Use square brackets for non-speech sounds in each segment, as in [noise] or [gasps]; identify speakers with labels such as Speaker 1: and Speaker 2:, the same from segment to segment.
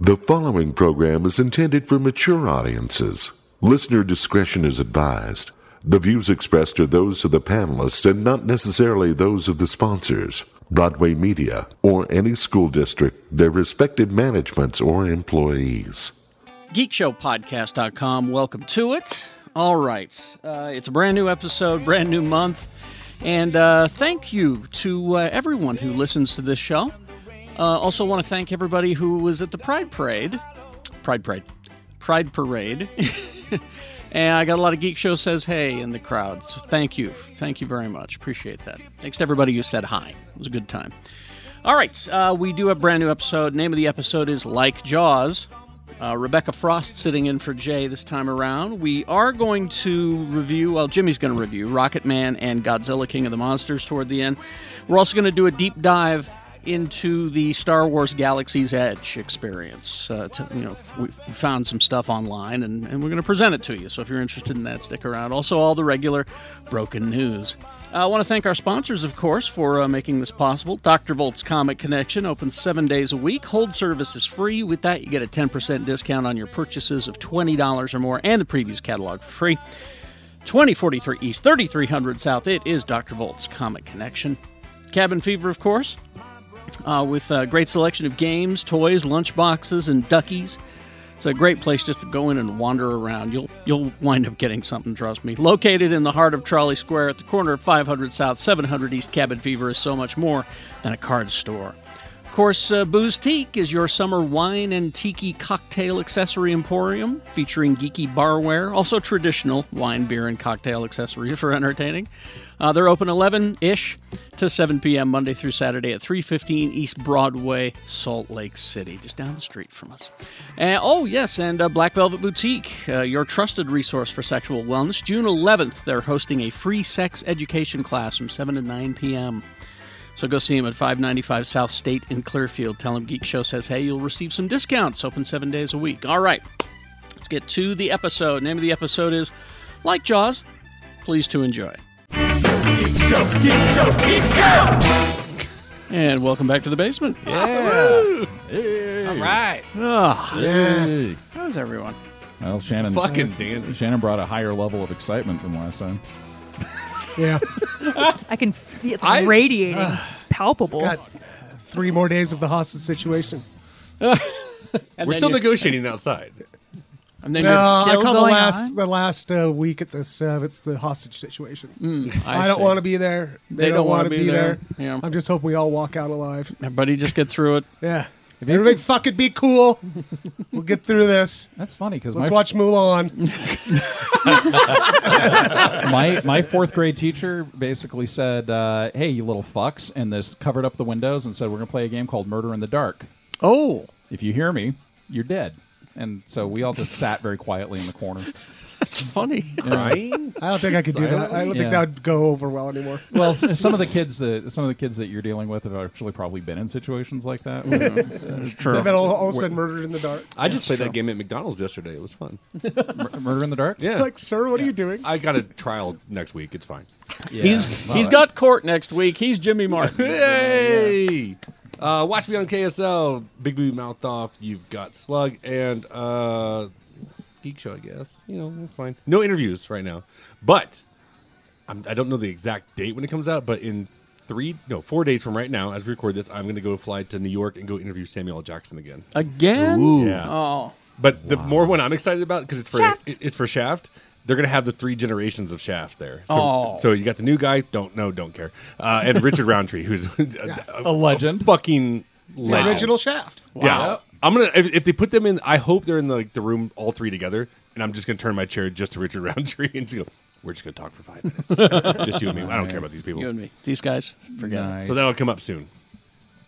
Speaker 1: The following program is intended for mature audiences. Listener discretion is advised. The views expressed are those of the panelists and not necessarily those of the sponsors, Broadway Media, or any school district, their respective managements, or employees.
Speaker 2: geekshowpodcast.com. Welcome to it. All right. Uh, it's a brand new episode, brand new month. And uh, thank you to uh, everyone who listens to this show. Uh, also, want to thank everybody who was at the Pride Parade. Pride Parade. Pride Parade. [laughs] and I got a lot of Geek Show says hey in the crowd. So thank you. Thank you very much. Appreciate that. Thanks to everybody who said hi. It was a good time. All right. Uh, we do have a brand new episode. Name of the episode is Like Jaws. Uh, Rebecca Frost sitting in for Jay this time around. We are going to review, well, Jimmy's going to review Rocket Man and Godzilla King of the Monsters toward the end. We're also going to do a deep dive into the Star Wars Galaxy's Edge experience. Uh, to, you know, we we found some stuff online and, and we're going to present it to you. So if you're interested in that, stick around. Also, all the regular broken news. Uh, I want to thank our sponsors, of course, for uh, making this possible. Dr. Volt's Comic Connection opens seven days a week. Hold service is free. With that, you get a 10% discount on your purchases of $20 or more and the previews catalog for free. 2043 East, 3300 South. It is Dr. Volt's Comic Connection. Cabin Fever, of course, uh, with a great selection of games, toys, lunchboxes, and duckies. It's a great place just to go in and wander around. You'll you'll wind up getting something, trust me. Located in the heart of Charlie Square at the corner of 500 South, 700 East, Cabin Fever is so much more than a card store. Of course, uh, Booze Teak is your summer wine and tiki cocktail accessory emporium featuring geeky barware, also traditional wine, beer, and cocktail accessories [laughs] for entertaining. Uh, they're open 11 ish to 7 p.m. Monday through Saturday at 315 East Broadway, Salt Lake City, just down the street from us. And, oh, yes, and uh, Black Velvet Boutique, uh, your trusted resource for sexual wellness. June 11th, they're hosting a free sex education class from 7 to 9 p.m. So go see him at 595 South State in Clearfield. Tell him Geek Show says, hey, you'll receive some discounts. Open seven days a week. All right, let's get to the episode. Name of the episode is Like Jaws, Please to Enjoy. And welcome back to the basement.
Speaker 3: Yeah. Hey.
Speaker 4: All right.
Speaker 2: Ah,
Speaker 3: Yay.
Speaker 2: how's everyone?
Speaker 3: Well, Shannon.
Speaker 4: Fucking dandy.
Speaker 3: Shannon brought a higher level of excitement from last time.
Speaker 5: Yeah,
Speaker 6: I can feel it's
Speaker 4: I-
Speaker 6: radiating. it's palpable.
Speaker 5: got three more days of the hostage situation.
Speaker 2: And
Speaker 4: We're
Speaker 2: then
Speaker 4: still
Speaker 2: you-
Speaker 4: negotiating outside.
Speaker 2: And then
Speaker 5: No, I
Speaker 6: still
Speaker 5: call the
Speaker 6: going
Speaker 5: last
Speaker 6: on?
Speaker 5: the last uh, week at the Sev. It's the hostage situation.
Speaker 2: you're-
Speaker 5: I, don't
Speaker 2: see.
Speaker 5: want to be there. They, don't, want to be there.
Speaker 2: Yeah.
Speaker 5: I'm just hoping we all walk out alive.
Speaker 2: Everybody just get through [laughs] it.
Speaker 5: Yeah. Everybody fucking be cool. we'll get through this.
Speaker 3: That's funny because my,
Speaker 5: Let's watch Mulan.
Speaker 3: my my fourth grade teacher basically said, uh, "Hey, you little fucks," and this covered up the windows and said, "We're gonna play a game called Murder in the Dark.
Speaker 5: Oh.
Speaker 3: If you hear me, you're dead." And so we all just sat very quietly in the corner.
Speaker 2: That's funny.
Speaker 4: Crying?
Speaker 5: I don't think I could do that. I don't
Speaker 3: Yeah.
Speaker 5: think that would go over well anymore.
Speaker 3: Well, s- some of the kids that some of the kids that you're dealing with have actually probably been in situations like that. uh,
Speaker 5: They've all, always been murdered in the dark.
Speaker 4: I just played that game at McDonald's yesterday. It was
Speaker 5: [laughs]
Speaker 4: fun.
Speaker 3: Mur- Murder in the Dark.
Speaker 4: Yeah.
Speaker 5: Like, sir, what are you doing?
Speaker 4: I got a trial next week. It's fine.
Speaker 2: He's he's got court next week. He's Jimmy [laughs] Martin.
Speaker 4: Hey! Uh, watch me on KSL, Big Booty Mouth Off, You've Got Slug, and uh, Geek Show, I guess. You know, it's fine. No interviews right now. But I'm, I don't know the exact date when it comes out, but in three, no, four days from right now, as we record this, I'm going to go fly to New York and go interview Samuel L. Jackson again.
Speaker 2: Again?
Speaker 4: Yeah.
Speaker 2: Oh.
Speaker 4: But the more one I'm excited about because it's for
Speaker 6: Shaft.
Speaker 4: it- it's for Shaft. They're gonna have the three generations of Shaft there. So,
Speaker 2: Oh.
Speaker 4: so you got the new guy, don't know, don't care, uh, and Richard Roundtree, who's [laughs] a,
Speaker 3: A legend.
Speaker 4: Oh, fucking legend.
Speaker 5: The original Shaft.
Speaker 4: Yeah.
Speaker 3: Wow.
Speaker 4: I'm gonna if, if they put them in. I hope they're in the, like, the room all three together, and I'm just gonna turn my chair just to Richard [laughs] Roundtree and just go. We're just gonna talk for five
Speaker 3: [laughs]
Speaker 4: minutes, just you and me. I don't care about these people.
Speaker 2: You and me. These guys. Forget it.
Speaker 3: Nice.
Speaker 4: So that'll come up soon.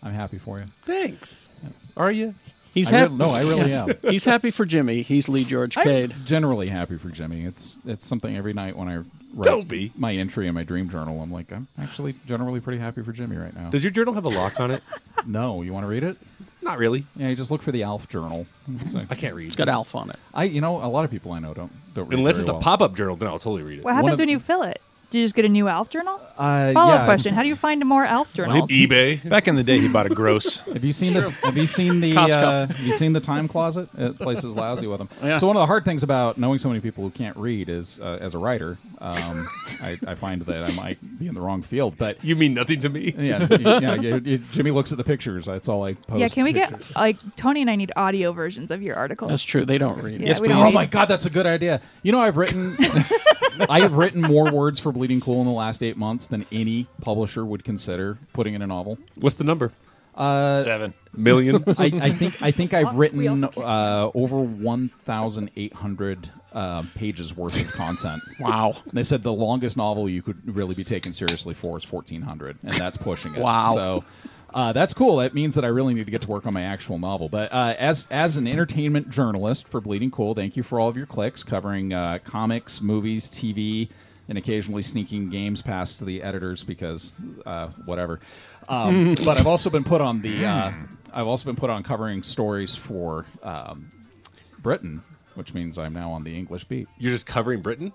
Speaker 3: I'm happy for you.
Speaker 4: Thanks. Are you?
Speaker 2: He's
Speaker 3: I
Speaker 2: happy.
Speaker 3: really- no, I really am.
Speaker 2: [laughs] He's happy for Jimmy. He's Lee George Cade.
Speaker 3: generally happy for Jimmy. It's it's something every night when I write
Speaker 4: Don't be.
Speaker 3: my entry in my dream journal. I'm like, I'm actually generally pretty happy for Jimmy right now.
Speaker 4: Does your journal have a lock on it?
Speaker 3: [laughs] no, you want to read it?
Speaker 4: Not really.
Speaker 3: Yeah, you just look for the Alf journal. It's like-
Speaker 4: I can't read.
Speaker 2: It's got Alf on it.
Speaker 3: I you know a lot of people I know don't don't read
Speaker 4: Unless
Speaker 3: very
Speaker 4: it's a
Speaker 3: well.
Speaker 4: pop up journal, then I'll totally read it.
Speaker 6: What
Speaker 3: of-
Speaker 6: happens when you fill it? Did you just get a new ALF journal?
Speaker 3: Uh,
Speaker 6: Follow up
Speaker 3: yeah.
Speaker 6: question: How do you find more ALF journals? [laughs]
Speaker 7: eBay. Back in the day, he bought a gross.
Speaker 3: Have you seen the Have you seen the
Speaker 2: Costco.
Speaker 3: uh, Have you seen the time closet? It places lousy
Speaker 4: [laughs]
Speaker 3: with them.
Speaker 2: Yeah.
Speaker 3: So one of the hard things about knowing so many people who can't read is, uh, as a writer, um, I, I find that I might be in the wrong field.
Speaker 4: [laughs]
Speaker 3: But
Speaker 4: You mean nothing to me.
Speaker 7: [laughs]
Speaker 3: yeah, you- yeah, you- you- Jimmy looks at the pictures. That's all I post.
Speaker 6: Yeah, can we
Speaker 3: pictures.
Speaker 6: get like Tony and I need audio versions of your article?
Speaker 2: That's true. They don't read.
Speaker 6: yeah,
Speaker 2: it.
Speaker 7: Yes,
Speaker 6: we
Speaker 7: please.
Speaker 3: Oh
Speaker 6: don't
Speaker 3: my
Speaker 6: need-
Speaker 3: god, that's a good idea. You know, I've written, [laughs] I have written more words for Bleeding Cool in the last eight months than any publisher would consider putting in a novel.
Speaker 4: What's the number?
Speaker 7: Seven.
Speaker 4: Million.
Speaker 3: I, I think I think I've
Speaker 6: We
Speaker 3: written
Speaker 6: also can't-
Speaker 3: uh, over one thousand eight hundred uh, pages worth of content.
Speaker 2: Wow.
Speaker 3: And They said the longest novel you could really be taken seriously for is fourteen hundred, and that's pushing it.
Speaker 2: Wow.
Speaker 3: So. Uh, that's cool. That means that I really need to get to work on my actual novel. But uh, as as an entertainment journalist for Bleeding Cool, thank you for all of your clicks covering uh, comics, movies, TV, and occasionally sneaking games past the editors because uh, whatever. Um, but I've also been put on the uh, I've also been put on covering stories for um, Britain, which means I'm now on the English beat.
Speaker 4: [laughs] You're just covering Britain.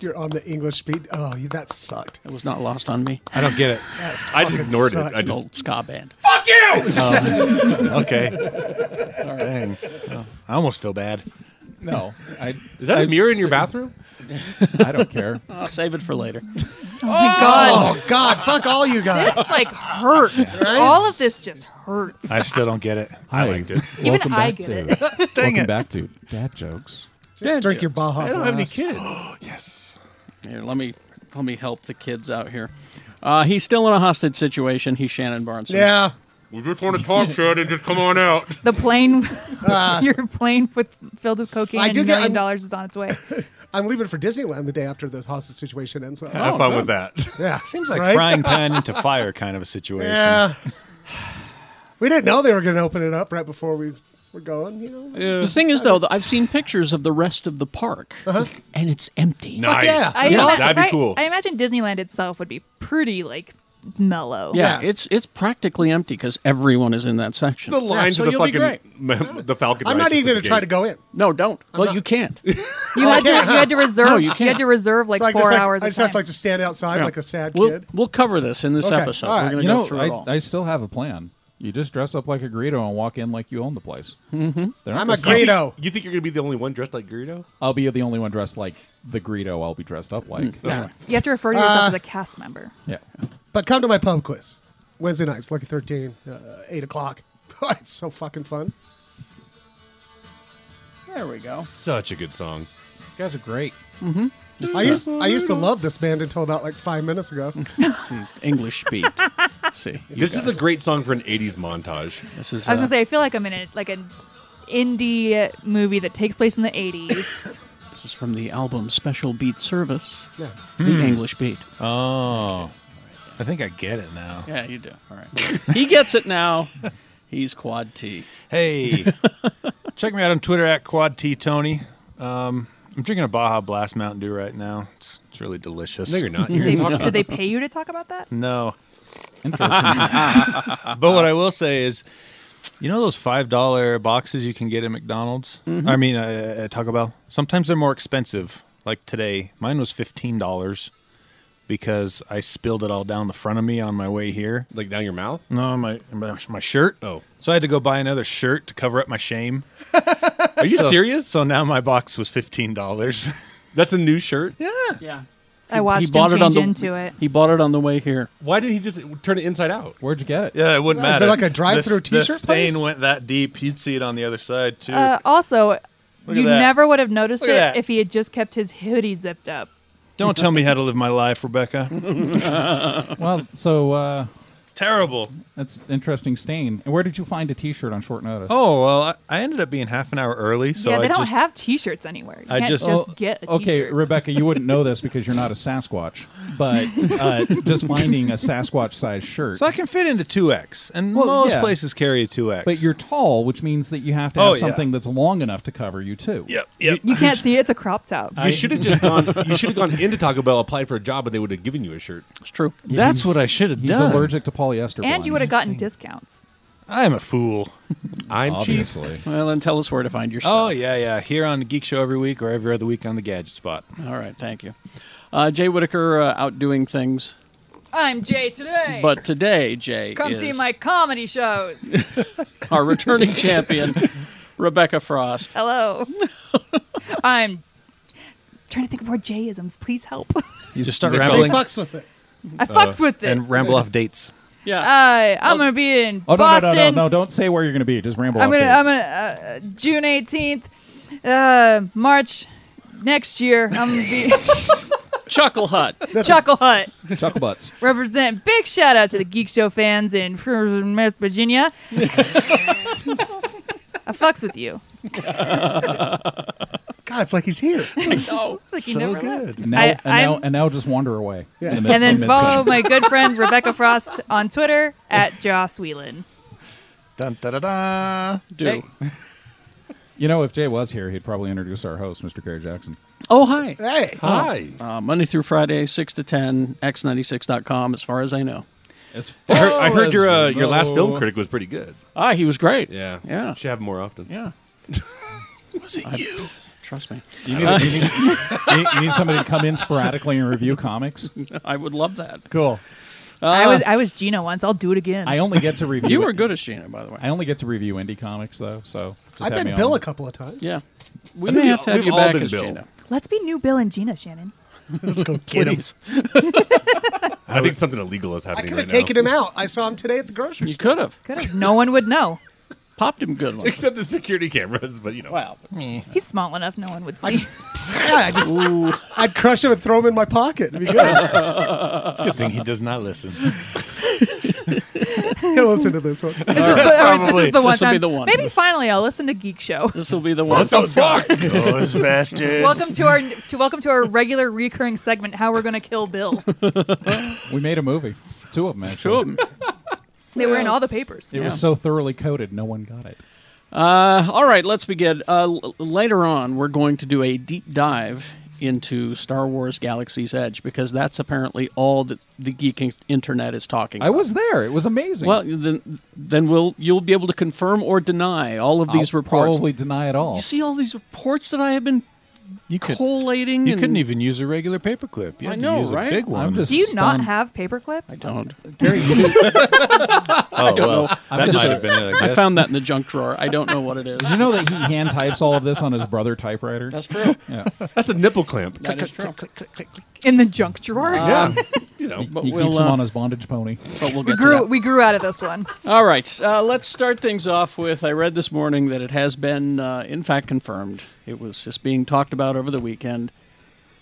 Speaker 5: You're on the English beat. Oh, you- that sucked.
Speaker 2: It was not lost on me.
Speaker 7: I don't get
Speaker 4: [laughs]
Speaker 7: it.
Speaker 4: I just ignored
Speaker 5: sucks.
Speaker 4: it. I
Speaker 2: An
Speaker 4: just
Speaker 2: old ska band.
Speaker 7: Okay. Dang. I almost feel bad.
Speaker 3: No, I,
Speaker 4: is that a mirror in your bathroom?
Speaker 3: I don't care.
Speaker 2: I'll save it for later.
Speaker 5: Oh God, fuck all you guys.
Speaker 6: This like hurts.
Speaker 5: Right?
Speaker 6: All of this just hurts.
Speaker 7: I still don't get it.
Speaker 4: [laughs] I liked it.
Speaker 6: [laughs] Even
Speaker 3: welcome
Speaker 6: I
Speaker 3: back
Speaker 6: get
Speaker 3: to
Speaker 6: it.
Speaker 7: [laughs] Dang
Speaker 3: welcome
Speaker 7: it.
Speaker 3: back to dad jokes.
Speaker 5: Just drink your Baja.
Speaker 4: I don't have any
Speaker 5: [gasps] Blast.
Speaker 4: kids.
Speaker 2: Here, let me let me help the kids out here. Uh, he's still in a hostage situation. He's Shannon Barnes.
Speaker 5: Yeah.
Speaker 4: we just want to talk, Shannon. Just come on out.
Speaker 6: The
Speaker 5: [laughs]
Speaker 6: plane,
Speaker 5: Uh,
Speaker 4: [laughs]
Speaker 6: your plane with filled with cocaine
Speaker 5: I
Speaker 6: and
Speaker 5: do
Speaker 6: a
Speaker 5: get-
Speaker 6: million
Speaker 5: I'm-
Speaker 6: dollars is on its
Speaker 5: [laughs]
Speaker 6: way.
Speaker 5: I'm leaving for Disneyland the day after this hostage situation ends. Oh. So,
Speaker 4: Have fun with that. [laughs]
Speaker 5: yeah.
Speaker 7: Seems like
Speaker 5: Right?
Speaker 7: frying pan into fire kind of a situation.
Speaker 5: Yeah. [sighs] we didn't know they were going to open it up right before we were going. You know.
Speaker 2: The thing is, though, that I've seen pictures of the rest of the park, and it's empty.
Speaker 7: Nice.
Speaker 5: yeah.
Speaker 6: I,
Speaker 5: Yeah.
Speaker 6: imagine,
Speaker 7: That'd be cool.
Speaker 6: I, I imagine Disneyland itself would be pretty like mellow.
Speaker 2: Yeah,
Speaker 5: Yeah.
Speaker 2: it's it's practically empty because everyone is in that section.
Speaker 4: The line
Speaker 2: so
Speaker 4: to the
Speaker 2: you'll be
Speaker 4: fucking mem- [laughs] the Falcon.
Speaker 5: I'm not even going to try to go in.
Speaker 2: No, don't. well, you can't.
Speaker 6: You had to you had to reserve
Speaker 2: No, you
Speaker 6: you,
Speaker 2: can't.
Speaker 6: had to reserve like
Speaker 5: So I
Speaker 6: four
Speaker 5: just, like,
Speaker 6: hours.
Speaker 5: I
Speaker 6: of
Speaker 5: just have
Speaker 6: time.
Speaker 5: to like just stand outside like a sad
Speaker 2: We'll,
Speaker 5: kid.
Speaker 2: we'll cover this in this
Speaker 5: Okay,
Speaker 2: episode.
Speaker 5: all right.
Speaker 2: We're going to
Speaker 3: You
Speaker 2: go
Speaker 3: know,
Speaker 2: through it all.
Speaker 3: I, I still have a plan. You just dress up like a Greedo and walk in like you own the place. Mm-hmm.
Speaker 5: I'm a Greedo.
Speaker 4: You think you're going to be the only one dressed like Gerudo?
Speaker 3: I'll be the only one dressed like the Greedo. I'll be dressed up like.
Speaker 7: Mm.
Speaker 2: Yeah.
Speaker 6: you have to refer to yourself as a
Speaker 5: Uh,
Speaker 6: cast member.
Speaker 3: Yeah.
Speaker 5: But come to my pub quiz Wednesday nights, Lucky 13, uh, 8 o'clock. [laughs] it's so fucking fun.
Speaker 2: There we go.
Speaker 4: Such a good song.
Speaker 3: These guys are great.
Speaker 5: I used, I used to love this band until about like five minutes ago. [laughs]
Speaker 2: English beat. See, you
Speaker 4: this is a great song for an '80s montage.
Speaker 2: this is.
Speaker 6: I was
Speaker 2: uh,
Speaker 6: gonna say I feel like I'm in a, like an indie movie that takes place in
Speaker 2: [laughs]
Speaker 6: the 80s.
Speaker 2: This is from the album Special Beat Service,
Speaker 5: Yeah.
Speaker 2: the English beat.
Speaker 7: Oh. I think I get it now.
Speaker 2: Yeah, you do. All right. he gets it now. He's quad T.
Speaker 7: [laughs] Hey, check me out on Twitter at Quad T Tony. Um, I'm drinking a Baja Blast Mountain Dew right now. It's, it's really delicious.
Speaker 4: No, you're not.
Speaker 6: They-
Speaker 4: You're talking
Speaker 6: did they pay you to talk about that?
Speaker 7: [laughs] No.
Speaker 3: Interesting.
Speaker 7: [laughs] But what I will say is, you know those five dollar boxes you can get at McDonald's.
Speaker 4: Mm-hmm.
Speaker 7: I mean, uh, at Taco Bell. Sometimes they're more expensive. Like today, mine was fifteen dollars because I spilled it all down the front of me on my way here.
Speaker 4: like down your mouth.
Speaker 7: No, my my, my shirt.
Speaker 4: Oh.
Speaker 7: so I had to go buy another shirt to cover up my shame.
Speaker 4: Are you
Speaker 7: So-
Speaker 4: serious?
Speaker 7: So now my box was fifteen dollars.
Speaker 4: That's a new shirt.
Speaker 2: Yeah.
Speaker 6: I watched
Speaker 2: he bought
Speaker 6: him
Speaker 2: it on
Speaker 6: change
Speaker 2: the,
Speaker 6: into it.
Speaker 2: He bought it on the way here.
Speaker 4: Why did he just turn it inside out?
Speaker 3: Where'd you get it?
Speaker 7: [laughs] yeah, it wouldn't
Speaker 5: Is
Speaker 7: matter.
Speaker 5: there like a drive-thru
Speaker 7: The- the
Speaker 5: t-shirt
Speaker 7: stain
Speaker 5: place?
Speaker 7: went that deep, you'd see it on the other side too.
Speaker 6: Uh, also,
Speaker 7: at
Speaker 6: you
Speaker 7: that.
Speaker 6: never would have noticed
Speaker 7: Look at that.
Speaker 6: it if he had just kept his hoodie zipped up.
Speaker 7: Don't tell me how to live my life,
Speaker 6: [laughs]
Speaker 7: Rebecca.
Speaker 3: Well, so uh,
Speaker 7: It's terrible.
Speaker 3: that's interesting stain. And where did you find a T-shirt on short notice?
Speaker 7: Oh well, I, I ended up being half an hour early, so
Speaker 6: yeah, they
Speaker 7: I
Speaker 6: don't
Speaker 7: just
Speaker 6: have T-shirts anywhere. You
Speaker 7: I
Speaker 6: can't
Speaker 7: just-
Speaker 6: just,
Speaker 3: Oh,
Speaker 6: get a T-shirt.
Speaker 3: Okay, Rebecca, you wouldn't know this because you're not a Sasquatch, but uh, just finding a Sasquatch-sized shirt.
Speaker 7: so I can fit into two X, and
Speaker 3: Well,
Speaker 7: most
Speaker 3: yeah.
Speaker 7: places carry a two X.
Speaker 3: but you're tall, which means that you have to have
Speaker 7: Oh, yeah.
Speaker 3: something that's long enough to cover you too.
Speaker 7: yep, yep.
Speaker 6: you can't see it. It's a crop top.
Speaker 4: You should have just gone. You should have gone into Taco Bell, applied for a job, and they would have given you a shirt.
Speaker 2: It's true.
Speaker 7: That's what I should have
Speaker 3: He's
Speaker 7: done.
Speaker 3: allergic to polyester.
Speaker 6: and you would
Speaker 3: blinds.
Speaker 6: have gotten discounts.
Speaker 7: I am a fool.
Speaker 4: I'm cheap.
Speaker 3: obviously.
Speaker 2: Well, then tell us where to find your
Speaker 7: Oh
Speaker 2: stuff.
Speaker 7: yeah, yeah. Here on the Geek Show every week or every other week on the Gadget Spot.
Speaker 2: All right. Thank you. Uh, Jay Whitaker uh, out doing things,
Speaker 6: I'm Jay today.
Speaker 2: but today Jay
Speaker 6: come
Speaker 2: is
Speaker 6: see my
Speaker 2: [laughs]
Speaker 6: comedy shows.
Speaker 2: our
Speaker 6: [laughs]
Speaker 2: returning champion, Rebecca Frost. [laughs]
Speaker 6: Hello. I'm trying to think of more Jayisms. Please help. [laughs]
Speaker 7: Just start
Speaker 5: Say
Speaker 7: rambling
Speaker 5: fucks with it.
Speaker 7: Uh,
Speaker 6: I fucks with it.
Speaker 7: and ramble off dates.
Speaker 2: Yeah,
Speaker 6: I, I'm gonna be in
Speaker 3: Oh no,
Speaker 6: Boston.
Speaker 3: no, no, no, no! Don't say where you're going to be. Just ramble.
Speaker 6: I'm
Speaker 3: off
Speaker 6: gonna, I'm
Speaker 3: dates.
Speaker 6: gonna, uh, June 18th, uh, March next year. I'm
Speaker 3: [laughs]
Speaker 6: gonna be Uh,
Speaker 2: Chuckle
Speaker 6: [laughs]
Speaker 2: Hut.
Speaker 6: Chuckle Hut.
Speaker 3: chuckle butts.
Speaker 6: Represent. Big shout out to the Geek Show fans
Speaker 3: [laughs]
Speaker 6: in Virginia. I fucks with you.
Speaker 5: God, it's like
Speaker 6: [laughs]
Speaker 5: he's here.
Speaker 2: No.
Speaker 6: It's like you
Speaker 7: So
Speaker 6: never left.
Speaker 7: good.
Speaker 3: And now,
Speaker 6: I-
Speaker 3: and, now
Speaker 6: I'm-
Speaker 3: and now, just wander away.
Speaker 5: Yeah.
Speaker 3: In the
Speaker 6: And then
Speaker 3: mid-
Speaker 6: follow
Speaker 3: mid-sentence.
Speaker 6: my good friend Rebecca Frost on Twitter at Joss Whelan.
Speaker 7: Dun, da, da, da.
Speaker 2: Do.
Speaker 6: Hey.
Speaker 3: You know, if Jay was here, he'd probably introduce our host, Mr. Gary Jackson.
Speaker 2: Oh hi.
Speaker 5: Hey,
Speaker 4: Hi.
Speaker 2: Uh, Monday through Friday, six to ten, x96.com. As far as I know,
Speaker 3: As
Speaker 4: I heard, I
Speaker 3: far
Speaker 4: heard
Speaker 3: as
Speaker 4: your uh, your last film
Speaker 3: though-
Speaker 4: critic was pretty good.
Speaker 2: ah, he was great.
Speaker 4: Yeah.
Speaker 2: Yeah.
Speaker 4: Should have him more often.
Speaker 2: yeah.
Speaker 7: Was it you?
Speaker 2: Trust me,
Speaker 3: You need, you [laughs] need- you need- you need somebody to come in sporadically and review comics.
Speaker 2: [laughs] I would love that. Uh,
Speaker 3: Cool.
Speaker 6: I was I was Gina once. I'll do it again.
Speaker 3: Uh, I only get to review.
Speaker 2: [laughs] You were good as Sheena, by the way.
Speaker 3: I only get to review indie comics though, so just
Speaker 5: I've
Speaker 3: have me
Speaker 5: been
Speaker 3: on.
Speaker 5: Bill a couple of times.
Speaker 2: Yeah. We
Speaker 4: I
Speaker 2: may
Speaker 4: think
Speaker 2: have to have
Speaker 4: we've
Speaker 2: you
Speaker 4: all
Speaker 2: back
Speaker 4: been
Speaker 2: as
Speaker 4: Bill.
Speaker 2: Gina.
Speaker 6: Let's be new Bill and Gina, Shannon.
Speaker 5: Let's go get him.
Speaker 2: Please.
Speaker 4: I think something illegal is
Speaker 5: I
Speaker 4: happening
Speaker 5: could
Speaker 4: right
Speaker 5: have
Speaker 4: now.
Speaker 5: taken him out. I saw him today at the grocery
Speaker 2: You
Speaker 5: store.
Speaker 2: could have.
Speaker 6: Could have. No one would know.
Speaker 2: Popped him good.
Speaker 4: [laughs]
Speaker 2: Like.
Speaker 4: Except the security cameras, but you know.
Speaker 2: Wow.
Speaker 6: He's small enough. No one would see.
Speaker 5: Yeah, I just, I'd crush him and throw him in my pocket. It'd be [laughs] good.
Speaker 7: It's a good thing he does
Speaker 5: [laughs]
Speaker 7: not listen.
Speaker 5: He'll listen to this one.
Speaker 6: This is, the, all right, this is the one
Speaker 2: This'll be
Speaker 6: time.
Speaker 2: the one.
Speaker 6: Maybe finally I'll listen to Geek Show.
Speaker 2: This will be the one.
Speaker 7: Those bastards.
Speaker 6: welcome to our to welcome to our regular recurring segment. How we're gonna kill [laughs] Bill.
Speaker 3: We made a movie, two of them actually.
Speaker 2: Boom.
Speaker 6: They were in all the papers.
Speaker 3: It was so thoroughly coded, no one got it.
Speaker 2: Uh, all right, let's begin. Uh, l- later on, we're going to do a deep dive into Star Wars Galaxy's Edge because that's apparently all that the geek in- internet is talking.
Speaker 3: I
Speaker 2: about.
Speaker 3: was there. It was amazing.
Speaker 2: Well, then, then we'll you'll be able to confirm or deny all of
Speaker 3: I'll
Speaker 2: these reports.
Speaker 3: probably deny it all.
Speaker 2: You see all these reports that I have been
Speaker 7: You, could,
Speaker 2: collating.
Speaker 7: you
Speaker 2: and-
Speaker 7: couldn't even use a regular paperclip. You
Speaker 2: I
Speaker 7: had
Speaker 2: know,
Speaker 7: to use
Speaker 2: right?
Speaker 7: a big one.
Speaker 3: I'm just
Speaker 6: Do you not
Speaker 3: stunned.
Speaker 6: have paper clips?
Speaker 2: Don't.
Speaker 7: oh, well, that
Speaker 3: I'm just-
Speaker 7: might have been it, I
Speaker 2: I
Speaker 7: guess.
Speaker 2: found that in the junk drawer. I don't know what it is.
Speaker 3: Did you know that he hand types all of this on his brother typewriter?
Speaker 2: That's true.
Speaker 3: yeah.
Speaker 4: That's a nipple clamp.
Speaker 2: That is true.
Speaker 6: In the junk drawer.
Speaker 4: yeah. [laughs] you know.
Speaker 2: But
Speaker 3: He
Speaker 2: we'll,
Speaker 3: keeps him
Speaker 2: uh,
Speaker 3: on his bondage pony.
Speaker 2: but we'll
Speaker 6: we
Speaker 2: get to
Speaker 6: grew
Speaker 2: that.
Speaker 6: we grew out of this one.
Speaker 2: All right, uh, let's start things off with. I read this morning that it has been, uh, in fact, confirmed. It was just being talked about over the weekend.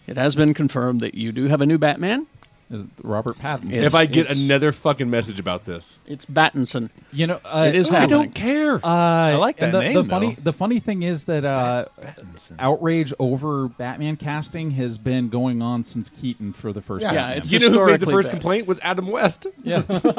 Speaker 2: It has been confirmed that you do have a new Batman.
Speaker 3: Is it Robert Pattinson.
Speaker 4: if I get
Speaker 3: It's-
Speaker 4: another fucking message about this, uh,
Speaker 2: It's Battinson.
Speaker 3: you know, uh,
Speaker 2: It is
Speaker 3: I
Speaker 2: happening.
Speaker 3: don't
Speaker 4: care.
Speaker 3: I
Speaker 7: like that
Speaker 3: the,
Speaker 7: name,
Speaker 3: the funny,
Speaker 7: though.
Speaker 3: the funny thing is that uh, outrage over Batman casting has been going on since Keaton for the first.
Speaker 5: Yeah.
Speaker 2: Yeah,
Speaker 3: Batman.
Speaker 2: it's
Speaker 4: you know who made the
Speaker 2: historically
Speaker 4: first
Speaker 2: bad.
Speaker 4: complaint was Adam West.
Speaker 3: Yeah. [laughs] no,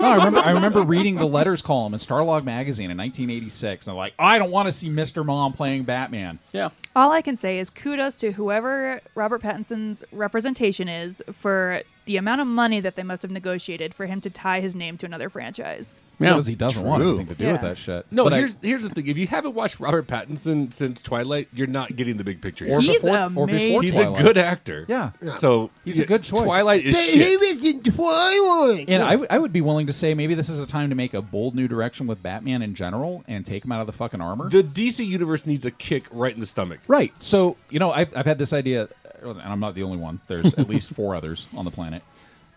Speaker 3: I remember. I remember reading the letters column in Starlog magazine in 1986, and I'm like, I don't want to see Mr. Mom playing Batman.
Speaker 2: Yeah,
Speaker 6: All I can say is kudos to whoever Robert Pattinson's representation is for the amount of money that they must have negotiated for him to tie his name to another franchise.
Speaker 2: yeah.
Speaker 3: Because he doesn't want anything to do
Speaker 6: Yeah.
Speaker 3: with that shit.
Speaker 4: No,
Speaker 3: But I-
Speaker 4: here's here's the thing. If you haven't watched Robert Pattinson since Twilight, you're not getting the big picture.
Speaker 3: or
Speaker 6: He's
Speaker 3: before, or before
Speaker 6: amazing.
Speaker 4: he's
Speaker 3: Twilight.
Speaker 4: a good actor.
Speaker 3: Yeah.
Speaker 4: So
Speaker 3: He's a good choice.
Speaker 4: Twilight is shit.
Speaker 5: was in Twilight.
Speaker 3: And I, w- I would be willing to say maybe this is a time to make a bold new direction with Batman in general and take him out of the fucking armor.
Speaker 4: The DC universe needs a kick right in the stomach.
Speaker 3: Right. So, you know, I've, I've had this idea, and I'm not the only one. There's at least
Speaker 4: [laughs]
Speaker 3: four others on the planet.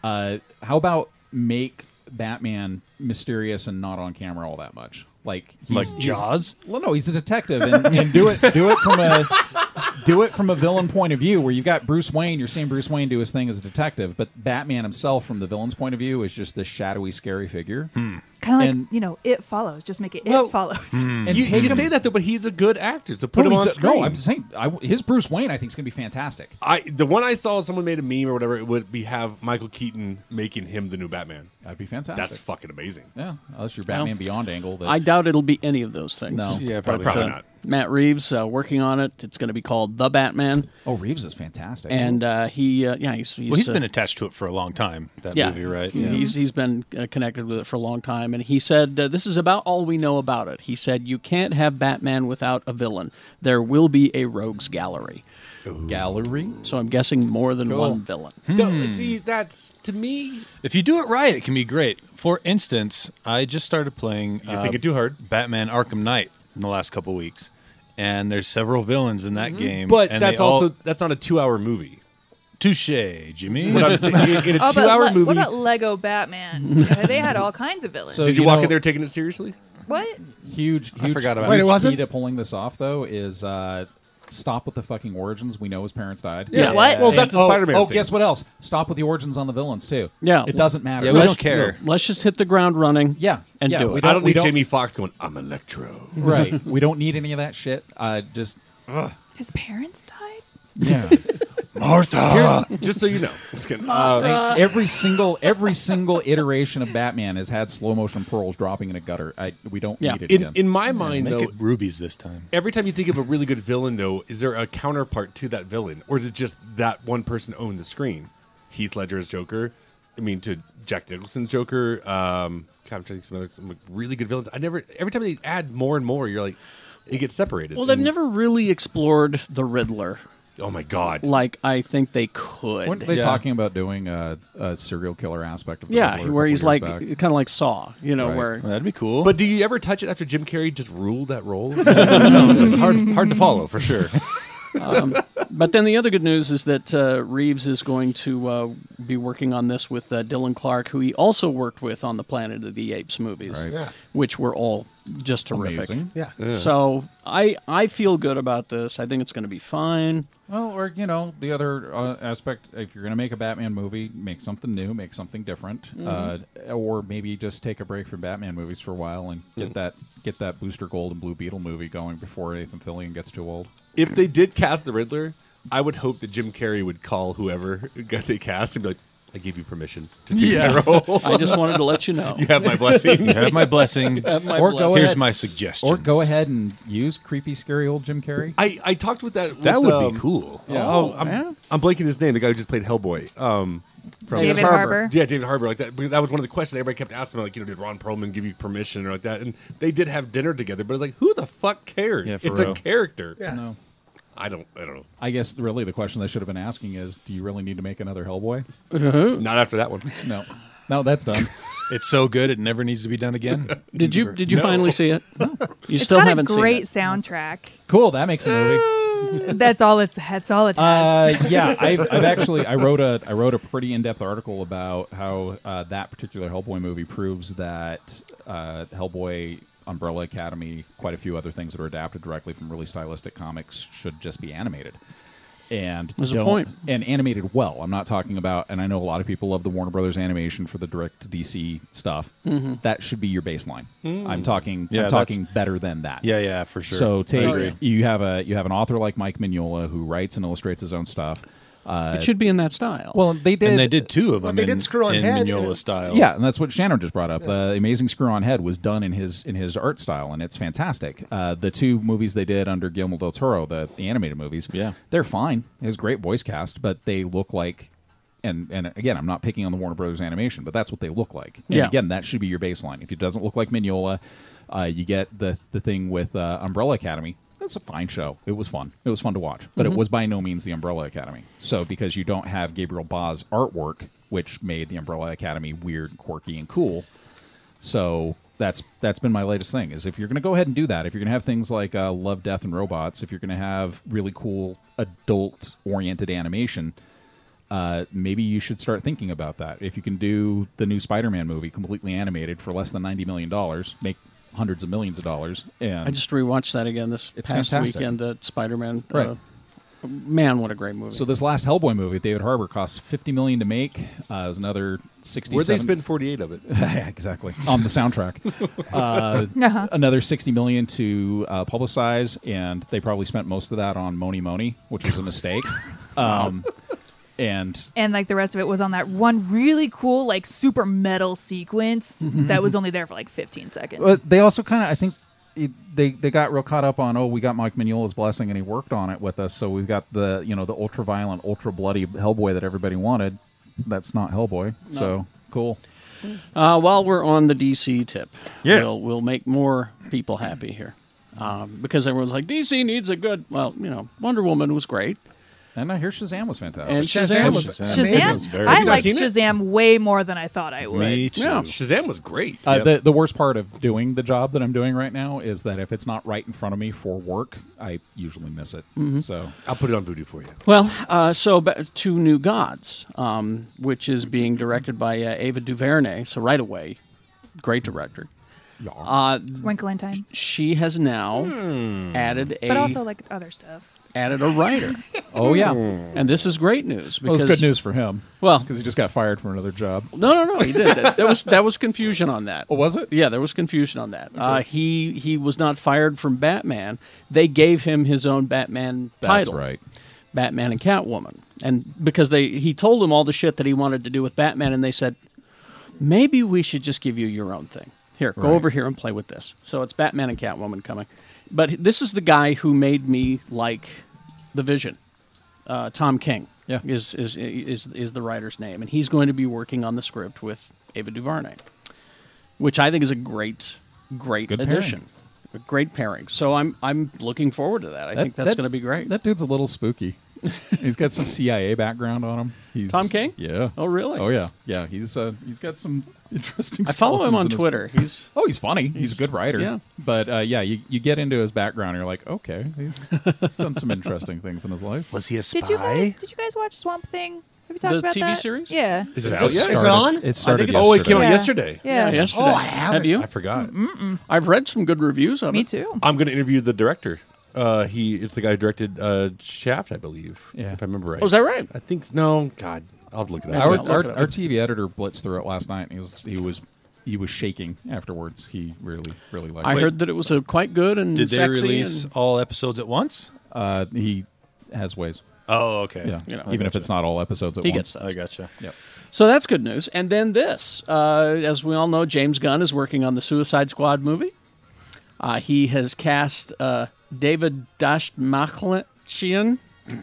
Speaker 3: Uh, how about make Batman mysterious and not on camera all that much? Like, he's,
Speaker 7: like
Speaker 3: he's-
Speaker 7: Jaws.
Speaker 3: well, no, he's a detective, and, and do it do it from a do it from a villain point of view, where you've got Bruce Wayne. You're seeing Bruce Wayne do his thing as a detective, but Batman himself, from the villain's point of view, is just this shadowy, scary figure.
Speaker 6: Kind of like,
Speaker 3: And-
Speaker 6: you know, it follows. Just make it
Speaker 4: Well-
Speaker 6: it follows. [laughs]
Speaker 3: And
Speaker 4: You,
Speaker 3: take
Speaker 4: you
Speaker 3: him-
Speaker 4: say that though, but he's a good actor. So put
Speaker 3: No,
Speaker 4: him on
Speaker 3: he's a-
Speaker 4: screen.
Speaker 3: No, I'm saying I, his Bruce Wayne, I think, is going to be fantastic.
Speaker 4: I the one I saw someone made a meme or whatever it would be have Michael Keaton making him the new Batman.
Speaker 3: That'd be fantastic.
Speaker 4: That's fucking amazing.
Speaker 3: Yeah, that's your Batman Beyond angle. That
Speaker 2: I doubt it'll be any of those things.
Speaker 3: No.
Speaker 7: Yeah,
Speaker 4: Probably,
Speaker 7: probably.
Speaker 4: not.
Speaker 2: Matt Reeves uh, working on it. It's going to be called The Batman,
Speaker 3: oh, Reeves is fantastic.
Speaker 2: and uh, he, uh, yeah, he's, he's
Speaker 7: Well, he's
Speaker 2: uh,
Speaker 7: been attached to it for a long time. That
Speaker 2: yeah, Mm-hmm.
Speaker 7: movie, right?
Speaker 2: He's he's been uh, connected with it for a long time, Damon. He said, uh, This is about all we know about it. He said, You can't have Batman without a villain. There will be a rogues gallery.
Speaker 3: Gallery.
Speaker 2: So I'm guessing more than one villain.
Speaker 4: Don't- See, that's to me.
Speaker 7: If you do it right, it can be great. For instance, I just started playing uh,
Speaker 4: You're thinking too hard.
Speaker 7: Batman Arkham Knight in the last couple weeks, and there's several villains in that game.
Speaker 4: But
Speaker 7: and
Speaker 4: that's
Speaker 7: they all-
Speaker 4: also that's not a two-hour movie.
Speaker 7: touche, Jimmy.
Speaker 4: But
Speaker 7: [laughs]
Speaker 4: I'm saying, in- in a
Speaker 6: Oh, but
Speaker 4: two-hour
Speaker 6: Le-
Speaker 4: movie,
Speaker 6: What about Lego Batman? [laughs] Yeah, they had all kinds of villains.
Speaker 3: So
Speaker 4: did you,
Speaker 3: You
Speaker 4: walk
Speaker 3: know-
Speaker 4: in there taking it seriously?
Speaker 6: what?
Speaker 3: Huge, huge.
Speaker 7: forgot about
Speaker 3: huge
Speaker 5: it. Wait, it wasn't?
Speaker 3: key to pulling this off though is uh, stop with the fucking origins. We know his parents died.
Speaker 2: Yeah.
Speaker 6: What?
Speaker 4: Well,
Speaker 3: And-
Speaker 4: that's a
Speaker 3: oh,
Speaker 4: Spider-Man.
Speaker 3: Oh,
Speaker 4: thing.
Speaker 3: guess what else? Stop with the origins on the villains too.
Speaker 2: Yeah.
Speaker 3: it doesn't matter.
Speaker 7: Yeah, we
Speaker 2: Let's-
Speaker 7: don't care.
Speaker 2: Let's just hit the ground running.
Speaker 3: Yeah,
Speaker 2: And
Speaker 3: yeah,
Speaker 2: do
Speaker 3: we
Speaker 2: it.
Speaker 4: I don't
Speaker 3: we
Speaker 4: need
Speaker 3: don't-
Speaker 4: Jamie Foxx going. I'm Electro.
Speaker 3: [laughs] right. We don't need any of that shit. Uh, just
Speaker 6: His parents died?
Speaker 3: yeah.
Speaker 7: Martha.
Speaker 4: [laughs] Just so you know, Just kidding. Uh,
Speaker 3: Like, every single every single iteration of Batman has had slow motion pearls dropping in a gutter. I, we don't
Speaker 2: Yeah.
Speaker 3: need it
Speaker 4: in
Speaker 3: again.
Speaker 4: in my mind,
Speaker 7: Make
Speaker 4: though,
Speaker 7: it rubies this time.
Speaker 4: every time you think of a really good villain, though, is there a counterpart to that villain, or is it just that one person owned the screen? Heath Ledger's Joker. I mean, to Jack Nicholson's Joker. Um, God, I'm trying to think of some other some really good villains. I never. Every time they add more and more, you're like, it gets separated.
Speaker 2: Well, they've
Speaker 4: And-
Speaker 2: never really explored the Riddler
Speaker 4: Oh my God.
Speaker 2: like I think they could.
Speaker 3: Weren't they
Speaker 7: Yeah.
Speaker 3: talking about doing a, a serial killer aspect of the
Speaker 2: yeah,
Speaker 3: Riddler a
Speaker 2: where
Speaker 3: couple
Speaker 2: he's
Speaker 3: years
Speaker 2: like,
Speaker 3: back?
Speaker 2: kind of like Saw, you know,
Speaker 3: Right.
Speaker 2: where.
Speaker 7: Well, that'd be cool.
Speaker 4: But do you ever touch it after Jim Carrey just ruled that
Speaker 7: [laughs]
Speaker 4: role?
Speaker 7: it's hard hard to follow for sure.
Speaker 2: But then the other good news is that uh, Reeves is going to uh, be working on this with uh, Dylan Clark, who he also worked with on the Planet of the Apes movies,
Speaker 3: Right.
Speaker 5: Yeah.
Speaker 2: which were all just terrific.
Speaker 3: Amazing.
Speaker 5: Yeah.
Speaker 2: So I I feel good about this. I think it's going to be
Speaker 5: [laughs]
Speaker 2: fine.
Speaker 3: Well, or you know, the other uh, aspect, if you're going to make a Batman movie, make something new, make something different,
Speaker 4: Mm-hmm.
Speaker 3: uh, or maybe just take a break from Batman movies for a while and
Speaker 4: Mm-hmm.
Speaker 3: get that get that Booster Gold and Blue Beetle movie going before Nathan Fillion gets too old.
Speaker 4: if they did cast the Riddler, I would hope that Jim Carrey would call whoever [laughs] got they cast and be like, "I gave you permission to take
Speaker 2: [laughs]
Speaker 4: that role.
Speaker 2: I just wanted to let you
Speaker 3: [laughs]
Speaker 2: know.
Speaker 4: you have my blessing."
Speaker 7: You [laughs] have my blessing.
Speaker 2: Have my
Speaker 3: Or go
Speaker 2: blessing.
Speaker 7: Here's
Speaker 3: ahead.
Speaker 7: my suggestion.
Speaker 3: Or go ahead and use creepy, scary old Jim Carrey.
Speaker 4: I, I talked with that. With,
Speaker 7: That would
Speaker 4: um,
Speaker 7: be cool.
Speaker 3: Yeah.
Speaker 4: Oh, I'm,
Speaker 2: yeah.
Speaker 4: I'm blanking his name. The guy who just played Hellboy. Um, from
Speaker 2: David
Speaker 6: David Harbour.
Speaker 4: yeah, David Harbour. Like that. But That was one of the questions everybody kept asking. Like, you know, did Ron Perlman give you permission or like that? And they did have dinner together. But it's like, who the fuck cares?
Speaker 7: Yeah, for
Speaker 4: it's a
Speaker 7: real.
Speaker 4: character.
Speaker 5: Yeah.
Speaker 3: no.
Speaker 4: I don't. I don't know.
Speaker 3: I guess really the question they should have been asking is, do you really need to make another Hellboy?
Speaker 4: Not after that one.
Speaker 3: No, no, that's done.
Speaker 7: It's so good it never needs to be done again.
Speaker 2: Did you did you finally see
Speaker 3: [laughs]
Speaker 2: it? You
Speaker 6: It's
Speaker 2: still
Speaker 6: got a
Speaker 2: haven't
Speaker 6: great
Speaker 2: seen
Speaker 6: soundtrack.
Speaker 3: cool, that makes a movie.
Speaker 6: that's all it's that's all it has.
Speaker 3: Uh,
Speaker 7: [laughs]
Speaker 3: yeah, I've, I've actually I wrote a I wrote a pretty in depth article about how uh, that particular Hellboy movie proves that uh, Hellboy, Umbrella Academy, quite a few other things that are adapted directly from really stylistic comics should just be animated. And
Speaker 2: There's a
Speaker 3: don't-
Speaker 2: point.
Speaker 3: and animated well. I'm not talking about, and I know a lot of people love the Warner Brothers animation for the direct to DC stuff.
Speaker 2: Mm-hmm.
Speaker 3: That should be your baseline. I'm talking,
Speaker 7: Yeah,
Speaker 3: I'm
Speaker 7: that's-
Speaker 3: talking better than that.
Speaker 7: Yeah, yeah, for sure.
Speaker 3: So take
Speaker 2: agree.
Speaker 3: you have a you have an author like Mike Mignola who writes and illustrates his own stuff. Uh,
Speaker 2: it. It should be in that style.
Speaker 3: well, they did.
Speaker 7: and they did two of them
Speaker 5: they
Speaker 7: in,
Speaker 5: did screw on
Speaker 7: in
Speaker 5: head,
Speaker 7: Mignola
Speaker 5: you know.
Speaker 7: style.
Speaker 3: Yeah, and that's what Shannon just brought up. The Amazing Screw on Head was done in his in his art style, and it's fantastic. Uh, the two movies they did under Guillermo del Toro, the, the animated movies,
Speaker 7: Yeah.
Speaker 3: they're fine. It was great voice cast, but they look like. And, and again, I'm not picking on the Warner Brothers animation, but that's what they look like. And
Speaker 2: Yeah.
Speaker 3: again, that should be your baseline. If it doesn't look like Mignola, uh, you get the the thing with uh, Umbrella Academy. That's a fine show. It was fun. It was fun to watch, but it was by no means the Umbrella Academy. So because you don't have Gabriel Ba's artwork, which made the Umbrella Academy weird, quirky, and cool. So that's that's been my latest thing is if you're going to go ahead and do that, if you're going to have things like uh, Love, Death, and Robots, if you're going to have really cool adult-oriented animation, uh, maybe you should start thinking about that. If you can do the new Spider-Man movie completely animated for less than ninety million dollars, make hundreds of millions of dollars, and
Speaker 2: I just rewatched that again this
Speaker 3: It's
Speaker 2: past
Speaker 3: fantastic.
Speaker 2: weekend at Spider Man.
Speaker 3: Right.
Speaker 2: man, what a great movie.
Speaker 3: so this last Hellboy movie, David Harbour, cost fifty million to make. Uh, it was another sixty.
Speaker 4: Where'd they spend 48 of it?
Speaker 3: [laughs] yeah, exactly on the soundtrack.
Speaker 4: [laughs]
Speaker 3: Uh,
Speaker 6: [laughs] Uh-huh.
Speaker 3: Another sixty million to uh, publicize, and they probably spent most of that on Moni Moni, which was a mistake.
Speaker 2: [laughs]
Speaker 3: um, and
Speaker 6: and like the rest of it was on that one really cool like super metal sequence
Speaker 2: Mm-hmm,
Speaker 6: that was only there for like 15 seconds.
Speaker 3: Well, they also kind of, I think, it, they they got real caught up on. Oh, we got Mike Mignola's blessing, and he worked on it with us. So we've got the you know the ultra violent, ultra bloody Hellboy that everybody wanted. That's not Hellboy. So cool.
Speaker 2: Uh, while we're on the DC tip,
Speaker 7: Yeah.
Speaker 2: we'll, we'll make more people happy here. Um, because everyone's like, DC needs a good. Well, you know, Wonder Woman was great.
Speaker 3: And I hear Shazam was fantastic.
Speaker 2: And Shazam,
Speaker 5: Shazam
Speaker 2: was.
Speaker 5: was
Speaker 6: Shazam.
Speaker 7: Shazam's very
Speaker 6: I
Speaker 7: good.
Speaker 6: liked
Speaker 4: Have you guys
Speaker 6: Shazam way more than I thought I would.
Speaker 7: Me too.
Speaker 2: Yeah.
Speaker 4: Shazam was great.
Speaker 3: Uh, the, the worst part of doing the job that I'm doing right now is that if it's not right in front of me for work, I usually miss it.
Speaker 2: Mm-hmm.
Speaker 3: So
Speaker 4: I'll put it on voodoo for you.
Speaker 2: Well, uh, so ba- Two New Gods, um, which is being directed by uh, Ava DuVernay. So, right away, great director.
Speaker 3: yeah.
Speaker 2: Uh,
Speaker 6: Wrinkle in Time.
Speaker 2: she has now
Speaker 3: Hmm.
Speaker 2: added a
Speaker 6: But also like other stuff.
Speaker 2: added a
Speaker 6: [laughs]
Speaker 2: writer,
Speaker 3: oh yeah,
Speaker 2: and this is great news.
Speaker 3: well,
Speaker 2: Because
Speaker 3: Oh, it's good news for him.
Speaker 2: Well-
Speaker 3: because he just got fired from another job.
Speaker 2: No, no, no. He did. That, that was that was confusion on that.
Speaker 3: [laughs] Oh, was it?
Speaker 2: Yeah, there was confusion on that. Uh, he he was not fired from Batman. They gave him his own Batman
Speaker 3: That's
Speaker 2: title.
Speaker 3: right.
Speaker 2: Batman and Catwoman, and because they he told him all the shit that he wanted to do with Batman, and they said maybe we should just give you your own thing. Here, go
Speaker 3: Right.
Speaker 2: over here and play with this. So it's Batman and Catwoman coming. But this is the guy who made me like the Vision. Uh, Tom King
Speaker 3: Yeah.
Speaker 2: is, is is is the writer's name, and he's going to be working on the script with Ava DuVernay, which I think is a great, great
Speaker 3: good
Speaker 2: addition, a great pairing. So I'm I'm looking forward to that. I think that's
Speaker 3: That-
Speaker 2: going to be great.
Speaker 3: That dude's a little spooky. he's got some CIA background on him. He's
Speaker 2: Tom King?
Speaker 3: Yeah.
Speaker 2: Oh, really?
Speaker 3: Oh yeah. Yeah. He's uh, he's got some [laughs] interesting.
Speaker 2: I follow him
Speaker 3: skeletons
Speaker 2: on
Speaker 3: in his- [laughs]
Speaker 2: Twitter. He's
Speaker 3: Oh, he's funny. He's, a good writer.
Speaker 2: yeah.
Speaker 3: But uh, yeah, you, you get into his background, and you're like, okay, he's, he's done some interesting things in his life.
Speaker 7: Was he a
Speaker 6: Did you guys, did you guys watch Swamp Thing? Have you talked
Speaker 2: The
Speaker 6: about
Speaker 2: TV
Speaker 6: that?
Speaker 2: series?
Speaker 6: Yeah.
Speaker 4: Is it
Speaker 3: It
Speaker 4: out yet?
Speaker 5: Is it on?
Speaker 3: It started.
Speaker 2: it's-
Speaker 4: Oh, it came out
Speaker 6: Yeah.
Speaker 4: yesterday.
Speaker 6: Yeah.
Speaker 2: yesterday.
Speaker 5: Oh, I
Speaker 2: have
Speaker 5: haven't.
Speaker 2: you?
Speaker 4: I forgot.
Speaker 2: I've read some good reviews of
Speaker 6: Me
Speaker 2: it.
Speaker 6: too.
Speaker 4: I'm going to interview the director. Uh, he is the guy who directed uh, Shaft, I believe.
Speaker 3: Yeah.
Speaker 4: If I remember right.
Speaker 2: Oh, is that right?
Speaker 4: I think no. God, I'll have to look it up.
Speaker 3: Our,
Speaker 2: Look
Speaker 3: our,
Speaker 2: it up.
Speaker 3: our TV editor blitzed through it last night, and he was he was he was shaking afterwards. He really really liked.
Speaker 2: I
Speaker 3: it.
Speaker 2: heard that it was uh quite good and
Speaker 7: Did they
Speaker 2: sexy
Speaker 7: release
Speaker 2: and-
Speaker 7: all episodes at once?
Speaker 3: uh, he has ways.
Speaker 7: Oh, okay.
Speaker 3: Yeah,
Speaker 2: You know, I
Speaker 3: even if it's not all episodes at
Speaker 2: he gets
Speaker 3: once.
Speaker 2: that.
Speaker 7: gotcha.
Speaker 2: So that's good news. And then this, uh, as we all know, James Gunn is working on the Suicide Squad movie. Uh, he has cast uh, David [laughs] Dashmachian.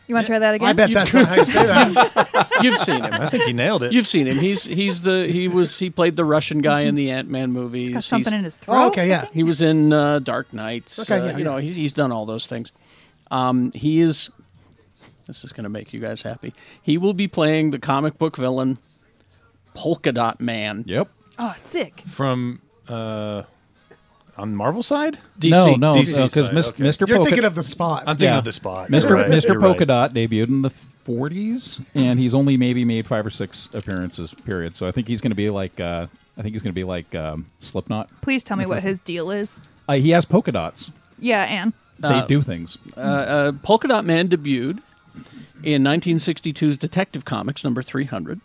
Speaker 6: You want to try that again?
Speaker 5: I bet that's not how you say [laughs] that.
Speaker 2: You've seen him.
Speaker 7: I think he nailed it.
Speaker 2: You've seen him. He's he's the he was he played the Russian guy in the Ant Man movies.
Speaker 6: He's got something
Speaker 2: He's-
Speaker 6: in his throat.
Speaker 5: Oh, okay, yeah.
Speaker 2: He was in uh, Dark Knights.
Speaker 5: Okay,
Speaker 2: uh,
Speaker 5: yeah,
Speaker 2: you know,
Speaker 5: yeah.
Speaker 2: he's, he's done all those things. Um, he is. This is going to make you guys happy. He will be playing the comic book villain, Polka Dot Man.
Speaker 3: Yep.
Speaker 6: Oh, sick.
Speaker 7: From uh, on Marvel side,
Speaker 2: DC.
Speaker 3: No, no,
Speaker 7: DC
Speaker 3: because
Speaker 7: side, okay.
Speaker 3: Mr.
Speaker 5: You're
Speaker 3: Polka-
Speaker 5: thinking of the spot.
Speaker 7: I'm thinking of the spot.
Speaker 3: Mr.
Speaker 7: You're right,
Speaker 3: Mr.
Speaker 7: you're right.
Speaker 3: Polka Dot debuted in the 40s, and he's only maybe made five or six appearances. Period. So I think he's going to be like uh, I think he's going to be like um, Slipknot.
Speaker 6: Please tell me what his deal is.
Speaker 3: Uh, he has polka dots.
Speaker 6: Yeah, Anne.
Speaker 3: They do things.
Speaker 2: Uh, Polka Dot Man debuted in 1962's Detective Comics number 300.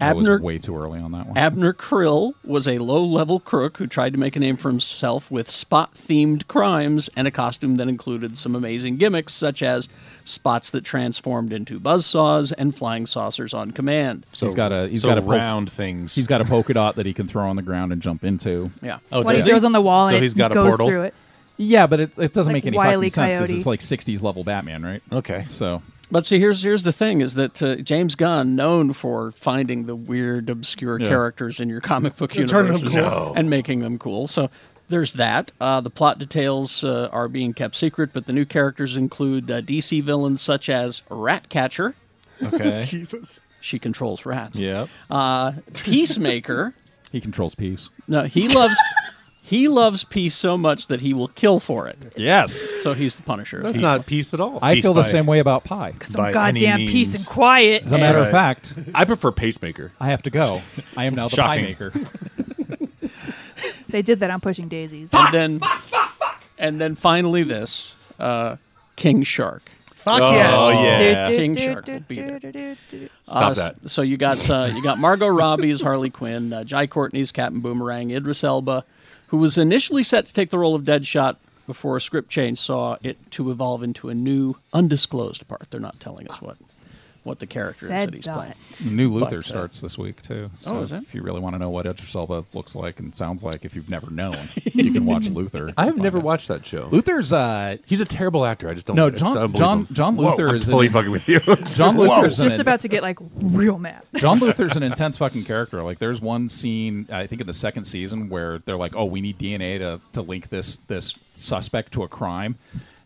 Speaker 3: I was
Speaker 2: Abner
Speaker 3: way too early on that one.
Speaker 2: Abner Krill was a low-level crook who tried to make a name for himself with spot-themed crimes and a costume that included some amazing gimmicks such as spots that transformed into buzzsaws and flying saucers on command.
Speaker 3: he's got a he's
Speaker 7: so
Speaker 3: got a pol-
Speaker 7: round things.
Speaker 3: he's got a polka dot that he can throw on the ground and jump into.
Speaker 2: Yeah.
Speaker 7: Oh,
Speaker 6: what he
Speaker 7: does he?
Speaker 6: throws on the wall
Speaker 7: So
Speaker 6: and
Speaker 7: he's
Speaker 6: it
Speaker 7: got a
Speaker 6: goes
Speaker 7: portal?
Speaker 6: through it.
Speaker 3: Yeah, but it, it doesn't
Speaker 6: Like
Speaker 3: make any
Speaker 6: Wile E.
Speaker 3: fucking sense because
Speaker 6: Coyote.
Speaker 3: it's like 60s level Batman, right?
Speaker 7: Okay.
Speaker 3: So
Speaker 2: But see, here's here's the thing: is that uh, James Gunn, known for finding the weird, obscure
Speaker 3: Yeah.
Speaker 2: characters in your comic book
Speaker 5: And turning them
Speaker 2: universes
Speaker 5: cool.
Speaker 2: and making them cool. So there's that. Uh, the plot details uh, are being kept secret, but the new characters include uh, DC villains such as Ratcatcher.
Speaker 3: [laughs]
Speaker 7: Okay.
Speaker 5: Jesus.
Speaker 2: She controls rats.
Speaker 4: [laughs]
Speaker 7: yeah.
Speaker 2: Uh, Peacemaker.
Speaker 3: he controls peace.
Speaker 2: no, he loves he loves peace so much that he will kill for it.
Speaker 3: Yes,
Speaker 2: So he's the Punisher.
Speaker 4: That's not peace at all. I,
Speaker 3: I
Speaker 7: Peace
Speaker 3: feel the
Speaker 7: by-
Speaker 3: same way about pie.
Speaker 6: Some
Speaker 7: any
Speaker 6: goddamn
Speaker 7: means.
Speaker 6: peace and quiet.
Speaker 3: As a matter of
Speaker 7: Right.
Speaker 3: fact,
Speaker 4: prefer pacemaker.
Speaker 3: I have to go. I am now the pie
Speaker 7: Shocking.
Speaker 3: maker.
Speaker 6: They did that on Pushing Daisies.
Speaker 2: and then and then finally this uh, King Shark.
Speaker 5: Fuck yes.
Speaker 7: Oh, yeah.
Speaker 2: King Shark will be there.
Speaker 4: Stop
Speaker 2: Uh,
Speaker 4: that.
Speaker 2: So you got uh, you got Margot [laughs] Robbie as Harley Quinn, uh, Jai Courtney's Captain Boomerang, Idris Elba, who was initially set to take the role of Deadshot before a script change saw it to evolve into a new undisclosed part. They're not telling us what. what the character is
Speaker 6: Said
Speaker 2: that he's
Speaker 6: dot.
Speaker 2: playing.
Speaker 3: New Luther
Speaker 2: But, uh,
Speaker 3: starts this week too. So
Speaker 2: Oh, is it?
Speaker 3: If you really want to know what Edriselva looks like and sounds like, if you've never known, you can watch Luther.
Speaker 4: I have
Speaker 3: Find
Speaker 4: never
Speaker 3: out.
Speaker 4: watched that show.
Speaker 3: Luther's. Uh,
Speaker 4: He's a terrible actor. I just don't.
Speaker 3: no,
Speaker 4: it's
Speaker 3: John
Speaker 4: unbelievable.
Speaker 3: John John Luther
Speaker 7: Whoa, I'm
Speaker 3: is
Speaker 7: totally
Speaker 3: an,
Speaker 7: fucking
Speaker 4: [laughs]
Speaker 7: with you.
Speaker 3: John Luther's an,
Speaker 6: Just about to get like real mad.
Speaker 3: John Luther's an intense fucking character. Like, there's one scene I think in the second season where they're like, "Oh, we need DNA to to link this this suspect to a crime,"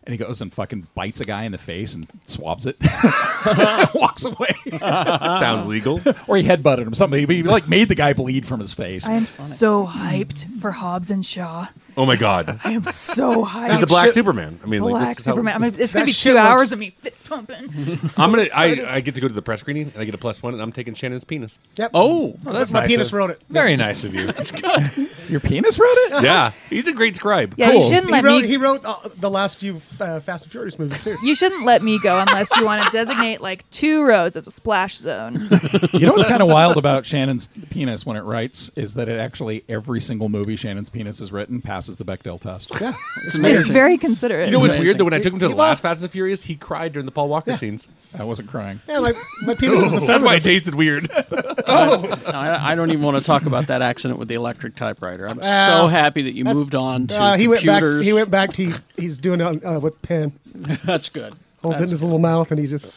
Speaker 3: and he goes and fucking bites a guy in the face and swabs it, [laughs] walks away,
Speaker 4: That sounds legal.
Speaker 3: or he headbutted him. Something, but he like made the guy bleed from his face.
Speaker 6: I am so hyped for Hobbs and Shaw.
Speaker 4: oh my [laughs] god,
Speaker 6: I am so hyped.
Speaker 4: he's the Black Superman. I mean, like,
Speaker 6: Black
Speaker 4: this is how-
Speaker 6: Superman. I'm gonna- it's gonna
Speaker 5: That
Speaker 6: be
Speaker 5: shit
Speaker 6: two
Speaker 5: looks-
Speaker 6: hours of me fist pumping.
Speaker 4: [laughs] I'm gonna. I, I get to go to the press screening and I get a plus one, and I'm taking Shannon's penis.
Speaker 5: Yep.
Speaker 2: Oh,
Speaker 5: that's my
Speaker 7: nice
Speaker 5: penis
Speaker 7: of-
Speaker 5: wrote it.
Speaker 7: Very nice of you. [laughs] That's good.
Speaker 3: Your penis wrote
Speaker 4: [laughs]
Speaker 3: it.
Speaker 4: Yeah, he's a great scribe.
Speaker 6: Yeah,
Speaker 3: Cool.
Speaker 6: you shouldn't
Speaker 5: He
Speaker 6: let
Speaker 5: wrote,
Speaker 6: me.
Speaker 5: he wrote uh, the last few uh, Fast and Furious movies too.
Speaker 6: You shouldn't let me go unless you want to designate like two rows as a splash zone.
Speaker 3: You know what's kind of wild about Shannon's penis when it writes is that it actually every single movie Shannon's penis is written passes the Bechdel test. Yeah,
Speaker 2: it's
Speaker 6: It's
Speaker 2: amazing.
Speaker 6: very considerate.
Speaker 4: You know what's
Speaker 2: Amazing.
Speaker 4: weird though? When I took him to
Speaker 5: He
Speaker 4: the last
Speaker 5: laughed.
Speaker 4: Fast and the Furious, he cried during the Paul Walker scenes.
Speaker 3: I wasn't crying.
Speaker 5: Yeah, my, my penis is a
Speaker 4: That's why it
Speaker 5: feminist.
Speaker 4: tasted weird.
Speaker 2: No, I, I don't even want to talk about that accident with the electric typewriter. I'm
Speaker 5: Well,
Speaker 2: so happy that you
Speaker 5: that's-
Speaker 2: moved on to
Speaker 5: Uh, he went back.
Speaker 2: computers.
Speaker 5: He went back to he's doing it on, uh, with pen,
Speaker 2: That's good.
Speaker 5: holds it in his little mouth, and he just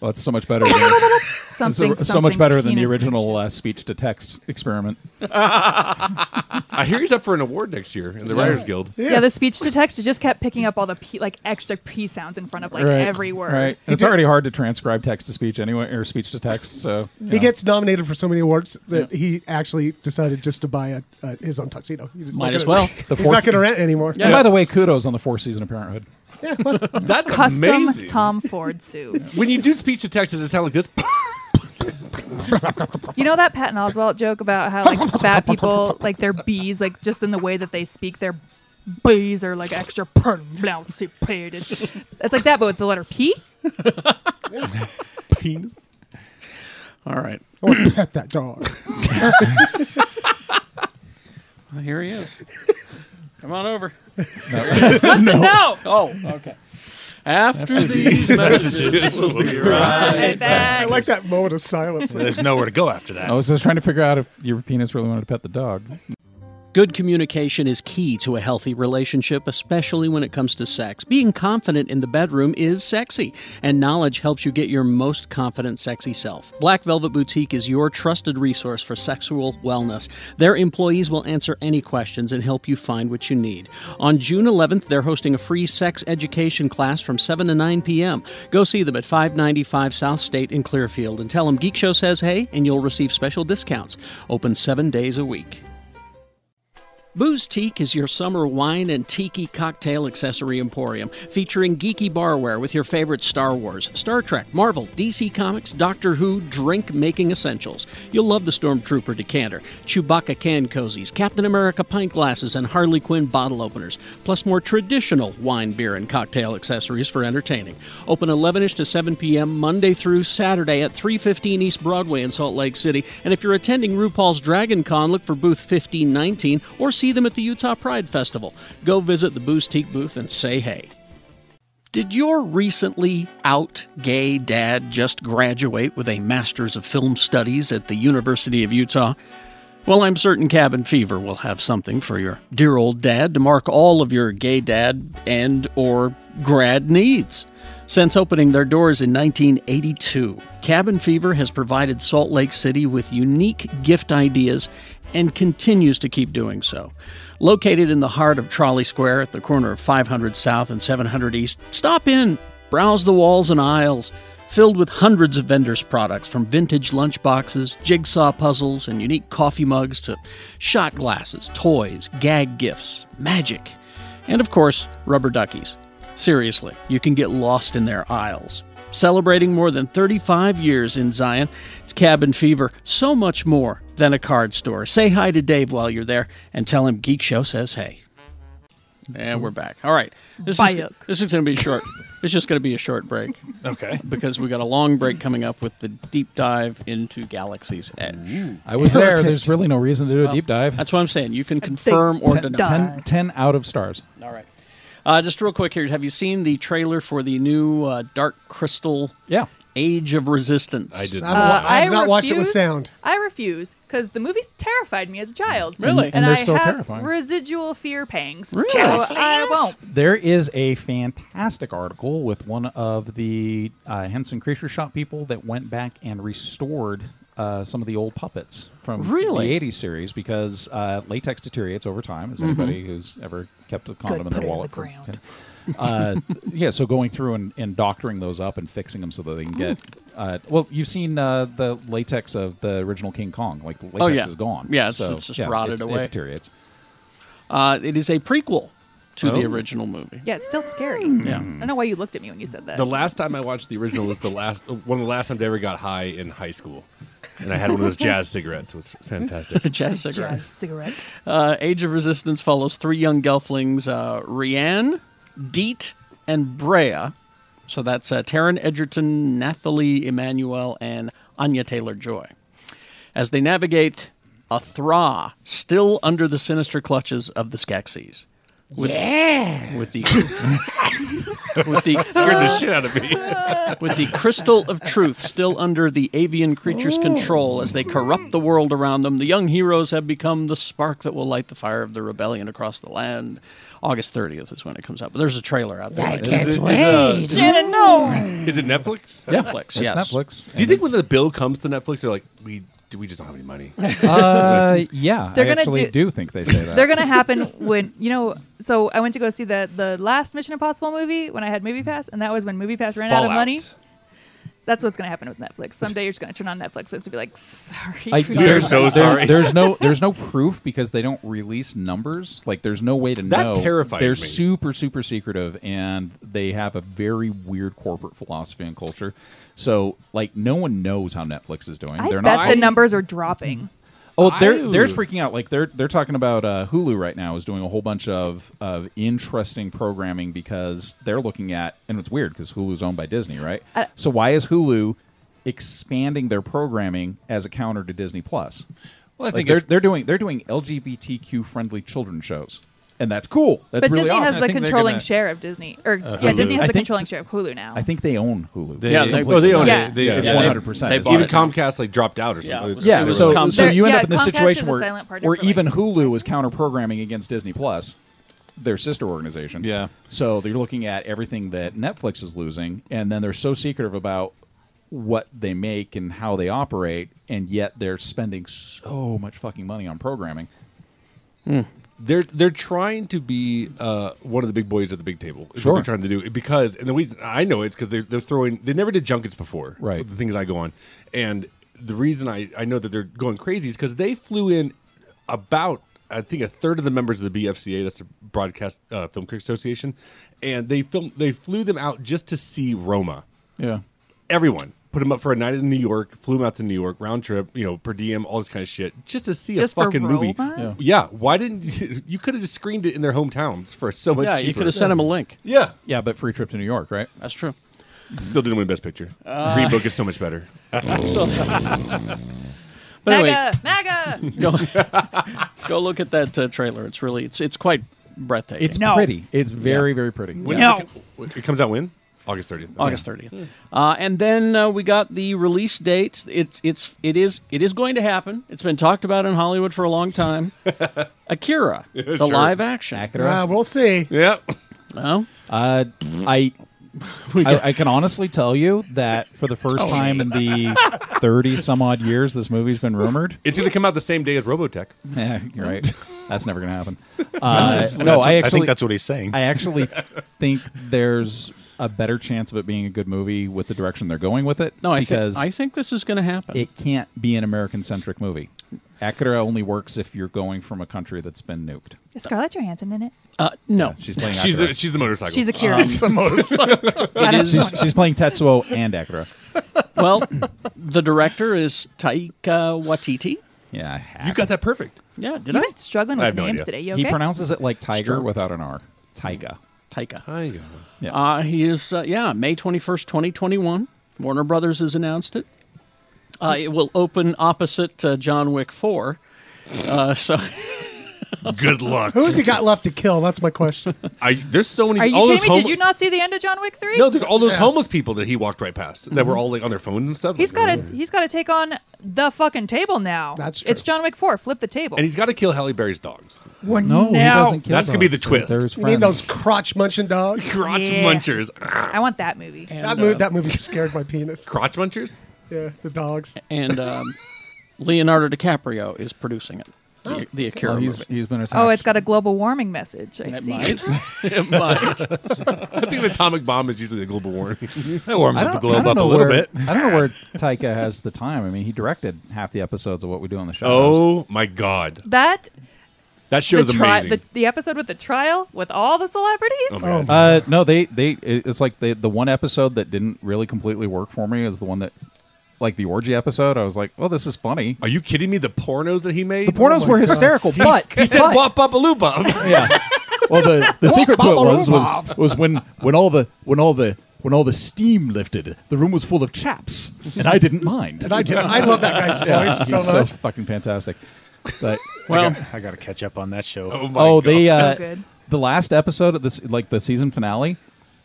Speaker 3: Well, it's so much better. Than
Speaker 6: something,
Speaker 3: so, so much better than the
Speaker 6: penis
Speaker 3: original
Speaker 6: connection.
Speaker 3: uh, speech to text experiment.
Speaker 4: [laughs] I hear he's up for an award next year in the Writers Guild.
Speaker 6: Yeah, the speech to text it just kept picking up all the p, like extra p sounds in front of like every word.
Speaker 3: Right. And it's already hard to transcribe text to speech anyway, or speech to text. So you
Speaker 5: he
Speaker 3: know.
Speaker 5: gets nominated for so many awards that he actually decided just to buy a, uh, his own tuxedo. He's just
Speaker 2: Might
Speaker 5: not
Speaker 2: as
Speaker 5: gonna- [laughs]
Speaker 2: well.
Speaker 3: The
Speaker 5: he's not
Speaker 3: fourth-
Speaker 5: going to rent anymore.
Speaker 3: And by the way, kudos on the fourth season of Parenthood.
Speaker 4: That's
Speaker 6: Custom
Speaker 4: amazing.
Speaker 6: Tom
Speaker 5: [laughs]
Speaker 6: Ford suit.
Speaker 4: When you do speech to text, does it sound like this? [laughs]
Speaker 6: You know that Patton Oswalt joke about how like fat people like their bees like just in the way that they speak their bees are like extra pronunciated. It's like that, but with the letter P.
Speaker 4: penis.
Speaker 2: All right.
Speaker 5: I want to pet that dog.
Speaker 2: Well, here he
Speaker 5: [laughs]
Speaker 2: is. Come on over.
Speaker 6: No,
Speaker 3: [laughs]
Speaker 2: Oh, okay. After these
Speaker 7: [laughs]
Speaker 2: messages, we'll be right
Speaker 6: Right
Speaker 5: I
Speaker 6: back.
Speaker 5: like that moment of silence.
Speaker 7: There's nowhere to go after that.
Speaker 3: I was just trying to figure out if your penis really wanted to pet the dog.
Speaker 2: Good communication is key to a healthy relationship, especially when it comes to sex. Being confident in the bedroom is sexy, and knowledge helps you get your most confident, sexy self. Black Velvet Boutique is your trusted resource for sexual wellness. Their employees will answer any questions and help you find what you need. On June 11th, they're hosting a free sex education class from 7 to 9 p.m. Go see them at 595 South State in Clearfield and tell them Geek Show says hey, and you'll receive special discounts. Open seven days a week. Booze Teak is your summer wine and tiki cocktail accessory emporium, featuring geeky barware with your favorite Star Wars, Star Trek, Marvel, DC Comics, Doctor Who, drink making essentials. You'll love the Stormtrooper decanter, Chewbacca can cozies, Captain America pint glasses, and Harley Quinn bottle openers, plus more traditional wine, beer, and cocktail accessories for entertaining. Open 11 ish to 7 p.m. Monday through Saturday at 315 East Broadway in Salt Lake City. And if you're attending RuPaul's Dragon Con, look for booth 1519 or see them at the Utah Pride Festival. Go visit the Boostique booth and say hey. Did your recently out gay dad just graduate with a Master's of Film Studies at the University of Utah? Well, I'm certain Cabin Fever will have something for your dear old dad to mark all of your gay dad and or grad needs. Since opening their doors in 1982, Cabin Fever has provided Salt Lake City with unique gift ideas and continues to keep doing so. Located in the heart of Trolley Square at the corner of 500 South and 700 East, stop in, browse the walls and aisles filled with hundreds of vendors' products from vintage lunchboxes, jigsaw puzzles, and unique coffee mugs to shot glasses, toys, gag gifts, magic, and of course, rubber duckies. Seriously, you can get lost in their aisles. Celebrating more than 35 years in Zion, it's Cabin Fever, so much more than a card store. Say hi to Dave while you're there and tell him Geek Show says hey. And we're back. All right. This is,
Speaker 6: Bayuk.
Speaker 2: this is going to be short. It's just going to be a short break
Speaker 7: Okay.
Speaker 2: because we got a long break coming up with the deep dive into Galaxy's Edge.
Speaker 3: I was there. There's really no reason to do a deep dive.
Speaker 2: That's what I'm saying. You can confirm or
Speaker 3: Ten,
Speaker 2: deny.
Speaker 3: ten, ten out of stars.
Speaker 2: All right. Uh, just real quick here. Have you seen the trailer for the new uh, Dark Crystal
Speaker 3: Yeah.
Speaker 2: Age of Resistance.
Speaker 4: I did.
Speaker 5: I'm-
Speaker 4: not.
Speaker 5: I have not watched it with sound.
Speaker 6: Uh, I refuse because the movie terrified me as a child.
Speaker 2: Really?
Speaker 6: and,
Speaker 2: And
Speaker 3: they're
Speaker 6: I
Speaker 3: still
Speaker 6: have
Speaker 3: terrifying.
Speaker 6: residual fear pangs.
Speaker 2: Really?
Speaker 6: So I won't.
Speaker 3: There is a fantastic article with one of the uh, Henson Creature Shop people that went back and restored uh, some of the old puppets from
Speaker 2: Really?
Speaker 3: the 80s series because uh, latex deteriorates over time, as
Speaker 2: Mm-hmm.
Speaker 3: anybody who's ever kept a condom in
Speaker 6: put it
Speaker 3: their
Speaker 6: on
Speaker 3: wallet.
Speaker 6: the
Speaker 3: for-
Speaker 6: ground.
Speaker 3: uh, [laughs] yeah, so going through and, and doctoring those up and fixing them so that they can get.
Speaker 2: Mm.
Speaker 3: Uh, well, you've seen uh, the latex of the original King Kong. Like, the latex
Speaker 2: Oh, yeah.
Speaker 3: is gone.
Speaker 2: Yeah, it's-
Speaker 3: so,
Speaker 2: it's just
Speaker 3: yeah,
Speaker 2: rotted
Speaker 3: it-
Speaker 2: away.
Speaker 3: It deteriorates.
Speaker 2: Uh, it is a prequel to the
Speaker 4: Oh.
Speaker 2: original movie.
Speaker 6: Yeah, it's still scary.
Speaker 2: Yeah.
Speaker 6: I don't know why you looked at me when you said that.
Speaker 4: The last time I watched the original was the last one of the last times I ever got high in high school, and I had one of those jazz cigarettes. It was fantastic.
Speaker 2: Jazz cigarette.
Speaker 6: Jazz cigarette.
Speaker 2: Uh, Age of Resistance follows three young gelflings, uh, Rianne, Deet, and Brea. So that's uh, Taryn Edgerton, Nathalie Emmanuel, and Anya Taylor Joy. As they navigate a Thra still under the sinister clutches of the Skeksis. With, yeah! With the, [laughs] with, the, [laughs]
Speaker 4: Scared the shit out of me.
Speaker 2: with the crystal of truth still under the avian creature's control as they corrupt the world around them, the young heroes have become the spark that will light the fire of the rebellion across the land. August 30th is when it comes out. But there's a trailer out there. right now.
Speaker 4: Is it, is,
Speaker 6: [laughs] Shannon, no.
Speaker 4: uh, is it Netflix?
Speaker 3: Yeah,
Speaker 2: Netflix,
Speaker 3: It's
Speaker 2: yes.
Speaker 3: Netflix.
Speaker 4: Do you think when the bill comes to Netflix, they're like, we do we just don't have any money?
Speaker 6: [laughs]
Speaker 3: Uh, yeah,
Speaker 6: They're
Speaker 3: I
Speaker 6: gonna
Speaker 3: actually do,
Speaker 6: do-
Speaker 3: think they say that.
Speaker 6: [laughs] They're gonna happen when you know. So I went to go see the the last Mission Impossible movie when I had Movie Pass, and that was when Movie Pass ran out of money. That's what's gonna happen with Netflix. Someday you're just gonna turn on Netflix and it's gonna be like, [laughs] sorry.
Speaker 3: I- there-
Speaker 6: we don't-
Speaker 4: They're so
Speaker 3: there-
Speaker 4: sorry.
Speaker 3: There's no there's no proof because they don't release numbers. Like there's no way to
Speaker 4: That
Speaker 3: know.
Speaker 4: terrifies
Speaker 3: They're
Speaker 4: me.
Speaker 3: super super secretive and they have a very weird corporate philosophy and culture. So like no one knows how Netflix is doing.
Speaker 6: I
Speaker 3: they're
Speaker 6: bet
Speaker 3: not.
Speaker 6: the numbers are dropping.
Speaker 3: oh, they're they're
Speaker 4: I-
Speaker 3: freaking out. Like they're they're talking about uh, Hulu right now is doing a whole bunch of of interesting programming because they're looking at and it's weird because Hulu's owned by Disney, right? so why is Hulu expanding their programming as a counter to Disney Plus?
Speaker 7: Well, I
Speaker 3: Like
Speaker 7: think
Speaker 3: they're,
Speaker 7: it's-
Speaker 3: they're doing they're doing LGBTQ friendly children shows, and that's cool. That's
Speaker 6: but
Speaker 3: really
Speaker 6: Disney
Speaker 3: awesome.
Speaker 6: has the
Speaker 7: I think they're
Speaker 6: controlling
Speaker 7: gonna-
Speaker 6: share of Disney, or yeah,
Speaker 3: I
Speaker 6: Disney has
Speaker 3: think-
Speaker 6: the controlling share of Hulu now.
Speaker 3: I think they own Hulu.
Speaker 7: They-
Speaker 2: Yeah, they- well, they
Speaker 7: completely-
Speaker 2: own
Speaker 6: it. Yeah.
Speaker 7: They,
Speaker 4: Yeah.
Speaker 3: It's
Speaker 4: Yeah,
Speaker 3: one
Speaker 4: they-
Speaker 3: hundred percent.
Speaker 2: they bought
Speaker 4: Even
Speaker 2: it.
Speaker 4: Comcast like dropped out or something.
Speaker 2: Yeah,
Speaker 3: Yeah,
Speaker 2: It was
Speaker 3: so,
Speaker 2: Comcast.
Speaker 3: so you end
Speaker 6: Yeah,
Speaker 3: up in this
Speaker 6: Comcast
Speaker 3: situation
Speaker 6: is a
Speaker 3: where,
Speaker 6: silent partner
Speaker 3: where
Speaker 6: for, like-
Speaker 3: even Hulu is counter programming against Disney Plus, their sister organization.
Speaker 7: Yeah.
Speaker 3: So they're looking at everything that Netflix is losing, and then they're so secretive about what they make and how they operate, and yet they're spending so much fucking money on programming.
Speaker 4: They're they're trying to be uh, one of the big boys at the big table. Is
Speaker 3: Sure.
Speaker 4: what they're trying to do because and the reason I know it's because they're they're throwing they never did junkets before.
Speaker 3: Right.
Speaker 4: The things I go on, and the reason I I know that they're going crazy is because they flew in about I think a third of the members of the BFCA that's the Broadcast uh, Film Critics Association, and they film they flew them out just to see Roma
Speaker 3: Yeah.
Speaker 4: everyone. Put him up for a night in New York. Flew him out to New York, round trip, you know, per diem, all this kind of shit, just to see a
Speaker 6: Just for
Speaker 4: fucking movie.
Speaker 6: Roma?
Speaker 3: Yeah.
Speaker 4: Yeah. Why didn't [laughs] you, you could have just screened it in their hometowns for so much?
Speaker 2: Yeah,
Speaker 4: cheaper.
Speaker 2: you could have sent him a link.
Speaker 4: Yeah,
Speaker 3: Yeah, but free trip to New York, right?
Speaker 2: That's true.
Speaker 4: still didn't win Best Picture.
Speaker 2: Uh.
Speaker 4: Green Book is so much better.
Speaker 2: But anyway,
Speaker 6: MAGA, MAGA.
Speaker 2: go, go look at that uh, trailer. It's really it's it's quite breathtaking.
Speaker 3: It's
Speaker 6: No.
Speaker 3: pretty. It's very, very pretty.
Speaker 4: When
Speaker 6: No.
Speaker 4: does it co- it comes out when August thirtieth.
Speaker 2: August 30th. Uh, and then uh, we got the release date. It's it's it is it is going to happen. It's been talked about in Hollywood for a long time. Akira, the
Speaker 4: sure.
Speaker 2: live action.
Speaker 5: Uh, we'll see.
Speaker 4: Yep.
Speaker 2: Oh,
Speaker 3: Uh,
Speaker 2: [laughs]
Speaker 3: I, I I can honestly tell you that for the first time in the thirty some odd years, this movie's been rumored.
Speaker 4: It's going to come out the same day as Robotech.
Speaker 3: Yeah, you're right. That's never gonna happen. Uh, no, I actually
Speaker 7: I think that's what he's saying.
Speaker 3: I actually think there's a better chance of it being a good movie with the direction they're going with it.
Speaker 2: no, I
Speaker 3: because
Speaker 2: think I think this is going to happen.
Speaker 3: it can't be an American centric movie. Akira only works if you're going from a country that's been nuked.
Speaker 6: Is [laughs] Scarlett Johansson in it?
Speaker 2: uh, no,
Speaker 3: She's
Speaker 4: [laughs]
Speaker 3: playing.
Speaker 4: She's
Speaker 3: Akira.
Speaker 4: the, she's the motorcycle.
Speaker 6: She's a Kira. [laughs]
Speaker 2: it
Speaker 3: she's,
Speaker 2: is.
Speaker 3: she's playing Tetsuo and Akira.
Speaker 2: well, the director is Taika Waititi.
Speaker 3: Yeah,
Speaker 4: you got that perfect.
Speaker 2: Yeah, did
Speaker 6: You've
Speaker 2: I?
Speaker 6: been struggling
Speaker 4: I
Speaker 6: with
Speaker 4: have no
Speaker 6: names
Speaker 4: idea.
Speaker 6: today. You okay?
Speaker 3: He pronounces it like tiger without an R. Tyga.
Speaker 2: Taika.
Speaker 4: I know.
Speaker 3: Yeah.
Speaker 2: Uh, he is, uh, yeah, May 21st, 2021. Warner Brothers has announced it. Uh, it will open opposite uh, John Wick 4. Uh, so [laughs]
Speaker 4: Good luck.
Speaker 6: [laughs]
Speaker 5: Who has he got left to kill? That's my question.
Speaker 4: I, there's so many.
Speaker 6: Are you
Speaker 4: all
Speaker 6: kidding
Speaker 4: those
Speaker 6: me?
Speaker 4: homo-
Speaker 6: Did you not see the end of John Wick three?
Speaker 4: No, there's all those homeless people that he walked right past that were all like on their phones and stuff.
Speaker 6: He's
Speaker 4: like,
Speaker 6: got to he's got to take on the fucking table now.
Speaker 5: That's
Speaker 6: It's
Speaker 5: true.
Speaker 6: John Wick four. Flip the table.
Speaker 4: and he's got to kill Halle Berry's dogs.
Speaker 6: Well,
Speaker 3: No, he
Speaker 6: now-
Speaker 3: doesn't kill
Speaker 4: That's gonna be
Speaker 3: dogs.
Speaker 4: the twist.
Speaker 3: They're his
Speaker 5: You mean those
Speaker 3: friends.
Speaker 5: crotch munching dogs?
Speaker 4: Crotch
Speaker 6: Yeah.
Speaker 4: munchers. [laughs]
Speaker 6: I want that movie.
Speaker 2: And,
Speaker 5: That, mo-
Speaker 2: uh,
Speaker 5: that movie scared my penis.
Speaker 4: Crotch munchers.
Speaker 5: Yeah, the dogs.
Speaker 2: and um, Leonardo DiCaprio is producing it. The, the Akira
Speaker 3: [laughs] Oh, he's,
Speaker 2: movie.
Speaker 3: he's been attached.
Speaker 6: Oh, it's got a global warming message. I
Speaker 2: It
Speaker 6: see. [laughs]
Speaker 2: might. it might.
Speaker 4: I think an atomic bomb is usually a global warming.
Speaker 7: That warms
Speaker 3: I
Speaker 7: up the
Speaker 3: don't- I
Speaker 7: globe
Speaker 3: don't
Speaker 7: up a
Speaker 3: know
Speaker 7: little
Speaker 3: where-
Speaker 7: bit.
Speaker 3: I don't
Speaker 4: [laughs]
Speaker 3: know where Taika has the time. I mean, he directed half the episodes of what we do on the show.
Speaker 4: oh my god,
Speaker 6: That
Speaker 4: that show
Speaker 6: the,
Speaker 4: is
Speaker 6: tri-
Speaker 4: amazing.
Speaker 6: the the episode with the trial with all the celebrities.
Speaker 4: Oh,
Speaker 5: Oh,
Speaker 4: man.
Speaker 3: Uh, no, they they it- it's like they, the one episode that didn't really completely work for me is the one that like the orgy episode. I was like, well, this is funny. Oh
Speaker 4: Are you kidding me? The pornos that he made.
Speaker 3: The pornos were hysterical, but
Speaker 4: [laughs] He said
Speaker 3: but-
Speaker 4: "wop bop a loop bop."
Speaker 3: yeah. Well, the, the secret to it was was, was when when all the when all the when all the steam lifted, the room was full of chaps, and I didn't mind.
Speaker 5: And I do. I love that guy's voice so
Speaker 3: He's so
Speaker 5: much.
Speaker 3: fucking fantastic. But
Speaker 2: Well,
Speaker 7: I got to catch up on that show.
Speaker 3: oh, they
Speaker 6: So
Speaker 3: uh,
Speaker 6: good.
Speaker 3: the last episode of this, like the season finale,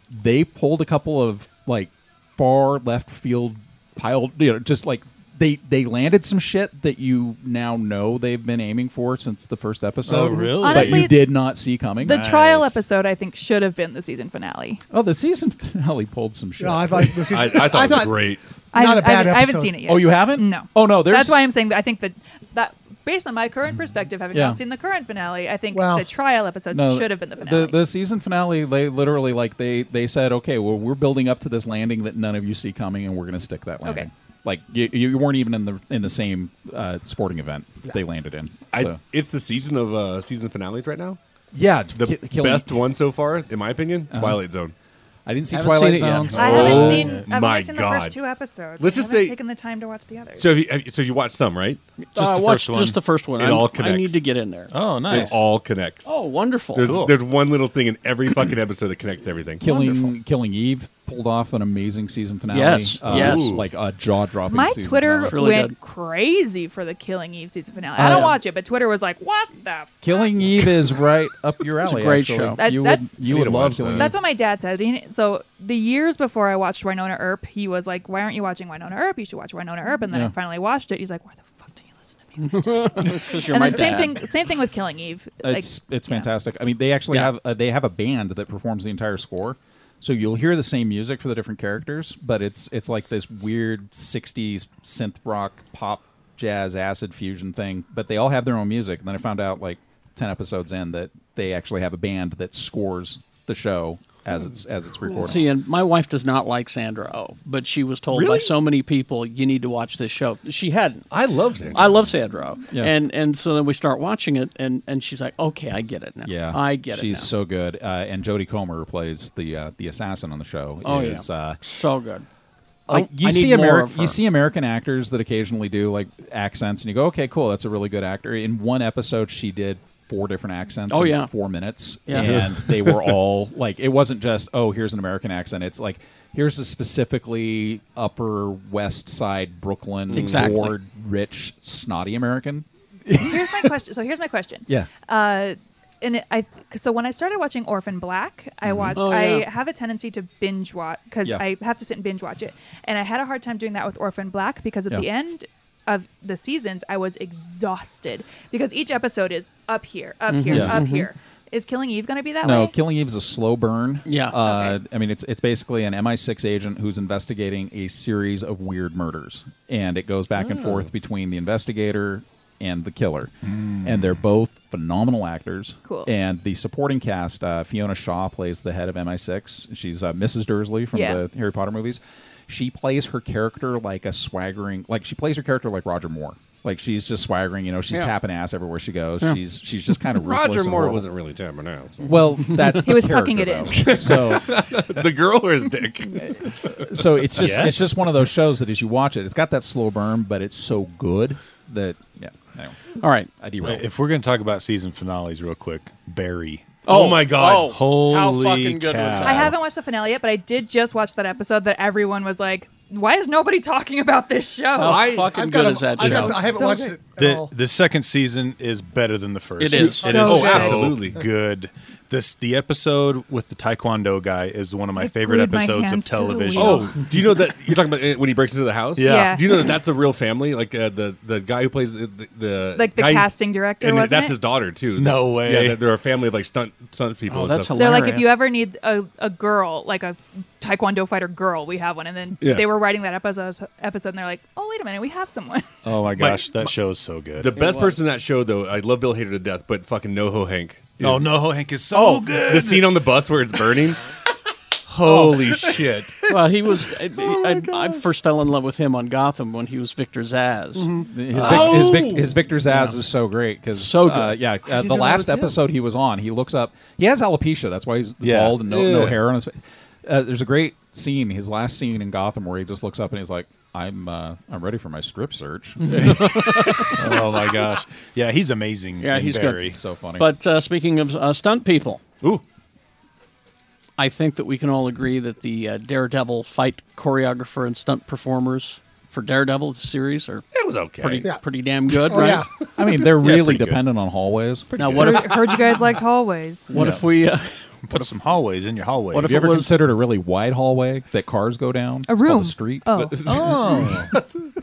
Speaker 3: they pulled a couple of like far left field piled, you know, just like they they landed some shit that you now know they've been aiming for since the first episode.
Speaker 7: Oh, really?
Speaker 3: But
Speaker 6: Honestly,
Speaker 3: you did not see coming.
Speaker 6: The trial episode I think should have been the season finale.
Speaker 3: oh, the season [laughs] finale pulled some shit.
Speaker 5: No, I like this.
Speaker 4: I, I thought it was great.
Speaker 6: I,
Speaker 5: Not a
Speaker 6: haven't- I
Speaker 5: bad
Speaker 6: haven't- I haven't
Speaker 5: episode.
Speaker 6: seen it yet.
Speaker 3: Oh, you haven't?
Speaker 6: No.
Speaker 3: Oh, no, there's-
Speaker 6: That's why I'm saying that I think that that based on my current perspective, having
Speaker 3: Yeah.
Speaker 6: not seen the current finale, I think
Speaker 5: Well,
Speaker 6: the trial episode
Speaker 3: No,
Speaker 6: should have been the finale.
Speaker 3: The, season finale, they literally like they they said, okay, well, we're building up to this landing that none of you see coming, and we're going to stick that landing.
Speaker 6: Okay.
Speaker 3: Like you, you weren't even in the in the same uh, sporting event they landed in.
Speaker 4: I,
Speaker 3: So.
Speaker 4: it's the season of uh, season finales right now.
Speaker 3: yeah, the
Speaker 4: The best one so far, in my opinion, Twilight Zone.
Speaker 3: I didn't see
Speaker 2: Haven't
Speaker 3: Twilight
Speaker 2: seen it yet.
Speaker 3: Zone.
Speaker 6: I
Speaker 3: So.
Speaker 6: haven't
Speaker 4: Oh
Speaker 6: seen. I've
Speaker 4: my
Speaker 6: only seen the
Speaker 4: God.
Speaker 6: first two episodes.
Speaker 4: Let's
Speaker 6: I
Speaker 4: just
Speaker 6: haven't
Speaker 4: say-
Speaker 6: taken the time to watch the others.
Speaker 4: So, have you, have you- so you watched some, right?
Speaker 7: Just
Speaker 2: uh,
Speaker 7: the
Speaker 2: watch
Speaker 7: first one.
Speaker 2: Just the first one.
Speaker 4: It
Speaker 2: I'm-
Speaker 4: all
Speaker 2: I
Speaker 4: connects.
Speaker 2: need to get in there.
Speaker 7: oh, nice.
Speaker 4: It all connects.
Speaker 2: Oh, wonderful.
Speaker 4: there's
Speaker 7: cool.
Speaker 4: there's one little thing in every fucking episode that connects everything.
Speaker 3: Killing
Speaker 2: Wonderful.
Speaker 3: Killing Eve pulled off an amazing season finale.
Speaker 2: Yes,
Speaker 3: uh,
Speaker 2: yes.
Speaker 3: like a jaw dropping.
Speaker 6: My Twitter
Speaker 2: It's really
Speaker 6: went
Speaker 2: good.
Speaker 6: crazy for the Killing Eve season finale. I
Speaker 3: Uh,
Speaker 6: don't watch it, but Twitter was like, "What the?" F-?
Speaker 3: Killing Eve is right up your alley.
Speaker 2: great
Speaker 3: actually.
Speaker 2: show.
Speaker 6: That-
Speaker 3: you would
Speaker 6: that's-
Speaker 3: you
Speaker 4: I need
Speaker 3: would
Speaker 4: to
Speaker 3: love
Speaker 4: watch
Speaker 3: Killing
Speaker 4: that.
Speaker 3: Eve.
Speaker 6: That's what my dad said. He- So the years before I watched Winona Earp, he was like, "Why aren't you watching Winona Earp? You should watch Winona Earp." And then
Speaker 3: Yeah.
Speaker 6: I finally watched it. He's like, "Why the fuck do you listen to me?"
Speaker 2: [laughs] 'Cause you're
Speaker 6: and
Speaker 2: my
Speaker 6: then same
Speaker 2: dad.
Speaker 6: thing, same thing with Killing Eve. Like,
Speaker 3: it's it's fantastic. I mean, they actually
Speaker 2: Yeah.
Speaker 3: have uh, they have a band that performs the entire score, so you'll hear the same music for the different characters, but it's it's like this weird '60s synth rock, pop, jazz, acid fusion thing. But they all have their own music. And then I found out like ten episodes in that they actually have a band that scores the show as it's as it's recorded.
Speaker 2: See, and my wife does not like Sandra Oh, but she was told by
Speaker 4: Really?
Speaker 2: so many people, "You need to watch this show." She hadn't.
Speaker 4: I love it.
Speaker 2: I love Sandra, Oh.
Speaker 3: Yeah.
Speaker 2: and and so then we start watching it, and and she's like, "Okay, I get it now.
Speaker 3: Yeah,
Speaker 2: I get
Speaker 3: She's
Speaker 2: it."
Speaker 3: so good, uh, and Jodie Comer who plays the uh, the assassin on the show.
Speaker 2: now. oh
Speaker 3: is,
Speaker 2: yeah,
Speaker 3: uh,
Speaker 2: so good.
Speaker 3: like
Speaker 2: I-
Speaker 3: you
Speaker 2: I
Speaker 3: see
Speaker 2: need more
Speaker 3: American
Speaker 2: of
Speaker 3: you
Speaker 2: her.
Speaker 3: see American actors that occasionally do like accents and you go okay cool that's a really good actor in one episode she did four different accents
Speaker 2: Oh,
Speaker 3: in
Speaker 2: yeah.
Speaker 3: 4 minutes
Speaker 2: Yeah.
Speaker 3: and they were all like it wasn't just oh here's an American accent it's like here's a specifically upper west side Brooklyn
Speaker 2: Exactly.
Speaker 3: bored rich snotty American [laughs]
Speaker 6: here's my question. So here's my question.
Speaker 3: yeah
Speaker 6: Uh, and it, I so when I started watching Orphan Black, I watched.
Speaker 2: Oh, yeah.
Speaker 6: I have a tendency to binge watch because
Speaker 3: Mm-hmm. Yeah.
Speaker 6: I have to sit and binge watch it, and I had a hard time doing that with Orphan Black because at
Speaker 3: Yeah.
Speaker 6: the end of the seasons, I was exhausted because each episode is up here, up here,
Speaker 3: Mm-hmm. Yeah.
Speaker 2: Mm-hmm.
Speaker 6: up here. Is Killing Eve going to be that
Speaker 3: No,
Speaker 6: way?
Speaker 3: Killing Eve is a slow burn.
Speaker 2: Yeah.
Speaker 3: Uh,
Speaker 6: Okay.
Speaker 3: I mean, it's it's basically an MI6 agent who's investigating a series of weird murders, and it goes back and
Speaker 6: Oh.
Speaker 3: forth between the investigator and the killer,
Speaker 4: Hmm.
Speaker 3: and they're both phenomenal actors.
Speaker 6: Cool.
Speaker 3: And the supporting cast, uh, Fiona Shaw plays the head of MI6. She's uh, Mrs. Dursley from
Speaker 6: Yeah.
Speaker 3: the Harry Potter movies. She plays her character like a swaggering, like she plays her character like Roger Moore. Like she's just swaggering, you know, she's
Speaker 2: Yeah.
Speaker 3: tapping ass everywhere she goes. She's she's
Speaker 4: [laughs]
Speaker 3: just kind of
Speaker 4: Roger
Speaker 3: ruthless and
Speaker 4: Moore
Speaker 3: horrible.
Speaker 4: wasn't really tapping out.
Speaker 3: [laughs] Well, that's
Speaker 6: He
Speaker 3: the
Speaker 6: was tucking
Speaker 3: character,
Speaker 6: it
Speaker 3: though. So,
Speaker 6: [laughs]
Speaker 4: the girl or his dick?
Speaker 3: so it's just
Speaker 7: Yes.
Speaker 3: it's just one of those shows that as you watch it, it's got that slow burn, but it's so good that yeah. Anyway,
Speaker 2: All right.
Speaker 3: I derailed.
Speaker 7: If we're going to talk about season finales real quick, Barry.
Speaker 4: Oh, my god!
Speaker 2: oh.
Speaker 7: Holy
Speaker 2: How fucking good
Speaker 7: cow.
Speaker 2: was that?
Speaker 6: I haven't watched the finale yet, but I did just watch that episode that everyone was like, why is nobody talking about this show?
Speaker 3: Oh,
Speaker 2: How
Speaker 4: I-
Speaker 2: fucking
Speaker 5: I've
Speaker 2: good
Speaker 5: got
Speaker 2: is that
Speaker 5: I,
Speaker 2: show?
Speaker 5: got, I haven't
Speaker 6: So
Speaker 5: watched
Speaker 6: good.
Speaker 5: it at
Speaker 7: The
Speaker 5: all.
Speaker 7: the second season is better than the first.
Speaker 2: It is.
Speaker 7: It is
Speaker 6: So
Speaker 7: so
Speaker 6: good.
Speaker 4: Absolutely.
Speaker 7: good. This the episode with the taekwondo guy is one of my
Speaker 6: I
Speaker 7: favorite
Speaker 6: glued my
Speaker 7: episodes of
Speaker 6: hands to the
Speaker 7: television.
Speaker 6: wheel.
Speaker 4: Oh, do you know that you're talking about it when he breaks into the house?
Speaker 7: Yeah. Yeah.
Speaker 4: Do you know that that's a real family? Like uh, the the guy who plays the the, the
Speaker 6: Like the
Speaker 4: guy-
Speaker 6: casting director,
Speaker 4: and
Speaker 6: wasn't
Speaker 4: that's
Speaker 6: it?
Speaker 4: his daughter too.
Speaker 7: No way.
Speaker 4: Yeah, that they're a family of like stunt stunt people.
Speaker 2: Oh,
Speaker 4: and
Speaker 2: that's
Speaker 4: stuff.
Speaker 6: They're
Speaker 2: hilarious.
Speaker 6: like, if you ever need a, a girl, like a taekwondo fighter girl, we have one. And then
Speaker 4: Yeah.
Speaker 6: they were writing that episode, episode, and they're like, oh, wait a minute, we have someone.
Speaker 7: Oh my gosh, that show is so good.
Speaker 4: the best
Speaker 2: was.
Speaker 4: person in that show though. I love Bill Hader to death, but fucking NoHo Hank. is-
Speaker 7: oh no, Hank is so good.
Speaker 4: The scene on the bus where it's
Speaker 7: [laughs]
Speaker 4: burning. Holy shit!
Speaker 2: well, he was. I,
Speaker 5: Oh
Speaker 2: I, I first fell in love with him on Gotham when he was Victor Zaz.
Speaker 5: Mm-hmm.
Speaker 3: His, Vic, his, Vic, his Victor Zaz is so great because
Speaker 2: So good.
Speaker 3: Uh, yeah, uh, the last episode he was on, he looks up. He has alopecia. That's why he's
Speaker 7: Yeah.
Speaker 3: bald and no, no
Speaker 4: Yeah.
Speaker 3: hair on his face. Uh, there's a great scene, his last scene in Gotham, where he just looks up and he's like, "I'm uh, I'm ready for my strip search." [laughs]
Speaker 7: oh my gosh, yeah, he's amazing.
Speaker 2: Yeah,
Speaker 7: in
Speaker 2: he's good.
Speaker 7: Barry.
Speaker 3: it's so funny.
Speaker 2: But uh, speaking of uh, stunt people,
Speaker 4: Ooh,
Speaker 2: I think that we can all agree that the uh, Daredevil fight choreographer and stunt performers for Daredevil the series are
Speaker 4: it was okay.
Speaker 2: pretty
Speaker 5: Yeah.
Speaker 2: pretty damn good,
Speaker 5: oh,
Speaker 2: right?
Speaker 5: yeah.
Speaker 3: I mean, they're really
Speaker 4: pretty good.
Speaker 3: dependent on hallways.
Speaker 2: Now, what if
Speaker 6: heard you guys liked hallways.
Speaker 2: [laughs] what if we uh,
Speaker 7: Put some hallways in your hallway.
Speaker 2: What if
Speaker 3: Have you
Speaker 2: it
Speaker 3: ever
Speaker 2: was-
Speaker 3: considered a really wide hallway that cars go down? It's
Speaker 6: A
Speaker 3: called
Speaker 6: room.
Speaker 3: a street.
Speaker 6: Oh.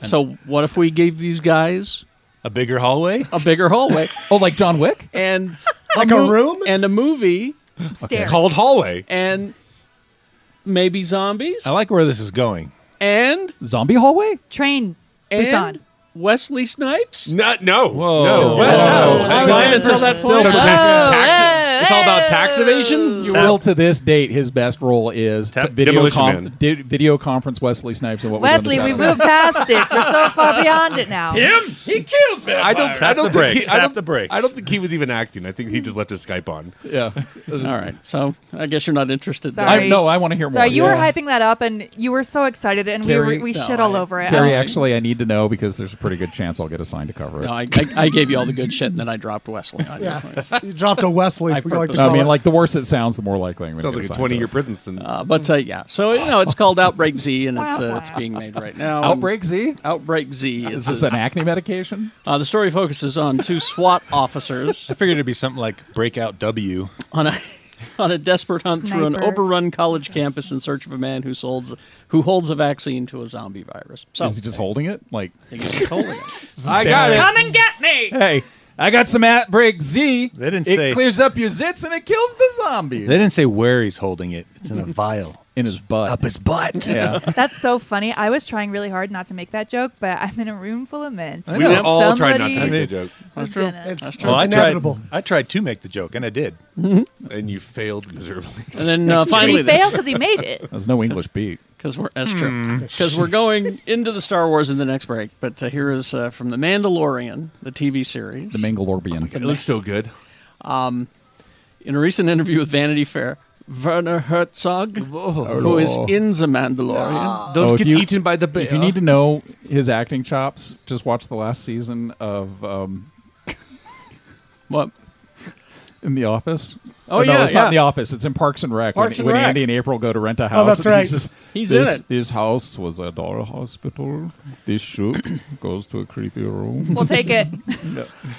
Speaker 2: so what if we gave these guys
Speaker 7: a bigger hallway?
Speaker 2: a bigger hallway
Speaker 3: oh, like John Wick.
Speaker 2: and
Speaker 5: [laughs] Like a room?
Speaker 2: and a movie
Speaker 6: Some stairs.
Speaker 4: Called hallway.
Speaker 2: and maybe zombies
Speaker 7: I like where this is going.
Speaker 2: and
Speaker 3: Zombie hallway?
Speaker 6: Train.
Speaker 2: and
Speaker 6: Busan.
Speaker 2: Wesley Snipes.
Speaker 4: No, no,
Speaker 7: Whoa.
Speaker 4: no.
Speaker 7: Well,
Speaker 2: Oh,
Speaker 4: That
Speaker 2: I
Speaker 4: was
Speaker 2: was in
Speaker 4: it
Speaker 2: until
Speaker 4: for
Speaker 2: that
Speaker 4: still
Speaker 2: point.
Speaker 4: tax- tax-
Speaker 2: It's all about tax evasion. You
Speaker 3: Still to this date, his best role is
Speaker 4: Ta-
Speaker 3: t- video,
Speaker 4: Demolition
Speaker 3: com-
Speaker 4: Man.
Speaker 3: di- video conference Wesley Snipes and what
Speaker 6: Wesley,
Speaker 3: we
Speaker 6: we moved past it. We're so far beyond it now.
Speaker 3: He kills me.
Speaker 4: I don't. I
Speaker 7: Tap
Speaker 4: don't
Speaker 7: the brakes,
Speaker 4: think. He, I
Speaker 7: tap
Speaker 4: don't,
Speaker 7: the brakes.
Speaker 4: I don't think he was even acting. I think he just left his Skype on.
Speaker 3: Yeah.
Speaker 2: All right, so I guess you're not interested.
Speaker 6: Sorry.
Speaker 3: I, no, I want to hear more.
Speaker 6: Sorry, you
Speaker 3: Yes.
Speaker 6: were hyping that up, and you were so excited, and we,
Speaker 3: Carrie-
Speaker 6: were, we
Speaker 2: no,
Speaker 6: shit all
Speaker 2: I-
Speaker 6: over it.
Speaker 3: Gary,
Speaker 6: Oh.
Speaker 3: actually, I need to know because there's a pretty good chance I'll get assigned to cover it.
Speaker 2: There. No, I, I, I gave you all the good shit, and then I dropped Wesley. on you.
Speaker 5: Yeah. You dropped a Wesley.
Speaker 2: I
Speaker 5: we like to
Speaker 2: purpose-
Speaker 3: I
Speaker 5: call
Speaker 3: mean,
Speaker 5: it.
Speaker 3: like the worse it sounds, the more likely I'm going to
Speaker 4: Sounds
Speaker 3: get
Speaker 4: like a
Speaker 3: assigned.
Speaker 4: twenty-year
Speaker 3: to
Speaker 4: prison sentence.
Speaker 5: Um,
Speaker 2: Uh, but uh, yeah, so you know it's called Outbreak Z, and it's
Speaker 6: Wow,
Speaker 2: uh,
Speaker 6: wow.
Speaker 2: it's being made right now.
Speaker 3: it. Outbreak Z?
Speaker 2: Outbreak Z.
Speaker 3: Is
Speaker 2: Is,
Speaker 3: this an acne medication?
Speaker 2: uh, the story focuses on two SWAT officers
Speaker 7: I figured it'd be something like Breakout W.
Speaker 2: on a [laughs] on a desperate hunt through an
Speaker 6: Sniper.
Speaker 2: overrun college campus in search of a man who holds who holds a vaccine to a zombie virus. So
Speaker 3: Is he just holding it? Like, [laughs]
Speaker 4: I got it.
Speaker 6: Come and get me!
Speaker 3: hey, I got some outbreak Z.
Speaker 7: They didn't
Speaker 3: it
Speaker 7: say-
Speaker 3: clears up your zits and it kills the zombies
Speaker 7: They didn't say where he's holding it. It's in [laughs] a vial
Speaker 3: in his butt.
Speaker 7: up his
Speaker 3: [laughs]
Speaker 7: butt. [laughs]
Speaker 3: yeah.
Speaker 6: That's so funny. I was trying really hard not to make that joke, but I'm in a room full of men.
Speaker 4: We were all trying not to
Speaker 6: Somebody
Speaker 4: make the joke,
Speaker 6: was gonna-
Speaker 5: it's,
Speaker 2: true. Well,
Speaker 5: it's
Speaker 7: I
Speaker 5: inevitable.
Speaker 7: tried. I tried to make the joke, and I did.
Speaker 4: and you failed miserably.
Speaker 2: and then uh,
Speaker 6: Did
Speaker 2: finally
Speaker 6: he fail because he made it?
Speaker 3: There's no English beat.
Speaker 2: because we're that's
Speaker 3: Hmm.
Speaker 2: true because we're going into the Star Wars in the next break. But uh, here is uh, from the Mandalorian, the TV series.
Speaker 3: The Mangalorbian.
Speaker 4: It looks so good.
Speaker 2: in a recent interview with Vanity Fair, Werner Herzog, who is in The Mandalorian,
Speaker 4: Don't
Speaker 3: Oh, if
Speaker 4: get
Speaker 3: you-
Speaker 4: eaten by the bear.
Speaker 3: If you
Speaker 2: uh,
Speaker 3: need to know his acting chops, just watch the last season of um,
Speaker 2: what?
Speaker 3: In the Office.
Speaker 2: Oh,
Speaker 3: Or no,
Speaker 2: yeah,
Speaker 3: it's not
Speaker 2: yeah.
Speaker 3: in the Office. It's in Parks and Rec.
Speaker 2: Parks and
Speaker 3: when when
Speaker 2: Rec. Oh,
Speaker 3: Andy and April go to rent a house,
Speaker 5: that's
Speaker 3: and he's
Speaker 5: right.
Speaker 3: just,
Speaker 2: He's in
Speaker 3: this,
Speaker 2: it."
Speaker 3: This house was a doll hospital. This ship [coughs] goes to a
Speaker 2: [coughs]
Speaker 3: creepy room.
Speaker 6: We'll take it.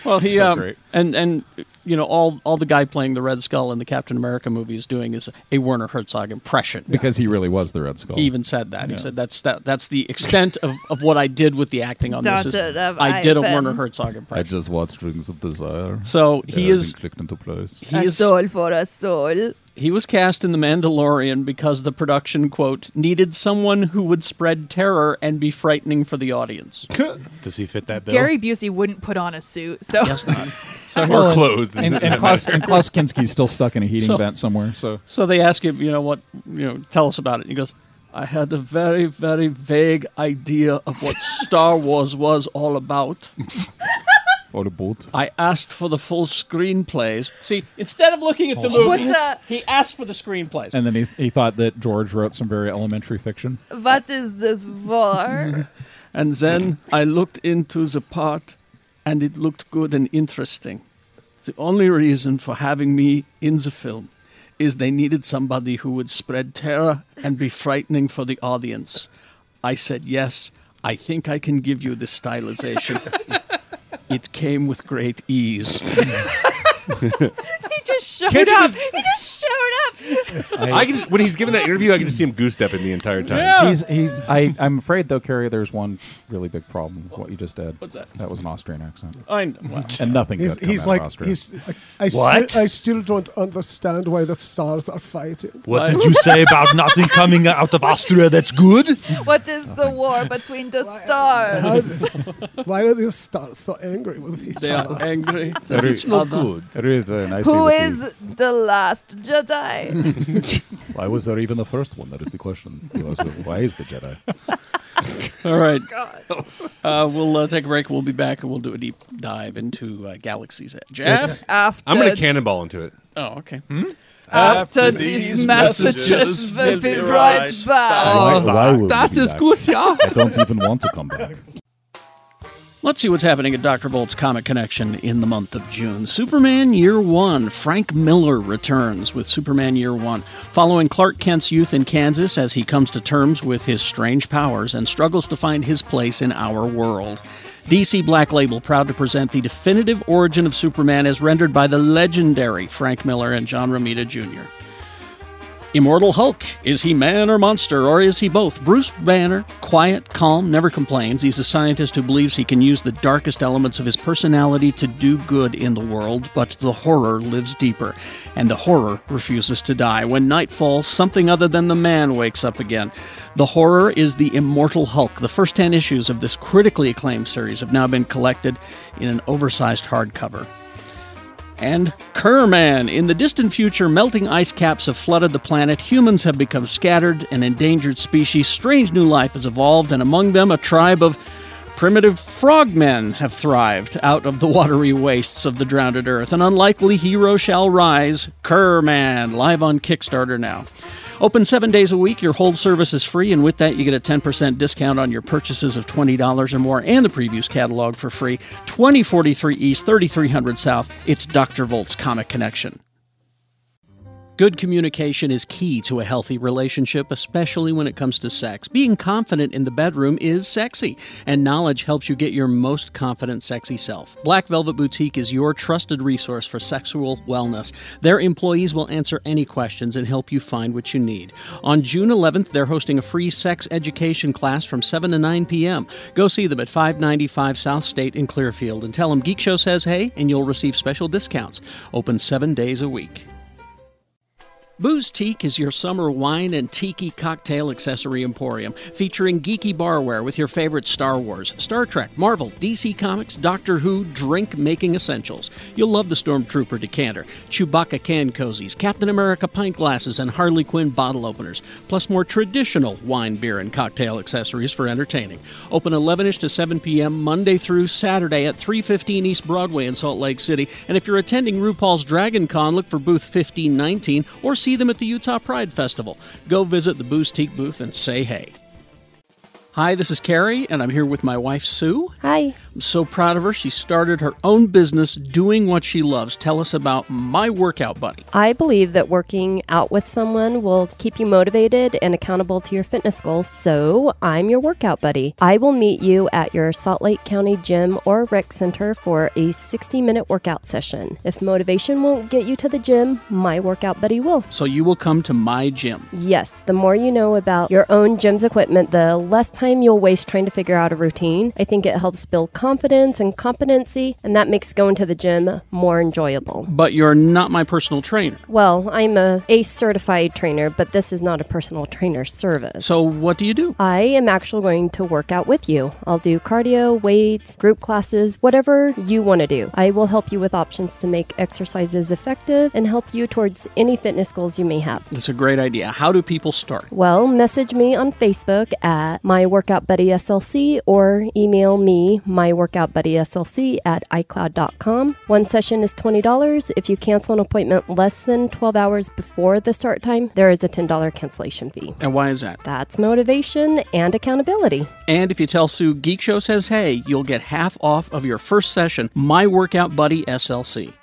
Speaker 2: Well, he
Speaker 3: So
Speaker 2: um,
Speaker 3: great.
Speaker 2: and and you know all all the guy playing the Red Skull in the Captain America movie is doing is a Werner Herzog impression.
Speaker 3: Because he really was the Red Skull.
Speaker 2: he even said that. He
Speaker 3: Yeah.
Speaker 2: said that's that, that's the extent of, of what I did with the acting on this. Is
Speaker 6: Dotted of
Speaker 2: I did a
Speaker 6: IFM.
Speaker 2: Werner Herzog
Speaker 3: I
Speaker 2: impression.
Speaker 3: just watched Rings of Desire.
Speaker 2: so he is
Speaker 3: clicked
Speaker 2: [laughs]
Speaker 3: into place.
Speaker 2: he is
Speaker 6: for a soul.
Speaker 2: he was cast in The Mandalorian because the production quote needed someone who would spread terror and be frightening for the audience.
Speaker 7: Does he fit that bill?
Speaker 6: Gary Busey wouldn't put on a suit, so
Speaker 4: or clothes.
Speaker 2: [laughs]
Speaker 3: And, and, Klaus, and Klaus Kinski's still stuck in a heating
Speaker 2: So-
Speaker 3: vent somewhere. So
Speaker 2: [laughs] So they ask him, you know, what, you know, tell us about it. And he goes, I had a very, very vague idea of what Star Wars was all about.
Speaker 3: or the boat.
Speaker 2: I asked for the full screenplays. See, instead of looking at the movie,
Speaker 6: What's that?
Speaker 2: he asked for the screenplays.
Speaker 3: And then he, he thought that George wrote some very elementary fiction.
Speaker 6: [laughs] what is this for?
Speaker 2: And then I looked into the part, and it looked good and interesting. The only reason for having me in the film is they needed somebody who would spread terror and be frightening for the audience. I said, Yes, I think I can give you this
Speaker 3: [laughs]
Speaker 2: stylization. it came with great ease.
Speaker 6: He just showed
Speaker 4: Can't you
Speaker 6: up.
Speaker 4: just-
Speaker 6: He just
Speaker 4: [laughs]
Speaker 6: showed up.
Speaker 4: I can when he's giving that interview, I can just see him goose stepping the entire time.
Speaker 2: Oh.
Speaker 3: He's, he's, I, I'm afraid, though, Carrie, there's one really big problem with what you just did. What's
Speaker 2: that?
Speaker 3: That was an Austrian accent.
Speaker 2: I know. Wow.
Speaker 3: And nothing
Speaker 5: He's,
Speaker 3: good. come
Speaker 5: he's
Speaker 3: out of
Speaker 5: like,
Speaker 3: Austria.
Speaker 5: he's, I,
Speaker 7: What?
Speaker 5: Still, I still don't understand why the stars are
Speaker 7: [laughs]
Speaker 5: fighting.
Speaker 7: What
Speaker 2: Why-
Speaker 7: did you say about nothing coming out of Austria that's good?
Speaker 6: What is the war between the stars?
Speaker 5: Why are these stars so angry with each
Speaker 2: They are
Speaker 3: [laughs]
Speaker 5: other?
Speaker 2: angry.
Speaker 3: is
Speaker 2: not
Speaker 4: good.
Speaker 3: Really, very nicely
Speaker 6: Who
Speaker 3: with the-
Speaker 6: is the last Jedi?
Speaker 3: Why was there even the first one? That is the question. You know, so Why is
Speaker 2: [laughs]
Speaker 3: the Jedi?
Speaker 2: All
Speaker 3: Oh
Speaker 2: right. Uh, we'll uh, take a break. We'll be back and we'll do a deep dive into uh, Galaxy's Edge.
Speaker 3: It's-
Speaker 6: After,
Speaker 4: I'm gonna cannonball into it.
Speaker 2: Oh, okay.
Speaker 6: after,
Speaker 7: these
Speaker 6: these messages,
Speaker 7: messages,
Speaker 6: we'll be
Speaker 7: we'll be
Speaker 6: right
Speaker 7: right
Speaker 6: back.
Speaker 4: That's just good, yeah.
Speaker 3: I don't even want to come back.
Speaker 2: [laughs] Let's see what's happening at Dr. Bolt's Comic Connection in the month of June. Superman Year One. Frank Miller returns with Superman Year One, following Clark Kent's youth in Kansas as he comes to terms with his strange powers and struggles to find his place in our world. DC Black Label proud to present the definitive origin of Superman as rendered by the legendary Frank Miller and John Romita Jr. Immortal Hulk. Is he man or monster, or is he both? Bruce Banner, quiet, calm, never complains. He's a scientist who believes he can use the darkest elements of his personality to do good in the world, but the horror lives deeper, and the horror refuses to die. When night falls, something other than the man wakes up again. The horror is the Immortal Hulk. The first 10 issues of this critically acclaimed series have now been collected in an oversized hardcover and Kerman. In the distant future, melting ice caps have flooded the planet. Humans have become scattered, an endangered species. Strange new life has evolved, and among them, a tribe of primitive frogmen have thrived out of the watery wastes of the drowned earth. An unlikely hero shall rise. Kerman, live on Kickstarter now. Open seven days a week. Your whole service is free, and with that, you get a 10% discount on your purchases of $20 or more and the previews catalog for free. 2043 East, 3300 South. It's Dr. Volt's Comic Connection. Good communication is key to a healthy relationship, especially when it comes to sex. Being confident in the bedroom is sexy, and knowledge helps you get your most confident, sexy self. Black Velvet Boutique is your trusted resource for sexual wellness. Their employees will answer any questions and help you find what you need. On June 11th, they're hosting a free sex education class from 7 to 9 p.m. Go see them at 595 South State in Clearfield and tell them Geek Show says hey, and you'll receive special discounts. Open seven days a week. Booze Teak is your summer wine and tiki cocktail accessory emporium, featuring geeky barware with your favorite Star Wars, Star Trek, Marvel, DC Comics, Doctor Who, drink making essentials. You'll love the Stormtrooper decanter, Chewbacca can cozies, Captain America pint glasses, and Harley Quinn bottle openers, plus more traditional wine, beer, and cocktail accessories for entertaining. Open 11 ish to 7 p.m. Monday through Saturday at 315 East Broadway in Salt Lake City. And if you're attending RuPaul's Dragon Con, look for booth 1519 or see them at the Utah Pride Festival. Go visit the Boostique booth and say hey. Hi, this is Carrie, and I'm here with my wife, Sue.
Speaker 8: Hi.
Speaker 2: I'm so proud of her. She started her own business doing what she loves. Tell us about My Workout Buddy.
Speaker 8: I believe that working out with someone will keep you motivated and accountable to your fitness goals, so I'm your workout buddy. I will meet you at your Salt Lake County gym or rec center for a 60 minute workout session. If motivation won't get you to the gym, my workout buddy will.
Speaker 2: So you will come to my gym.
Speaker 8: Yes, the more you know about your own gym's equipment, the less time you'll waste trying to figure out a routine. I think it helps build confidence and competency, and that makes going to the gym more enjoyable.
Speaker 2: But you're not my personal trainer.
Speaker 8: Well, I'm a ACE certified trainer, but this is not a personal trainer service.
Speaker 2: So what do you do?
Speaker 8: I am actually going to work out with you. I'll do cardio, weights, group classes, whatever you want to do. I will help you with options to make exercises effective and help you towards any fitness goals you may have.
Speaker 2: That's a great idea. How do people start?
Speaker 8: Well, message me on Facebook at my workout buddy SLC or email me my workout buddy SLC at iCloud.com. One session is $20. If you cancel an appointment less than 12 hours before the start time, there is a $10 cancellation fee.
Speaker 2: And why is that?
Speaker 8: That's motivation and accountability.
Speaker 2: And if you tell Sue Geek Show says hey, you'll get half off of your first session, My Workout Buddy SLC.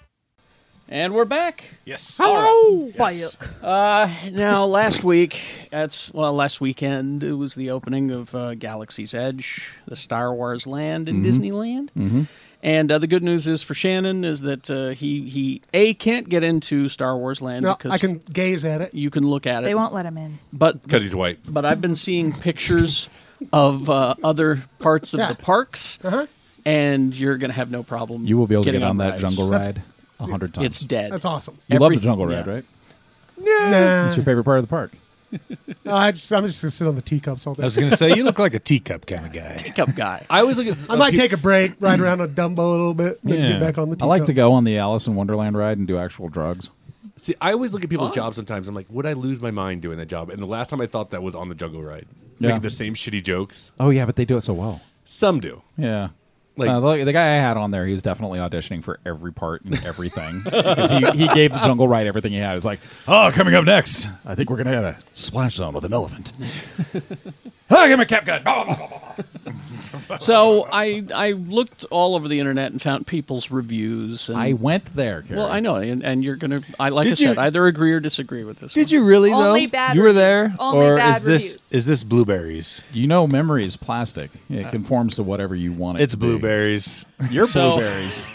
Speaker 2: And we're back.
Speaker 7: Yes.
Speaker 2: Hello.
Speaker 6: Yes.
Speaker 2: Uh, now, last week, that's well, last weekend it was the opening of uh, Galaxy's Edge, the Star Wars land in Disneyland. Mm-hmm. And uh, the good news is for Shannon is that uh, he he a can't get into Star Wars land
Speaker 5: No,
Speaker 2: because
Speaker 5: I can gaze at it.
Speaker 2: you can look at it.
Speaker 6: They won't let him in.
Speaker 2: but
Speaker 4: because he's white.
Speaker 2: but I've been seeing pictures of uh, other parts of
Speaker 5: Yeah.
Speaker 2: the parks,
Speaker 5: Uh huh.
Speaker 2: and you're gonna have no problem.
Speaker 3: You will be able to
Speaker 2: getting
Speaker 3: get on that
Speaker 2: rides.
Speaker 3: jungle
Speaker 5: That's-
Speaker 3: ride a hundred times.
Speaker 2: It's dead.
Speaker 5: That's awesome.
Speaker 3: you love the
Speaker 2: everyth-
Speaker 3: jungle
Speaker 2: yeah.
Speaker 3: ride, right?
Speaker 5: Nah,
Speaker 3: It's your favorite part of the park.
Speaker 5: No, I just, I'm just gonna sit on the teacups all
Speaker 7: I
Speaker 5: day.
Speaker 7: was gonna say you look like a teacup kind of guy.
Speaker 2: Pickup guy.
Speaker 4: I always look at.
Speaker 5: I might take a break, ride around on Dumbo a little bit, then
Speaker 7: Yeah.
Speaker 5: get back on the.
Speaker 3: Mm. I
Speaker 5: Teacups.
Speaker 3: like to go on the Alice in Wonderland ride and do actual drugs.
Speaker 4: See, I always look at people's jobs sometimes. I'm like, would I lose my mind doing that job? And the last time I thought that was on the jungle ride,
Speaker 3: Yeah.
Speaker 4: making the same shitty jokes.
Speaker 3: Oh yeah, but they do it so well.
Speaker 4: Some do.
Speaker 3: Yeah.
Speaker 4: Like-
Speaker 3: Uh, the, the guy I had on there, he was definitely auditioning for every part and everything [laughs] because he, he gave the jungle ride everything he had. It's like, oh, coming up next, I think we're gonna have a splash zone with an elephant. oh, give me a cap gun. Blah, blah, blah, blah, blah.
Speaker 2: So I I looked all over the internet and found people's reviews. And,
Speaker 3: I went there. Carrie.
Speaker 2: well, I know, and, and you're gonna. I like I
Speaker 7: Did
Speaker 2: said,
Speaker 7: you-
Speaker 2: either agree or disagree with this.
Speaker 7: [laughs] Did you really
Speaker 6: Only
Speaker 7: though?
Speaker 6: bad
Speaker 7: you were
Speaker 6: reviews.
Speaker 7: there,
Speaker 6: Only
Speaker 7: or
Speaker 6: bad
Speaker 7: is this
Speaker 6: reviews.
Speaker 7: is this blueberries?
Speaker 3: You know, memory is plastic. It conforms to whatever you want. It
Speaker 7: It's
Speaker 3: to
Speaker 4: [laughs]
Speaker 3: be.
Speaker 7: blueberries.
Speaker 2: You're
Speaker 3: Blueberries.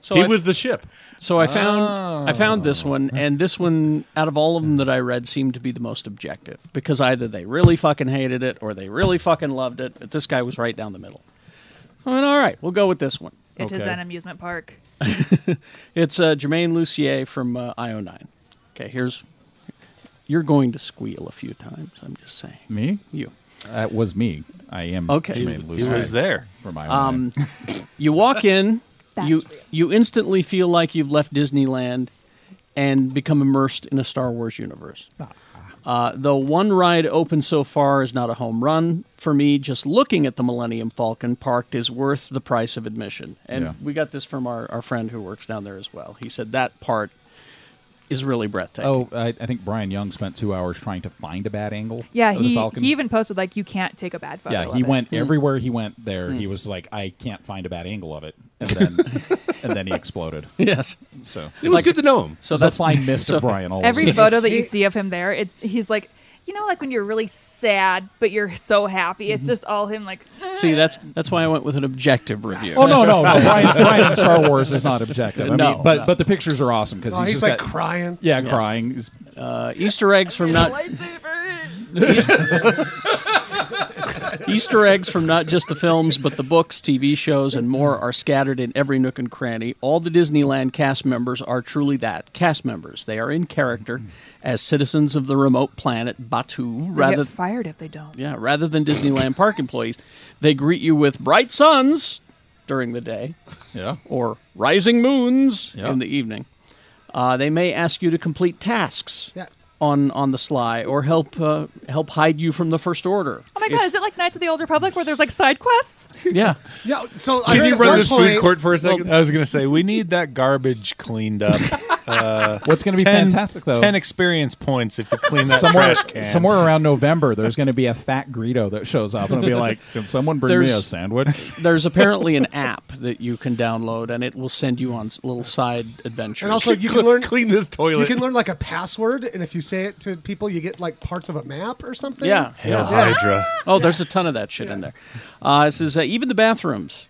Speaker 2: So, so
Speaker 4: he
Speaker 2: Oh, I,
Speaker 4: was the ship.
Speaker 2: So I found I found this one, and this one out of all of them that I read seemed to be the most objective because either they really fucking hated it or they really fucking loved it. But this guy was right down the middle. I went, all right, we'll go with this one.
Speaker 6: It is
Speaker 3: Okay.
Speaker 6: an amusement park.
Speaker 2: It's uh, Jermaine Lucier from uh, IO9. Okay, here's you're going to squeal a few times. I'm just saying
Speaker 3: me?
Speaker 2: you.
Speaker 3: That was me. I am.
Speaker 2: Okay.
Speaker 3: Jermaine
Speaker 2: He
Speaker 7: He
Speaker 3: Lucet
Speaker 7: was there.
Speaker 3: for my
Speaker 2: Um, [laughs] you walk in,
Speaker 6: That's
Speaker 2: you
Speaker 6: real.
Speaker 2: you instantly feel like you've left Disneyland and become immersed in a Star Wars universe.
Speaker 6: Ah.
Speaker 2: Uh, though one ride open so far is not a home run for me, just looking at the Millennium Falcon parked is worth the price of admission. And
Speaker 3: Yeah.
Speaker 2: we got this from our, our friend who works down there as well. He said that part is really breathtaking.
Speaker 3: Oh, I, I think Brian Young spent two hours trying to find a bad angle.
Speaker 6: Yeah,
Speaker 3: of the
Speaker 6: he
Speaker 3: Falcon.
Speaker 6: he even posted like you can't take a bad photo.
Speaker 3: yeah,
Speaker 6: of
Speaker 3: he
Speaker 6: it.
Speaker 3: went everywhere he went there. He was like, I can't find a bad angle of it, and then and then he exploded.
Speaker 2: [laughs] yes.
Speaker 3: So
Speaker 4: It was good to know him.
Speaker 3: so that's why I missed
Speaker 2: so-
Speaker 3: Brian. All
Speaker 6: Every photo that you see of him there, it, he's like, you know, like when you're really sad but you're so happy. It's just all him like.
Speaker 2: See,
Speaker 6: [laughs]
Speaker 2: that's that's why I went with an objective review.
Speaker 3: Oh no no no! Brian, Brian in Star Wars is not objective. I
Speaker 2: No,
Speaker 3: mean, but
Speaker 2: no.
Speaker 3: but the pictures are awesome because
Speaker 5: Oh,
Speaker 3: he's,
Speaker 5: he's
Speaker 3: just
Speaker 5: like
Speaker 3: got-
Speaker 5: crying.
Speaker 3: yeah, crying. He's-
Speaker 2: Uh, Easter eggs from not
Speaker 6: lightsaber.
Speaker 2: Easter eggs from not just the films, but the books, TV shows, and more are scattered in every nook and cranny. All the Disneyland cast members are truly that cast members. They are in character as citizens of the remote planet Batu,
Speaker 6: Rather
Speaker 2: rather
Speaker 6: get fired if they don't.
Speaker 2: yeah, rather than Disneyland park employees. They greet you with bright suns during the day
Speaker 3: yeah.
Speaker 2: or rising moons
Speaker 3: Yeah.
Speaker 2: in the evening. Uh, they may ask you to complete tasks.
Speaker 5: Yeah.
Speaker 2: On, on the sly, or help uh, help hide you from the first order.
Speaker 6: Oh my god, is it like Knights of the Old Republic where there's like side quests?
Speaker 2: Yeah,
Speaker 5: Yeah. So I
Speaker 4: Can
Speaker 5: heard
Speaker 4: you
Speaker 5: at
Speaker 4: run
Speaker 5: one
Speaker 4: this
Speaker 5: point,
Speaker 4: food court for a second?
Speaker 7: I was gonna say we need that garbage cleaned [laughs] up. Uh,
Speaker 3: What's going to be fantastic though?
Speaker 7: Ten experience points if you clean that
Speaker 3: somewhere,
Speaker 7: trash can.
Speaker 3: somewhere around November, there's going to be a fat Greedo that shows up and it'll be like, "Can someone bring me a
Speaker 2: There's-
Speaker 3: sandwich?"
Speaker 2: there's apparently an app that you can download and it will send you on s- little side adventures.
Speaker 5: And also, you can
Speaker 4: [laughs]
Speaker 5: learn.
Speaker 4: clean this toilet.
Speaker 5: You can learn like a password, and if you say it to people, you get like parts of a map or something.
Speaker 2: yeah.
Speaker 7: Hail
Speaker 5: Yeah.
Speaker 7: Hydra.
Speaker 2: Oh, there's a ton of that shit in there. Uh, it says uh, even the bathrooms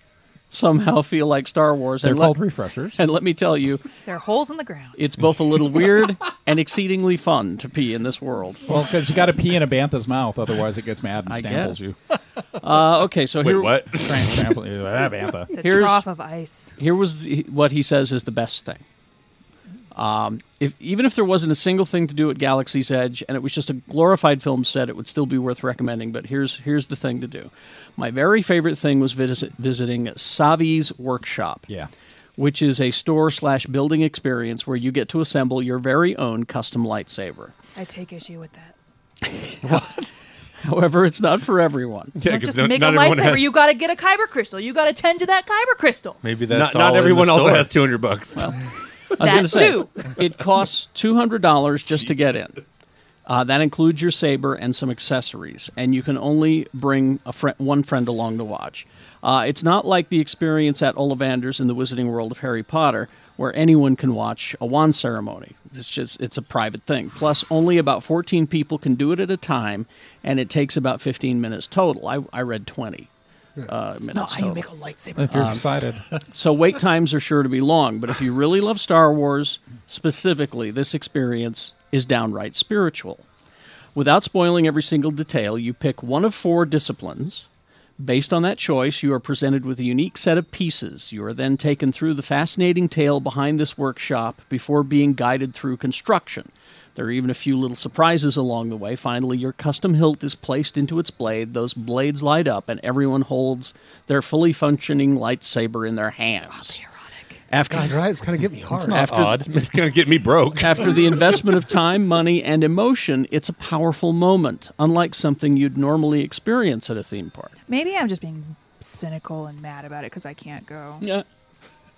Speaker 2: somehow [laughs] feel like Star Wars.
Speaker 3: They're
Speaker 2: and let-
Speaker 3: called refreshers.
Speaker 2: and let me tell you,
Speaker 6: There are holes in the ground.
Speaker 2: it's both a little weird and exceedingly fun to pee in this world.
Speaker 3: Well, because you got to pee in a bantha's mouth, otherwise it gets mad and
Speaker 2: I
Speaker 3: stamples
Speaker 2: guess.
Speaker 3: you.
Speaker 2: Uh, okay, so
Speaker 4: Wait,
Speaker 2: here,
Speaker 4: what?
Speaker 3: Tramp- trample you. Ah, bantha.
Speaker 6: It's a
Speaker 2: Here's-
Speaker 6: trough of ice.
Speaker 2: here was the, what he says is the best thing. Um, if even if there wasn't a single thing to do at Galaxy's Edge and it was just a glorified film set, it would still be worth recommending. But here's here's the thing to do. My very favorite thing was visit, visiting Savi's workshop,
Speaker 3: Yeah.
Speaker 2: which is a store slash building experience where you get to assemble your very own custom lightsaber. [laughs]
Speaker 6: I take issue with that.
Speaker 2: However, it's not for everyone.
Speaker 4: Yeah,
Speaker 6: Don't
Speaker 4: 'cause
Speaker 6: just
Speaker 4: no-
Speaker 6: make a
Speaker 4: not everyone
Speaker 6: lightsaber.
Speaker 4: has- [laughs]
Speaker 6: You got to get a kyber crystal. You got to tend to that kyber crystal.
Speaker 7: Maybe
Speaker 4: Not,
Speaker 7: that's all
Speaker 4: not
Speaker 7: in the
Speaker 4: everyone also
Speaker 7: store.
Speaker 4: has 200 bucks.
Speaker 2: I was
Speaker 6: That
Speaker 2: gonna say,
Speaker 6: too.
Speaker 2: It costs two hundred dollars just to get in. Uh, that includes your saber and some accessories, and you can only bring a friend, one friend along to watch. Uh, it's not like the experience at Ollivander's in the Wizarding World of Harry Potter, where anyone can watch a wand ceremony. It's just it's a private thing. Plus, only about 14 people can do it at a time, and it takes about 15 minutes total. I, I read 20 uh, minutes. total.
Speaker 5: a lightsaber.
Speaker 3: If you're excited,
Speaker 2: So wait times are sure to be long, but if you really love Star Wars specifically, this experience is downright spiritual. Without spoiling every single detail, you pick one of four disciplines. Based on that choice, you are presented with a unique set of pieces. You are then taken through the fascinating tale behind this workshop before being guided through construction. There are even a few little surprises along the way. Finally, your custom hilt is placed into its blade. Those blades light up, and everyone holds their fully functioning lightsaber in their hands. After
Speaker 5: God, right? It's kind of getting me hard.
Speaker 2: after,
Speaker 4: It's gonna get me
Speaker 7: [laughs]
Speaker 4: broke.
Speaker 2: after the investment of time, money, and emotion, it's a powerful moment, unlike something you'd normally experience at a theme park.
Speaker 6: Maybe I'm just being cynical and mad about it because I can't go.
Speaker 2: Yeah,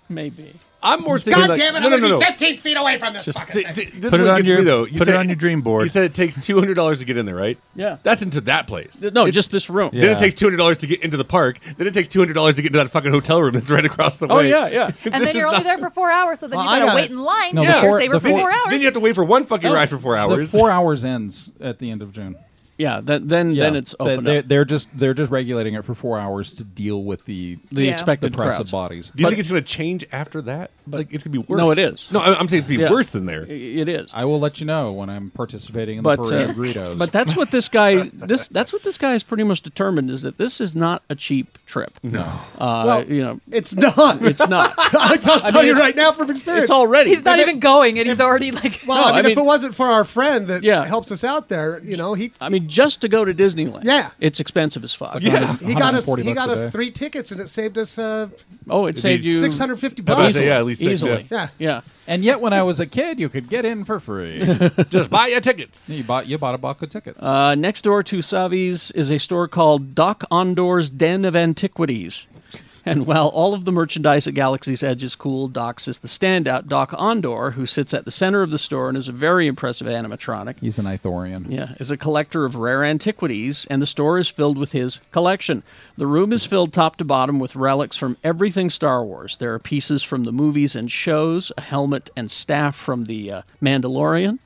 Speaker 2: maybe.
Speaker 4: I'm more thinking. like, no, no, no, no.
Speaker 5: 15 feet away from this
Speaker 4: See, see, this
Speaker 7: Put it
Speaker 4: one
Speaker 7: on
Speaker 4: gets
Speaker 7: your-
Speaker 4: me, though. You
Speaker 7: put it
Speaker 4: said-
Speaker 7: on your dream board.
Speaker 4: You said it takes two hundred dollars to get in there, right?
Speaker 2: Yeah.
Speaker 4: That's into that place.
Speaker 2: No, just this room.
Speaker 4: Then
Speaker 7: Yeah.
Speaker 4: it takes two hundred dollars to get into the park. Then it takes two hundred dollars to get into that fucking hotel room that's right across the
Speaker 2: Oh,
Speaker 4: way.
Speaker 2: yeah, yeah.
Speaker 6: [laughs] And
Speaker 4: This
Speaker 6: then you're
Speaker 4: is not-
Speaker 6: only there for four hours, so then
Speaker 5: Well,
Speaker 6: you
Speaker 5: I
Speaker 6: gotta
Speaker 5: got
Speaker 6: wait
Speaker 5: it.
Speaker 6: in line
Speaker 3: No,
Speaker 6: to
Speaker 3: the
Speaker 6: get
Speaker 3: four-
Speaker 6: your saber
Speaker 3: the
Speaker 4: [laughs]
Speaker 6: for
Speaker 4: Then,
Speaker 6: four hours.
Speaker 4: then you have to wait for one fucking ride for four
Speaker 3: the
Speaker 4: hours.
Speaker 3: four hours ends at the end of June.
Speaker 2: Yeah, th- then then it's
Speaker 3: They-
Speaker 2: open
Speaker 3: they,
Speaker 2: up.
Speaker 3: They're just they're just regulating it for four hours to deal with the
Speaker 2: The
Speaker 3: the
Speaker 6: Yeah.
Speaker 2: expected
Speaker 3: press
Speaker 2: crowds.
Speaker 3: of bodies.
Speaker 4: Do you think it's going to change after that? like it's going to be worse.
Speaker 2: No, it is.
Speaker 4: No, I- I'm saying it's going to be
Speaker 2: Yeah.
Speaker 4: worse than there.
Speaker 2: It is.
Speaker 3: I will let you know when I'm participating in
Speaker 2: but
Speaker 3: the parade
Speaker 2: uh,
Speaker 3: of Greedos.
Speaker 2: but that's what this [laughs] guy this that's what this guy is pretty much determined is that this is not a cheap trip. No, uh,
Speaker 5: Well-
Speaker 2: you know
Speaker 5: It's
Speaker 2: [laughs]
Speaker 5: not.
Speaker 2: it's not.
Speaker 5: [laughs] I'll tell you right now from experience.
Speaker 2: It's already
Speaker 6: he's not
Speaker 5: If it-
Speaker 6: even going, and he's already like.
Speaker 5: well,
Speaker 2: No,
Speaker 5: I, [laughs] mean,
Speaker 2: I
Speaker 5: if
Speaker 2: mean-
Speaker 5: it wasn't for our friend that
Speaker 2: Yeah.
Speaker 5: helps us out there, you know, he
Speaker 2: I mean, just to go to Disneyland,
Speaker 5: Yeah.
Speaker 2: it's expensive as fuck.
Speaker 4: Yeah.
Speaker 5: he got us
Speaker 3: 140
Speaker 5: he
Speaker 3: bucks
Speaker 5: got
Speaker 3: a
Speaker 5: us
Speaker 3: day.
Speaker 5: three tickets and it saved us uh,
Speaker 2: Oh, it saved
Speaker 4: be
Speaker 2: you
Speaker 5: 650
Speaker 4: I was
Speaker 5: bucks.
Speaker 4: gonna say, yeah, at least six,
Speaker 2: easily.
Speaker 5: yeah.
Speaker 2: yeah.
Speaker 3: and yet, when I was a kid, you could get in
Speaker 2: [laughs]
Speaker 3: for free.
Speaker 4: [laughs] Just buy your tickets.
Speaker 3: you bought you bought a box of tickets.
Speaker 2: Uh, next door to Savi's is a store called Doc Ondor's Den of Antiquities. And while all of the merchandise at Galaxy's Edge is cool, Doc's is the standout. Doc Ondor, who sits at the center of the store and is a very impressive animatronic,
Speaker 3: He's an Ithorian.
Speaker 2: yeah, is a collector of rare antiquities, and the store is filled with his collection. The room is filled top to bottom with relics from everything Star Wars. There are pieces from the movies and shows, a helmet and staff from the uh, Mandalorian.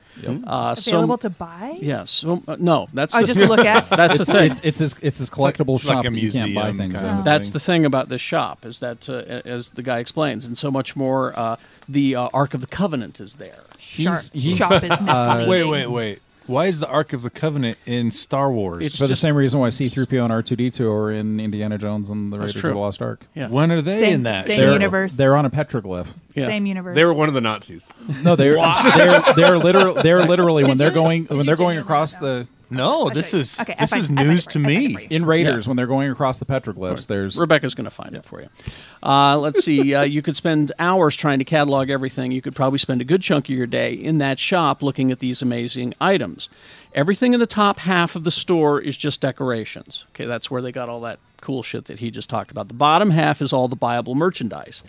Speaker 2: Uh, some-
Speaker 6: Available to buy?
Speaker 2: Yes. So, uh, no, that's
Speaker 6: Oh,
Speaker 2: the [laughs]
Speaker 6: just to look at?
Speaker 2: That's the thing.
Speaker 3: It's it's his, it's his collectible
Speaker 7: It's
Speaker 3: shop
Speaker 7: like a
Speaker 3: that you can't buy
Speaker 7: museum
Speaker 3: things
Speaker 7: kind
Speaker 3: in.
Speaker 7: of
Speaker 2: That's
Speaker 7: thing.
Speaker 2: the thing about this shop is that, uh, a- as the guy explains, and so much more. Uh, the uh, Ark of the Covenant is there.
Speaker 6: Sharp,
Speaker 3: He's- he's-
Speaker 6: shop is messed up.
Speaker 7: Wait, wait, wait. Why is the Ark of the Covenant in Star Wars?
Speaker 2: It's
Speaker 3: For the
Speaker 2: just-
Speaker 3: same reason why C-3PO and R2-D2 are in Indiana Jones and the Raiders of the
Speaker 2: true.
Speaker 3: Lost Ark.
Speaker 2: Yeah.
Speaker 7: when are they
Speaker 6: Same-
Speaker 7: in that?
Speaker 6: same
Speaker 7: show?
Speaker 3: They're,
Speaker 6: universe.
Speaker 3: they're on a
Speaker 6: [laughs]
Speaker 3: petroglyph.
Speaker 2: Yeah.
Speaker 6: Same universe.
Speaker 4: They were one of the Nazis.
Speaker 3: No, they're they're they're literally they're literally when they're going when
Speaker 6: Did
Speaker 3: they're
Speaker 6: you
Speaker 3: going
Speaker 6: genuinely
Speaker 3: across
Speaker 6: know?
Speaker 3: the
Speaker 7: No,
Speaker 6: I'll
Speaker 7: this
Speaker 6: show you.
Speaker 7: is
Speaker 6: Okay, I
Speaker 7: this
Speaker 6: find-
Speaker 7: is
Speaker 6: I find it
Speaker 7: news
Speaker 6: for
Speaker 7: to
Speaker 6: you. I find it
Speaker 7: me.
Speaker 6: for you.
Speaker 3: in Raiders when they're going across the petroglyphs. There's
Speaker 2: Rebecca's going to find it for you. Uh, let's see. Uh, you could spend hours trying to catalog everything. You could probably spend a good chunk of your day in that shop looking at these amazing items. Everything in the top half of the store is just decorations. Okay, that's where they got all that cool shit that he just talked about. The bottom half is all the buyable merchandise.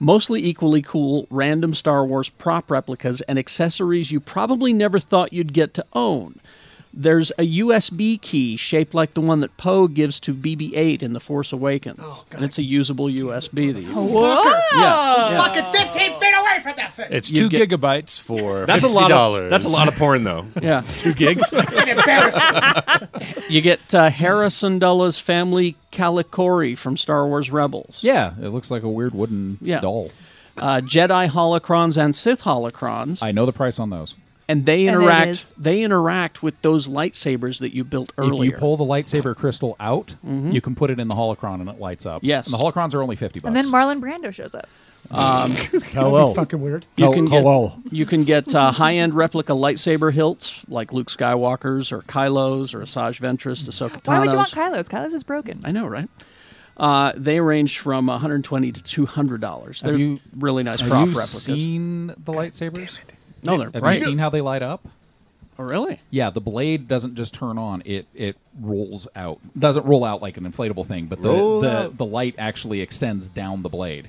Speaker 2: Mostly equally cool random Star Wars prop replicas and accessories you probably never thought you'd get to own. There's a USB key shaped like the one that Poe gives to BB 8 in The Force Awakens.
Speaker 6: Oh,
Speaker 2: and it's a usable USB. That you
Speaker 6: Whoa!
Speaker 2: Yeah, yeah.
Speaker 5: Fucking 15 feet away from that thing.
Speaker 7: It's
Speaker 2: You
Speaker 7: two
Speaker 2: get-
Speaker 7: gigabytes for [laughs]
Speaker 4: That's a lot
Speaker 7: $50.
Speaker 4: of. That's a lot of porn though.
Speaker 2: yeah.
Speaker 7: two gigs.
Speaker 6: [laughs]
Speaker 2: You get uh, Harrison Dulla's family Calicori from Star Wars Rebels.
Speaker 3: yeah, it looks like a weird wooden
Speaker 2: Yeah.
Speaker 3: doll.
Speaker 2: Uh, Jedi holocrons and Sith holocrons,
Speaker 3: I know the price on those.
Speaker 2: and they
Speaker 6: And there it
Speaker 2: interact.
Speaker 6: is.
Speaker 2: They interact with those lightsabers that you built earlier. Mm-hmm.
Speaker 3: If you pull the lightsaber crystal out, you can put it in the holocron and it lights up.
Speaker 2: Yes.
Speaker 3: and the holocrons are only fifty bucks.
Speaker 6: And then Marlon Brando shows up.
Speaker 3: Oh,
Speaker 5: That'd be fucking weird.
Speaker 2: You can get, you can get uh, high-end replica lightsaber hilts like Luke Skywalker's or Kylo's or Asajj Ventress, Ahsoka Tano's.
Speaker 6: Why would you want Kylo's? Kylo's is broken.
Speaker 2: I know, right? Uh, they range from 120 to 200 dollars. They're
Speaker 3: Have you-
Speaker 2: really nice
Speaker 3: Have
Speaker 2: prop
Speaker 3: you
Speaker 2: replicas.
Speaker 3: seen the lightsabers?
Speaker 2: no, they're
Speaker 3: Have
Speaker 2: right.
Speaker 3: you seen how they light up?
Speaker 2: oh, really?
Speaker 3: Yeah, the blade doesn't just turn on; it it rolls out. Doesn't roll out like an inflatable thing, but the
Speaker 4: Roll
Speaker 3: the,
Speaker 4: out.
Speaker 3: the light actually extends down the blade.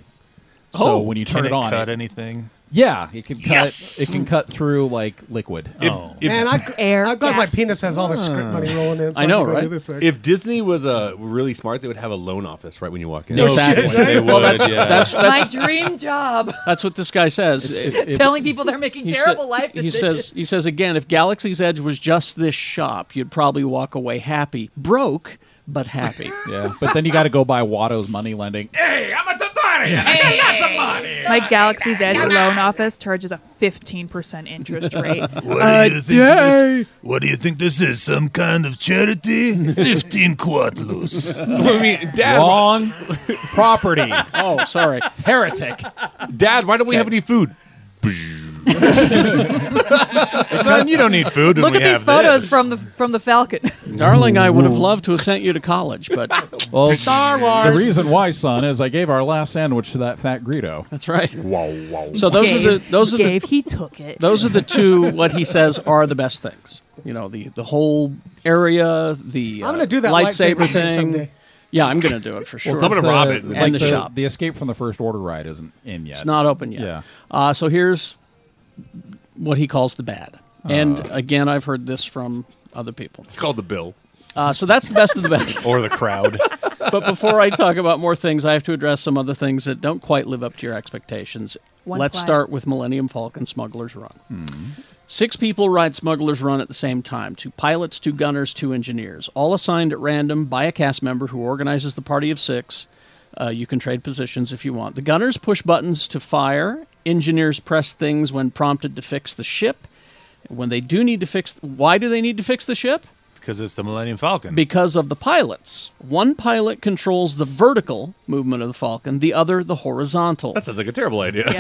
Speaker 3: So when you turn
Speaker 7: Can
Speaker 3: it on,
Speaker 7: cut
Speaker 3: it-
Speaker 7: anything?
Speaker 3: Yeah, it can cut.
Speaker 7: Yes!
Speaker 3: It can cut through like liquid. Oh,
Speaker 7: If, if,
Speaker 5: Man, I,
Speaker 6: Air
Speaker 5: I'm glad my
Speaker 6: gas.
Speaker 5: penis has all this script money rolling in. So
Speaker 2: I know,
Speaker 5: can go do
Speaker 2: right?
Speaker 5: This thing.
Speaker 4: Ah. If Disney was uh, really smart, they would have a loan office right when you walk in.
Speaker 3: No
Speaker 2: Exactly.
Speaker 3: shit,
Speaker 7: they
Speaker 3: right?
Speaker 7: would, yeah.
Speaker 2: That's
Speaker 6: [laughs] My
Speaker 2: that's
Speaker 6: dream job.
Speaker 2: that's what this guy says.
Speaker 3: It's-
Speaker 6: Telling people they're making
Speaker 2: He
Speaker 6: terrible
Speaker 2: sa-
Speaker 6: life
Speaker 2: He
Speaker 6: decisions.
Speaker 2: says, he says again, if Galaxy's Edge was just this shop, you'd probably walk away happy, broke, but
Speaker 3: [laughs]
Speaker 2: happy.
Speaker 3: yeah, but then you got to go buy Watto's money lending.
Speaker 6: My Galaxy's Edge loan office charges a 15% interest rate.
Speaker 9: What do, you think this, what do you think this is? Some kind of charity? 15 quartlos.
Speaker 4: I mean, Dad,
Speaker 3: Wrong property.
Speaker 2: oh, sorry.
Speaker 3: Heretic.
Speaker 4: Dad, why don't we have any food?
Speaker 7: [laughs] son, you don't need food. when
Speaker 6: Look
Speaker 7: we
Speaker 6: at these
Speaker 7: have
Speaker 6: photos
Speaker 7: this.
Speaker 6: from the from the Falcon.
Speaker 2: Darling, I would have loved to have sent you to college, but
Speaker 3: Well,
Speaker 2: Star
Speaker 3: [laughs] the
Speaker 2: Wars.
Speaker 3: reason why, son, is I gave our last sandwich to that fat Greedo.
Speaker 2: that's right. Wow, wow. So those are the those are the
Speaker 6: Gave, he took it.
Speaker 2: those are the two what he says are the best things. You know, the the whole area, the
Speaker 5: I'm
Speaker 2: uh,
Speaker 5: gonna do that
Speaker 2: lightsaber
Speaker 5: lightsaber thing
Speaker 2: thing.
Speaker 5: someday.
Speaker 2: Yeah, I'm going to do it for sure.
Speaker 4: I'm gonna
Speaker 3: The-
Speaker 4: rob it.
Speaker 2: And
Speaker 3: like
Speaker 2: the shop.
Speaker 3: The escape from the first order ride isn't in yet.
Speaker 2: It's not open yet.
Speaker 3: Yeah.
Speaker 2: Uh, so here's what he calls the bad. And again, I've heard this from other people.
Speaker 4: It's called the bill.
Speaker 2: Uh, so that's the best of the best.
Speaker 7: or the crowd.
Speaker 2: but before I talk about more things, I have to address some other things that don't quite live up to your expectations.
Speaker 6: One
Speaker 2: Let's
Speaker 6: fly.
Speaker 2: start with Millennium Falcon Smuggler's Run. Six people ride Smuggler's Run at the same time two pilots, two gunners, two engineers, all assigned at random by a cast member who organizes the party of six. Uh, you can trade positions if you want. The gunners push buttons to fire, engineers press things when prompted to fix the ship. When they do need to fix, why do they need to fix the ship?
Speaker 7: Because it's the Millennium Falcon.
Speaker 2: because of the pilots. One pilot controls the vertical movement of the Falcon, the other the horizontal.
Speaker 4: That sounds like a terrible idea.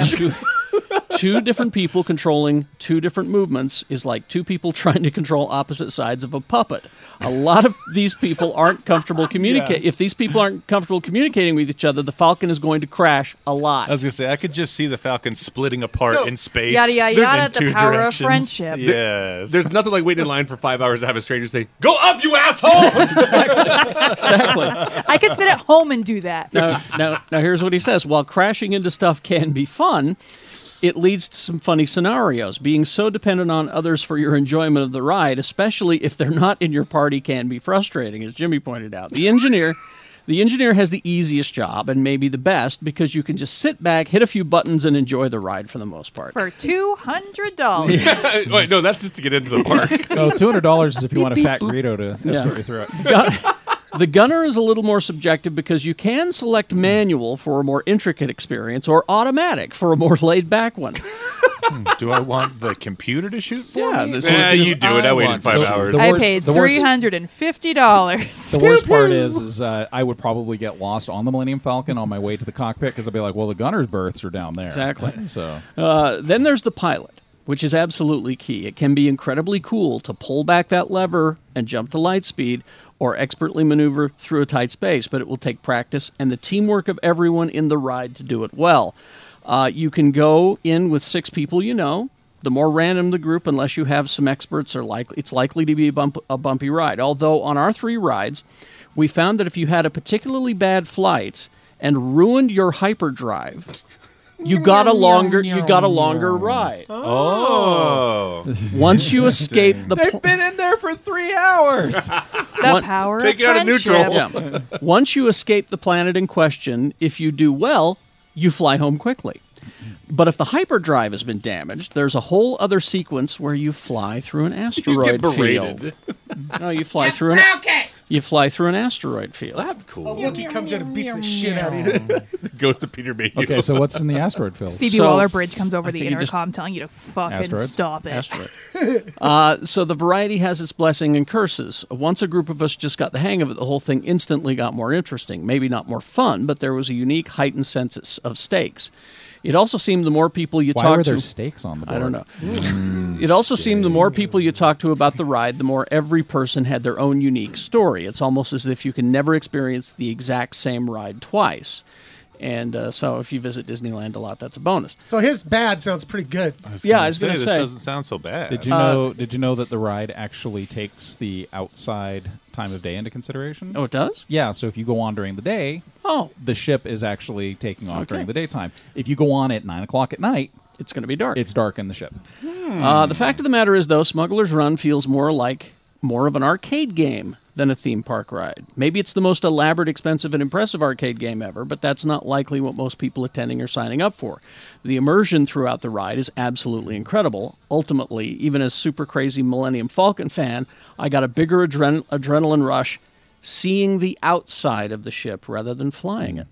Speaker 2: two different people controlling two different movements is like two people [laughs] trying to control opposite sides of a puppet. A lot of these people aren't comfortable communicating. If these people aren't comfortable communicating with each other, the Falcon is going to crash a lot.
Speaker 7: I was gonna say I could just see the Falcon splitting apart in space.
Speaker 6: Yada, yada,
Speaker 7: in
Speaker 6: yada, the
Speaker 7: two
Speaker 6: power of
Speaker 7: directions.
Speaker 6: friendship.
Speaker 4: [laughs]
Speaker 7: Yes.
Speaker 4: There's nothing like waiting in line for five hours to have a stranger say, "Go up, you asshole!" [laughs]
Speaker 2: exactly.
Speaker 6: I could sit at home and do that.
Speaker 2: now, now, now here's what he says. While crashing into stuff can be fun, it leads to some funny scenarios. Being so dependent on others for your enjoyment of the ride, especially if they're not in your party, can be frustrating, as Jimmy pointed out. The engineer. The engineer has the easiest job and maybe the best because you can just sit back, hit a few buttons, and enjoy the ride for the most part.
Speaker 6: For two hundred dollars.
Speaker 4: Wait, no, that's just to get into the park.
Speaker 3: No, two hundred dollars is if you want a fat Greedo to escort you through it.
Speaker 2: The gunner is a little more subjective because you can select manual for a more intricate experience or automatic for a more [laughs] laid back one.
Speaker 7: Do I want the computer to shoot for
Speaker 2: Yeah,
Speaker 7: me?
Speaker 2: this- Yeah,
Speaker 7: you do it. I waited five hours.
Speaker 3: The
Speaker 6: I
Speaker 3: worst-
Speaker 6: paid
Speaker 3: the worst-
Speaker 6: three hundred and fifty dollars.
Speaker 3: The
Speaker 6: [laughs]
Speaker 3: worst part is, is uh, I would probably get lost on the Millennium Falcon on my way to the cockpit because I'd be like, well, the gunner's berths are down there.
Speaker 2: Exactly.
Speaker 3: [laughs] So
Speaker 2: Uh, then there's the pilot, which is absolutely key. It can be incredibly cool to pull back that lever and jump to light speed or expertly maneuver through a tight space, but it will take practice and the teamwork of everyone in the ride to do it well. Uh, you can go in with six people you know. The more random the group, unless you have some experts, are likely it's likely to be a, bump, a bumpy ride. Although on our three rides, we found that if you had a particularly bad flight and ruined your hyperdrive, you got a longer you got a longer ride.
Speaker 4: Oh,
Speaker 2: Once you escape the pl-
Speaker 3: in there for three hours.
Speaker 6: the
Speaker 2: One-
Speaker 6: power
Speaker 4: Take
Speaker 6: of
Speaker 4: it out of
Speaker 6: friendship.
Speaker 4: neutral. [laughs]
Speaker 2: yeah. once you escape the planet in question, if you do well, you fly home quickly. But if the hyperdrive has been damaged, there's a whole other sequence where you fly through
Speaker 4: [laughs]
Speaker 2: an asteroid field.
Speaker 4: berated.
Speaker 2: No, you fly through an you fly through an asteroid field.
Speaker 4: that's cool.
Speaker 5: Wookie comes in and beats the shit out of you.
Speaker 4: Goes to Peter Mayhew.
Speaker 3: okay, so what's in
Speaker 2: [laughs]
Speaker 3: the asteroid field?
Speaker 6: Phoebe
Speaker 2: So-
Speaker 6: Waller Bridge comes over the
Speaker 2: think you just-
Speaker 6: intercom telling you to fucking
Speaker 3: Asteroid?
Speaker 6: stop it.
Speaker 2: Asteroid. uh, so the variety has its blessing and curses. Once a group of us just got the hang of it, the whole thing instantly got more interesting. Maybe not more fun, but there was a unique heightened sense of- of stakes. It also seemed the more people you
Speaker 3: Why
Speaker 2: talked
Speaker 3: were there
Speaker 2: to,
Speaker 3: stakes Hmm. on the board?
Speaker 2: I don't know. [laughs] it also seemed the more people you talked to about the ride, the more every person had their own unique story. It's almost as if you can never experience the exact same ride twice. And uh, so, if you visit Disneyland a lot, that's a bonus.
Speaker 5: So his bad sounds pretty good.
Speaker 2: yeah, I was going to
Speaker 7: this
Speaker 2: say.
Speaker 7: doesn't sound so bad.
Speaker 3: Did you
Speaker 2: Uh,
Speaker 3: know? Did you know that the ride actually takes the outside time of day into consideration?
Speaker 2: oh, it does.
Speaker 3: Yeah, so if you go on during the day,
Speaker 2: Oh,
Speaker 3: the ship is actually taking off
Speaker 2: Okay.
Speaker 3: during the daytime. If you go on at nine o'clock at night,
Speaker 2: it's going to be dark.
Speaker 3: It's dark in the ship.
Speaker 2: Uh, the fact of the matter is, though, Smuggler's Run feels more like more of an arcade game than a theme park ride. Maybe it's the most elaborate, expensive, and impressive arcade game ever, but that's not likely what most people attending are signing up for. The immersion throughout the ride is absolutely incredible. Ultimately, even as super crazy Millennium Falcon fan, I got a bigger adren- adrenaline rush seeing the outside of the ship rather than flying it.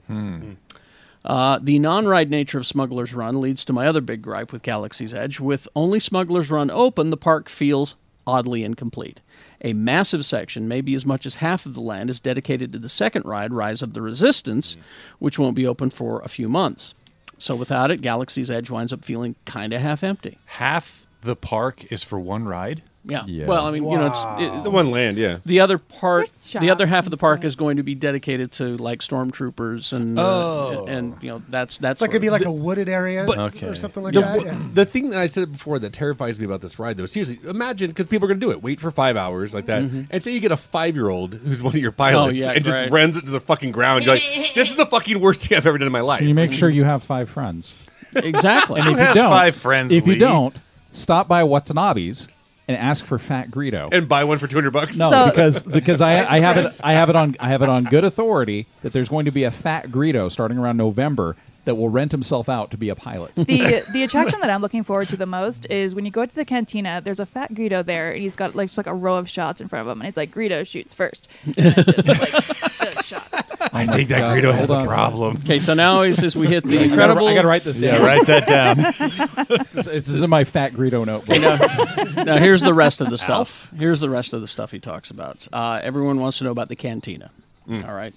Speaker 2: Uh, the non ride nature of Smuggler's Run leads to my other big gripe with Galaxy's Edge. With only Smuggler's Run open, the park feels oddly incomplete. A massive section, maybe as much as half of the land, is dedicated to the second ride, Rise of the Resistance, which won't be open for a few months. So without it, Galaxy's Edge winds up feeling kind of half empty.
Speaker 7: Half the park is for one ride.
Speaker 2: Yeah.
Speaker 3: Yeah.
Speaker 2: Well, I mean, you know, it's, it,
Speaker 4: The one land, yeah.
Speaker 2: the other part,
Speaker 6: There's
Speaker 2: the other
Speaker 6: shops
Speaker 2: half of
Speaker 6: and
Speaker 2: the park
Speaker 6: stuff.
Speaker 2: is going to be dedicated to like stormtroopers and uh,
Speaker 7: Oh.
Speaker 2: and you know that's that's
Speaker 5: It's like
Speaker 2: sort
Speaker 5: it'd be
Speaker 2: of-
Speaker 5: like a wooded area
Speaker 7: Okay.
Speaker 5: or something like
Speaker 4: The,
Speaker 5: that. Yeah.
Speaker 4: the thing that I said before that terrifies me about this ride, though, seriously, imagine because people are going to do it. Wait for five hours like that, and say you get a five-year-old who's one of your pilots
Speaker 2: yeah,
Speaker 4: and just
Speaker 2: right.
Speaker 4: runs it to the fucking ground. You're like, this is the fucking worst thing I've ever done in my life.
Speaker 3: So you make sure you have five friends.
Speaker 2: [laughs]
Speaker 5: [laughs]
Speaker 2: exactly.
Speaker 3: If you
Speaker 7: has
Speaker 3: don't-
Speaker 7: five friends,
Speaker 3: If you
Speaker 7: Lee?
Speaker 3: don't, stop by Watanabe's and ask for Fat Greedo.
Speaker 4: and buy one for two hundred bucks.
Speaker 3: no,
Speaker 6: So-
Speaker 3: because because I, I have it I have it on I have it on good authority that there's going to be a Fat Greedo starting around November that will rent himself out to be a pilot.
Speaker 6: [laughs]
Speaker 2: [laughs]
Speaker 6: the the attraction that I'm looking forward to the most is when you go to the cantina. There's a fat Greedo there, and he's got like just like a row of shots in front of him, and it's like Greedo
Speaker 2: [laughs]
Speaker 6: shoots first, and then just like does shots.
Speaker 7: I think
Speaker 3: Oh
Speaker 7: that
Speaker 3: God,
Speaker 7: Greedo has
Speaker 3: hold
Speaker 7: a
Speaker 3: on.
Speaker 7: problem.
Speaker 2: okay, so now is as we hit the
Speaker 3: [laughs] I gotta-
Speaker 2: incredible.
Speaker 3: I got to write this down.
Speaker 7: Yeah, write that down.
Speaker 3: [laughs] This, this is in my Fat Greedo notebook.
Speaker 2: now here's the rest of the stuff. Here's the rest of the stuff he talks about. Uh, everyone wants to know about the cantina. All right,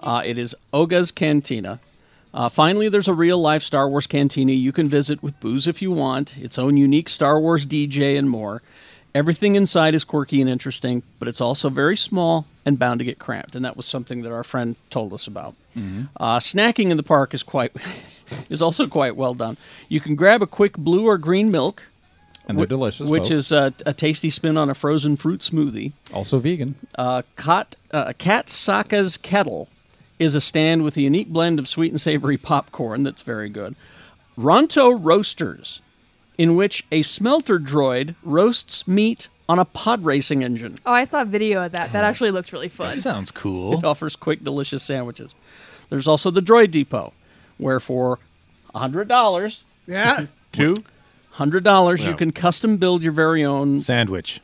Speaker 2: uh, it is Oga's Cantina. Uh, finally, there's a real life Star Wars cantina you can visit with booze if you want, its own unique Star Wars DJ, and more. Everything inside is quirky and interesting, but it's also very small and bound to get cramped. And that was something that our friend told us about. Uh, snacking in the park is quite [laughs] is also quite well done. You can grab a quick blue or green milk,
Speaker 3: And they're delicious.
Speaker 2: which
Speaker 3: both.
Speaker 2: is a, a tasty spin on a frozen fruit smoothie.
Speaker 3: also vegan.
Speaker 2: Uh, Kat, uh, Kat Saka's Kettle is a stand with a unique blend of sweet and savory popcorn that's very good. Ronto Roasters, in which a smelter droid roasts meat on a pod racing engine.
Speaker 6: Oh, I saw a video of that. That actually looked really fun.
Speaker 7: That sounds cool.
Speaker 2: It offers quick, delicious sandwiches. There's also the Droid Depot, where for $100,
Speaker 5: yeah.
Speaker 7: Two
Speaker 2: $100 you
Speaker 7: Yeah.
Speaker 2: can custom build your very own
Speaker 7: sandwich.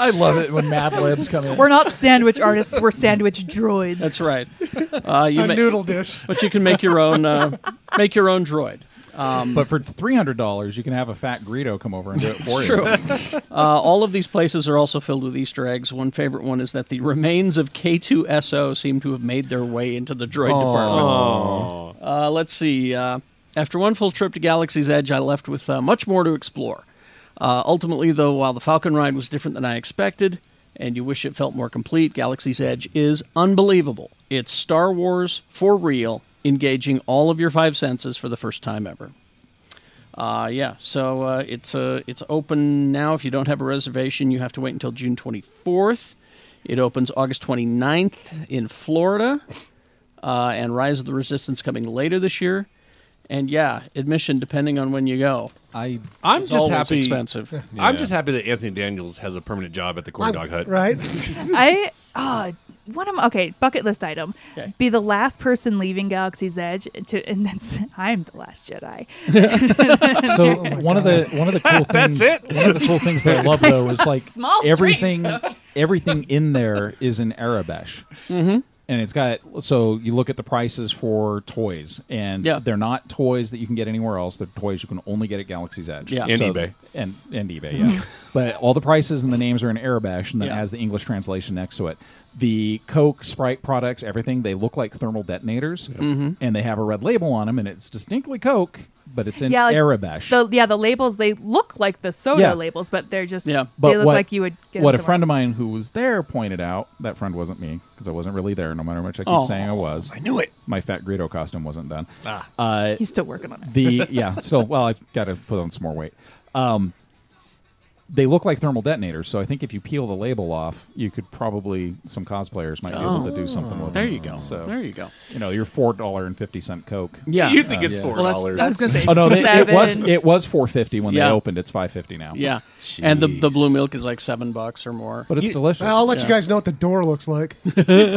Speaker 3: I love it when Mad Libs come in.
Speaker 6: We're not sandwich artists. We're sandwich droids.
Speaker 2: That's right. Uh, you
Speaker 5: A
Speaker 2: ma-
Speaker 5: noodle dish.
Speaker 2: but you can make your own uh, make your own droid.
Speaker 3: Um, But for three hundred dollars, you can have a Fat Greedo come over and do it for you.
Speaker 2: Uh, all of these places are also filled with Easter eggs. One favorite one is that the remains of K2SO seem to have made their way into the droid department. Uh, let's see. Uh, after one full trip to Galaxy's Edge, I left with uh, much more to explore. Uh, ultimately, though, while the Falcon ride was different than I expected, and you wish it felt more complete, Galaxy's Edge is unbelievable. It's Star Wars for real, engaging all of your five senses for the first time ever. Uh, yeah, so uh, it's uh, it's open now. If you don't have a reservation, you have to wait until June 24th. It opens August 29th in Florida, [laughs] uh, and Rise of the Resistance coming later this year. And yeah, admission depending on when you go.
Speaker 3: I
Speaker 4: I'm
Speaker 2: It's
Speaker 4: just
Speaker 2: always
Speaker 4: happy.
Speaker 2: expensive.
Speaker 4: I'm just happy that Anthony Daniels has a permanent job at the Corn [laughs] Dog Hut.
Speaker 5: Right?
Speaker 6: I oh one of my- okay bucket list item
Speaker 2: Okay.
Speaker 6: be the last person leaving Galaxy's Edge to and then [laughs] s- I'm the last Jedi.
Speaker 3: so one of the one of the cool things. One of the cool things that I love though is like
Speaker 6: Small
Speaker 3: everything everything in there is in Arabesh. Mm-hmm. And it's got so you look at the prices for toys, and
Speaker 2: Yeah.
Speaker 3: they're not toys that you can get anywhere else. They're toys you can only get at Galaxy's Edge.
Speaker 2: Yeah. Mm-hmm.
Speaker 4: And
Speaker 3: So-
Speaker 4: eBay.
Speaker 3: and and eBay, yeah. [laughs] but all the prices and the names are in Arabesh, and then
Speaker 2: Yeah.
Speaker 3: it has the English translation next to it. The Coke, Sprite products, everything they look like thermal detonators,
Speaker 2: Mm-hmm.
Speaker 3: and they have a red label on them, and it's distinctly Coke, but it's in
Speaker 6: like,
Speaker 3: Arabesh.
Speaker 6: The, yeah, the labels they look like the soda
Speaker 3: Yeah.
Speaker 6: labels, but they're just
Speaker 2: Yeah.
Speaker 6: they
Speaker 3: but
Speaker 6: look
Speaker 3: what,
Speaker 6: like you would get.
Speaker 3: what a
Speaker 6: them
Speaker 3: friend of
Speaker 6: somewhere
Speaker 3: mine who was there pointed out. That friend wasn't me because I wasn't really there. No matter how much I keep
Speaker 2: Oh. Ah.
Speaker 3: saying I was, I
Speaker 7: knew it.
Speaker 3: My fat Greedo costume wasn't done.
Speaker 6: else. He's still working on it.
Speaker 3: The yeah, so well, I've got to put on some more weight. Um, they look like thermal detonators. So I think if you peel the label off, you could probably some cosplayers might be able to do something with
Speaker 2: Oh, There
Speaker 3: them.
Speaker 2: you go.
Speaker 3: So
Speaker 2: There you go.
Speaker 3: you know your four dollar and fifty cent Coke.
Speaker 2: Yeah.
Speaker 4: you think it's
Speaker 3: yeah.
Speaker 4: four
Speaker 2: Well, that's-
Speaker 4: dollars?
Speaker 6: I was gonna say
Speaker 3: Oh no, they,
Speaker 6: seven.
Speaker 3: it was it was four fifty when
Speaker 2: Yeah.
Speaker 3: they opened. It's five fifty now.
Speaker 2: yeah. And the, the
Speaker 9: Jeez.
Speaker 2: blue milk is like seven bucks or more.
Speaker 3: but it's delicious.
Speaker 5: Well, I'll let you
Speaker 2: Yeah.
Speaker 5: guys know what the door looks like.
Speaker 3: You're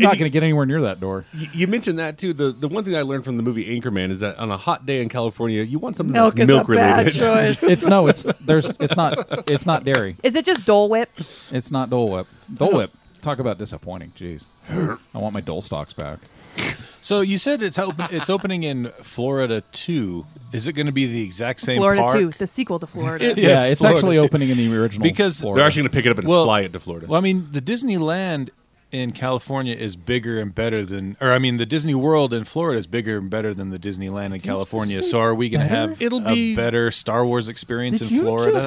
Speaker 3: not going to get anywhere near that door.
Speaker 4: Y- You mentioned that too. The the one thing I learned from the movie Anchorman is that on a hot day in California, you want something
Speaker 6: milk
Speaker 4: that's
Speaker 6: is
Speaker 4: milk
Speaker 6: a bad
Speaker 4: related.
Speaker 6: [laughs] choice.
Speaker 3: It's no, it's there's it's not it's not dairy.
Speaker 6: Is it just Dole [laughs] Whip?
Speaker 3: It's not Dole Whip. Dole Whip. Talk about disappointing. Jeez. I want my Dole stocks back.
Speaker 2: [laughs]
Speaker 7: So you said it's open, it's opening in Florida too. Is it going to be the exact same
Speaker 6: Florida
Speaker 7: park?
Speaker 6: 2, the sequel to Florida. [laughs]
Speaker 3: Yeah,
Speaker 7: Yes,
Speaker 3: it's
Speaker 7: Florida
Speaker 3: actually
Speaker 7: too.
Speaker 3: opening in the original
Speaker 7: Because
Speaker 4: [laughs]
Speaker 3: Florida.
Speaker 4: They're actually going to pick it up and
Speaker 7: Well-
Speaker 4: fly it to Florida.
Speaker 7: Well, I mean, the Disneyland in California is bigger and better than, or I mean, the Disney World in Florida is bigger and better than the Disneyland in California. So are we going to have
Speaker 2: It'll
Speaker 7: a
Speaker 2: be-
Speaker 7: better Star Wars experience in Florida?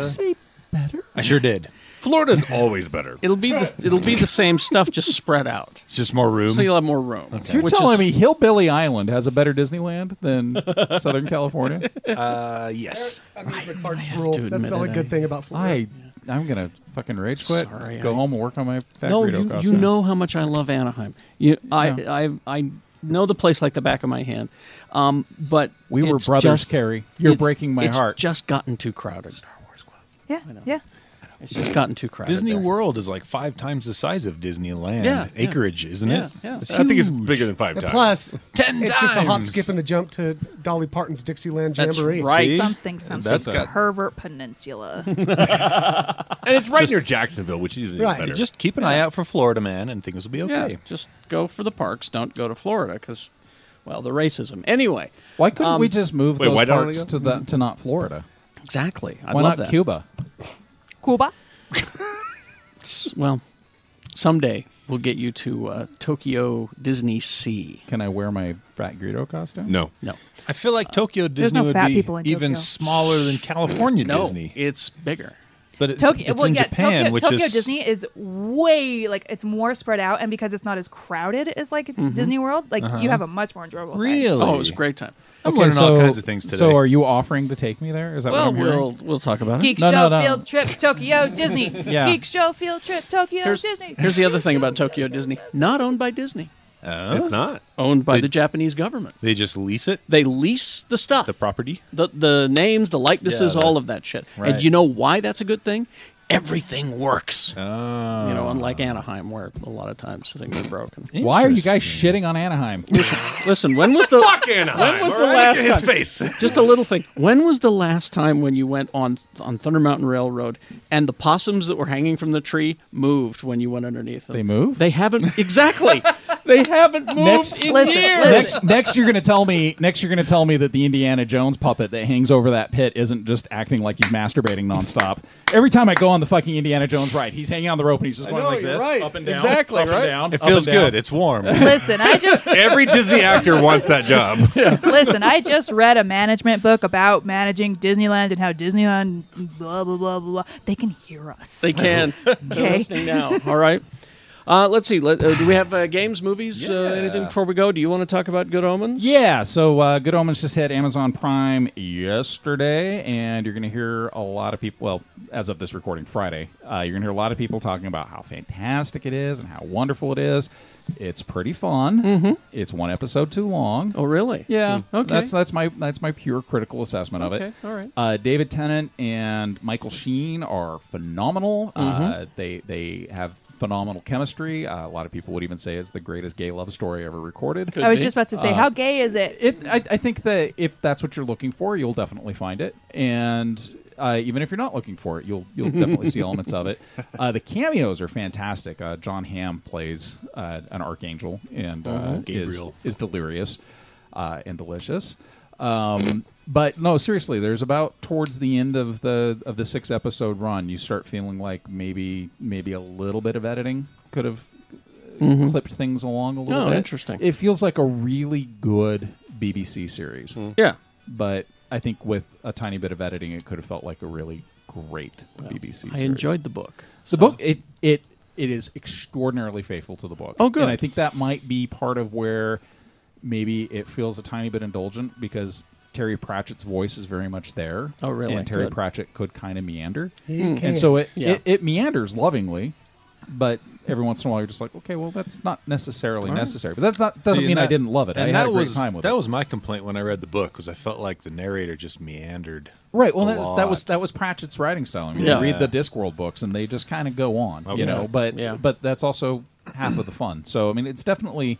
Speaker 7: I sure did.
Speaker 4: Florida's always better.
Speaker 2: It'll be the, it'll be the same stuff just spread out.
Speaker 7: It's just more room.
Speaker 2: So you'll have more room.
Speaker 3: You're
Speaker 2: which
Speaker 3: telling
Speaker 2: is-
Speaker 3: me Hillbilly Island has a better Disneyland
Speaker 2: [laughs]
Speaker 3: than Southern California?
Speaker 7: uh, yes.
Speaker 5: McFart's
Speaker 2: have
Speaker 5: rule.
Speaker 2: to
Speaker 5: That's
Speaker 2: admit
Speaker 5: the only
Speaker 2: it, I-
Speaker 5: good thing about Florida.
Speaker 3: I I'm gonna fucking rage quit.
Speaker 2: Sorry,
Speaker 3: go
Speaker 2: I-
Speaker 3: home and work on my fat
Speaker 2: No,
Speaker 3: burrito
Speaker 2: you, you
Speaker 3: costume.
Speaker 2: know how much I love Anaheim. You, I, I, I know the place like the back of my hand. Um, but
Speaker 3: we were
Speaker 2: it's
Speaker 3: brothers,
Speaker 2: just-
Speaker 3: Carrie. You're
Speaker 2: it's-
Speaker 3: breaking my
Speaker 2: it's
Speaker 3: heart.
Speaker 2: Just gotten too crowded. Star Wars.
Speaker 6: Yeah, yeah.
Speaker 2: It's just gotten too crowded.
Speaker 7: Disney
Speaker 2: there.
Speaker 7: World is like five times the size of Disneyland
Speaker 2: Yeah, yeah.
Speaker 7: acreage, isn't
Speaker 2: Yeah,
Speaker 7: it?
Speaker 2: yeah.
Speaker 7: It's
Speaker 4: I think it's
Speaker 7: huge.
Speaker 4: bigger than five times.
Speaker 5: Plus,
Speaker 7: Ten
Speaker 5: it's just a hop,
Speaker 7: times.
Speaker 5: skip, and a jump to Dolly Parton's Dixieland
Speaker 2: That's
Speaker 5: Jamboree.
Speaker 2: right.
Speaker 7: See?
Speaker 6: Something, something.
Speaker 7: That's got-
Speaker 6: Herbert Peninsula.
Speaker 4: and it's right near Jacksonville, which is even
Speaker 5: Right.
Speaker 4: better.
Speaker 7: Just keep an eye out for Florida, man, and things will be
Speaker 2: Yeah,
Speaker 7: okay.
Speaker 2: just go for the parks. Don't go to Florida because, well, the racism. Anyway,
Speaker 3: why couldn't
Speaker 2: um,
Speaker 3: we just move
Speaker 4: wait, why
Speaker 3: those
Speaker 4: don't we
Speaker 3: parks
Speaker 4: go?
Speaker 3: to the, to not Florida?
Speaker 2: exactly. I
Speaker 3: Why
Speaker 2: love
Speaker 3: not
Speaker 2: that.
Speaker 3: Cuba?
Speaker 6: Cuba.
Speaker 2: It's- Well, someday we'll get you to uh, Tokyo Disney Sea.
Speaker 3: Can I wear my fat burrito costume?
Speaker 4: no.
Speaker 2: No,
Speaker 7: I feel like Tokyo Disney
Speaker 6: no
Speaker 7: would
Speaker 6: fat
Speaker 7: be
Speaker 6: people in
Speaker 7: even
Speaker 6: Tokyo.
Speaker 7: smaller than California
Speaker 2: no,
Speaker 7: Disney,
Speaker 2: it's bigger.
Speaker 7: but it's,
Speaker 6: Tokyo.
Speaker 7: it's
Speaker 6: well,
Speaker 7: in
Speaker 6: yeah,
Speaker 7: Japan,
Speaker 6: Tokyo,
Speaker 7: which
Speaker 6: Tokyo
Speaker 7: is
Speaker 6: Disney is way like it's more spread out, and because it's not as crowded as like Disney World, like you have a much more enjoyable time.
Speaker 7: really.
Speaker 2: Oh, it was a great time.
Speaker 7: I'm
Speaker 3: Okay,
Speaker 7: learning all
Speaker 3: so-
Speaker 7: kinds of things today.
Speaker 3: So, are you offering to take me there? Is that what
Speaker 2: Well,
Speaker 3: I'm hearing?
Speaker 2: we'll we'll talk about it.
Speaker 6: Geek
Speaker 3: No, no,
Speaker 6: show
Speaker 3: no.
Speaker 6: field trip Tokyo Disney.
Speaker 3: Yeah.
Speaker 6: Geek show field trip Tokyo
Speaker 2: Here's,
Speaker 6: Disney.
Speaker 2: here's the other thing about Tokyo Disney. Not owned by Disney.
Speaker 4: It's not.
Speaker 2: Owned by the Japanese government.
Speaker 7: they just lease it,
Speaker 2: They lease the stuff.
Speaker 7: the property.
Speaker 2: the the names, the likenesses,
Speaker 7: Yeah, that-
Speaker 2: all of that shit.
Speaker 7: right.
Speaker 2: And you know why that's a good thing? Everything works. You know, unlike Anaheim, where a lot of times things are broken.
Speaker 3: Why are you guys shitting on Anaheim?
Speaker 2: [laughs] Listen, when was the
Speaker 4: Fuck Anaheim.
Speaker 2: when was
Speaker 4: all
Speaker 2: the
Speaker 4: right?
Speaker 9: [laughs]
Speaker 2: last
Speaker 9: His
Speaker 2: time,
Speaker 9: face.
Speaker 2: just a little thing? When was the last time when you went on on Thunder Mountain Railroad and the possums that were hanging from the tree moved when you went underneath them?
Speaker 3: They move?
Speaker 2: They haven't exactly. they haven't moved
Speaker 3: Next-
Speaker 2: in
Speaker 6: Listen,
Speaker 2: years.
Speaker 6: listen.
Speaker 3: next, next, you're gonna tell me. Next, you're gonna tell me that the Indiana Jones puppet that hangs over that pit isn't just acting like he's masturbating nonstop. Every time I go on the fucking Indiana Jones ride, he's hanging on the rope and he's just going
Speaker 2: know,
Speaker 3: like
Speaker 2: you're
Speaker 3: this,
Speaker 2: right.
Speaker 3: up and down,
Speaker 2: Exactly,
Speaker 3: up
Speaker 2: right?
Speaker 3: and down.
Speaker 7: It
Speaker 3: up
Speaker 7: feels
Speaker 3: and down.
Speaker 7: good. It's warm.
Speaker 6: Listen, I
Speaker 3: [laughs]
Speaker 6: just
Speaker 4: Every Disney actor wants that
Speaker 7: [laughs]
Speaker 4: job.
Speaker 6: listen. I just read a management book about managing Disneyland and how Disneyland, blah blah blah blah. blah. They can hear us.
Speaker 2: They [laughs] can. They're
Speaker 6: Okay.
Speaker 2: listening now. All right. Uh, let's see. Let, uh, do we have uh, games, movies, uh, anything before we go? Do you want to talk about Good Omens?
Speaker 3: Yeah, so uh, Good Omens just hit Amazon Prime yesterday, and you're going to hear a lot of people. Well, as of this recording, Friday, uh, you're going to hear a lot of people talking about how fantastic it is and how wonderful it is. It's pretty fun. Mm-hmm. It's one episode too long.
Speaker 2: Oh, really?
Speaker 3: Yeah,
Speaker 2: Okay.
Speaker 3: That's that's my that's my pure critical assessment of
Speaker 2: Okay,
Speaker 3: it.
Speaker 2: all right.
Speaker 3: Uh, David Tennant and Michael Sheen are phenomenal.
Speaker 2: Mm-hmm.
Speaker 3: Uh, they they have phenomenal chemistry. Uh, a lot of people would even say it's the greatest gay love story ever recorded.
Speaker 6: I was just about to
Speaker 2: Uh,
Speaker 6: say, how gay is it?
Speaker 3: It, I, I think that if that's what you're looking for, you'll definitely find it, and uh, even if you're not looking for it, you'll you'll definitely see elements of it. Uh, the cameos are fantastic. Uh, John Hamm plays uh, an archangel and uh, is
Speaker 7: Gabriel.
Speaker 3: is delirious uh, and delicious. Um, but no, seriously, there's about towards the end of the of the six episode run, you start feeling like maybe maybe a little bit of editing could have clipped things along a little
Speaker 2: Mm-hmm. Oh,
Speaker 3: bit.
Speaker 2: interesting.
Speaker 3: It feels like a really good BBC series,
Speaker 2: Yeah.
Speaker 3: but I think with a tiny bit of editing, it could have felt like a really great BBC.
Speaker 2: I
Speaker 3: series.
Speaker 2: enjoyed the book.
Speaker 3: the book. It it it is extraordinarily faithful to the book.
Speaker 2: Oh, good.
Speaker 3: And I think that might be part of where maybe it feels a tiny bit indulgent because Terry Pratchett's voice is very much there.
Speaker 2: Oh, really?
Speaker 3: And Terry
Speaker 2: Good.
Speaker 3: Pratchett could kind of meander,
Speaker 5: can.
Speaker 7: Hmm.
Speaker 3: and so it,
Speaker 2: Yeah.
Speaker 3: it it meanders lovingly, but every once in a while you're just like, okay, well, that's not necessarily necessary. But that's not doesn't
Speaker 7: See, and
Speaker 3: mean I
Speaker 7: that-
Speaker 3: didn't love it. I
Speaker 7: and
Speaker 3: had
Speaker 7: that
Speaker 3: a great
Speaker 7: was,
Speaker 3: time with
Speaker 7: that
Speaker 3: it.
Speaker 7: was my complaint when I read the book was I felt like the narrator just meandered.
Speaker 3: Right. Well,
Speaker 7: a
Speaker 3: that's, that was
Speaker 7: lot.
Speaker 3: that was Pratchett's writing style. I mean,
Speaker 2: Yeah.
Speaker 3: you read the Discworld books, and they just kind of go on,
Speaker 4: Oh,
Speaker 7: Okay.
Speaker 3: you know. But
Speaker 2: Yeah.
Speaker 3: but that's also half of the fun. So I mean, it's definitely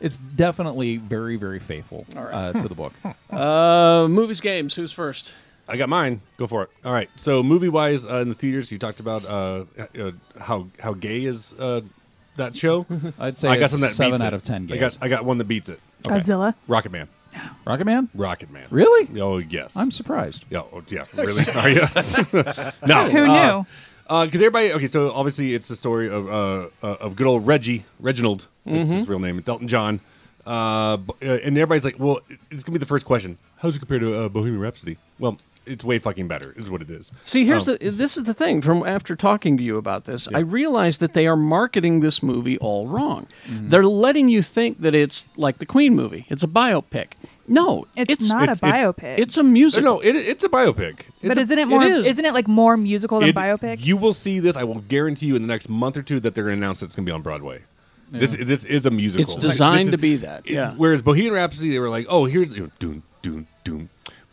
Speaker 3: it's definitely very very faithful uh, to the book.
Speaker 2: Uh, movies, games. Who's first?
Speaker 4: I got mine. Go for it. All right. So movie wise, uh, in the theaters, you talked about uh, uh, how how gay is uh, that show.
Speaker 3: [laughs] I'd say it's
Speaker 4: something
Speaker 3: seven
Speaker 4: beats
Speaker 3: out
Speaker 4: it.
Speaker 3: of ten
Speaker 4: I
Speaker 3: games.
Speaker 4: got I got one that beats it.
Speaker 6: Godzilla.
Speaker 4: Rocket Man.
Speaker 3: Rocket Man.
Speaker 4: Rocket Man.
Speaker 3: Really?
Speaker 4: Oh yes.
Speaker 3: I'm surprised.
Speaker 4: Yeah, oh,
Speaker 3: [laughs]
Speaker 4: yeah, really? Are you?
Speaker 2: Oh,
Speaker 4: no.
Speaker 2: uh,
Speaker 4: Uh,
Speaker 6: Who knew?
Speaker 4: Because everybody, okay, so obviously it's the story of uh, uh, of good old Reggie Reginald. It's
Speaker 2: Mm-hmm.
Speaker 4: his real name. It's Elton John. Uh, b- uh, and everybody's like, well, it's gonna be the first question. How's it compared to uh, Bohemian Rhapsody? Well, it's way fucking better, is what it is.
Speaker 2: See, here's
Speaker 4: Um,
Speaker 2: the this is the thing. From after talking to you about this, I realized that they are marketing this movie all wrong. They're letting you think that it's like the Queen movie. It's a biopic. No,
Speaker 6: It's, not
Speaker 4: it's-
Speaker 6: a
Speaker 4: it's-
Speaker 6: biopic.
Speaker 2: It's a music.
Speaker 4: no, it, it's a biopic. It's
Speaker 6: but
Speaker 4: a-
Speaker 6: isn't it more?
Speaker 2: is.
Speaker 6: is. not it like more musical than
Speaker 4: it-
Speaker 6: biopic?
Speaker 4: You will see this. I will guarantee you in the next month or two that they're going to announce that it's going to be on Broadway. This this is a musical.
Speaker 2: It's designed
Speaker 4: This is-
Speaker 2: to be that, yeah.
Speaker 4: Whereas Bohemian Rhapsody, they were like, oh, here's you know, doom doom doom.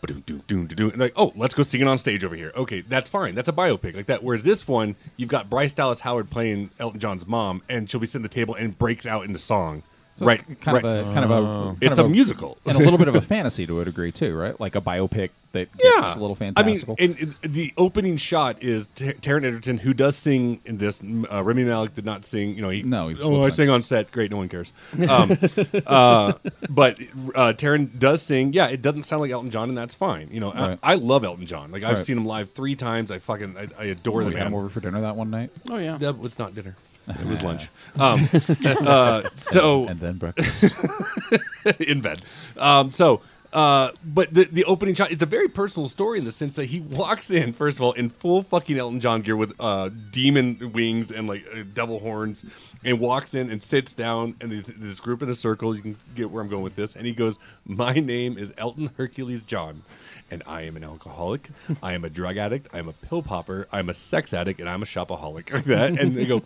Speaker 4: Doom, doom, doom, doom, and like, oh, let's go sing it on stage over here. Okay, that's fine. That's a biopic like that. Whereas this one, you've got Bryce Dallas Howard playing Elton John's mom, and she'll be sitting at the table and breaks out into song.
Speaker 3: So
Speaker 4: right,
Speaker 3: It's kind
Speaker 4: right. Oh.
Speaker 3: of a kind of a. kind
Speaker 4: it's
Speaker 3: of
Speaker 4: a musical.
Speaker 3: [laughs] and a little
Speaker 4: [laughs]
Speaker 3: bit of a fantasy to a degree too, right? Like a biopic that gets a little fantastical.
Speaker 4: I mean, and, and the opening shot is T- Taron Egerton, who does sing in this. m- Uh, Remy Malik did not sing. You know, he,
Speaker 3: No, he
Speaker 4: oh, I
Speaker 3: slips in.
Speaker 4: sing on set. Great, no one cares. Um, [laughs] uh, but uh, Taron does sing. Yeah, it doesn't sound like Elton John, and that's fine. You know, I-
Speaker 3: Right.
Speaker 4: I, love Elton John. Like I've
Speaker 3: Right.
Speaker 4: seen him live three times. I fucking I, I adore the
Speaker 3: we had
Speaker 4: man.
Speaker 3: him over for dinner that one night,
Speaker 2: Oh yeah.
Speaker 4: That was not dinner. It
Speaker 3: [laughs]
Speaker 4: was lunch. Um, [laughs] uh, so
Speaker 3: and then breakfast.
Speaker 4: [laughs] in bed. Um, so, uh, but the, the opening shot, it's a very personal story in the sense that he [laughs] walks in, first of all, in full fucking Elton John gear with uh, demon wings and like uh, devil horns, and walks in and sits down. And th- this group in a circle, you can get where I'm going with this. And he goes, My name is Elton Hercules John. And I am an alcoholic. I am a drug addict. I am a pill popper. I'm a sex addict, and I'm a shopaholic. [laughs] Like that, and they go,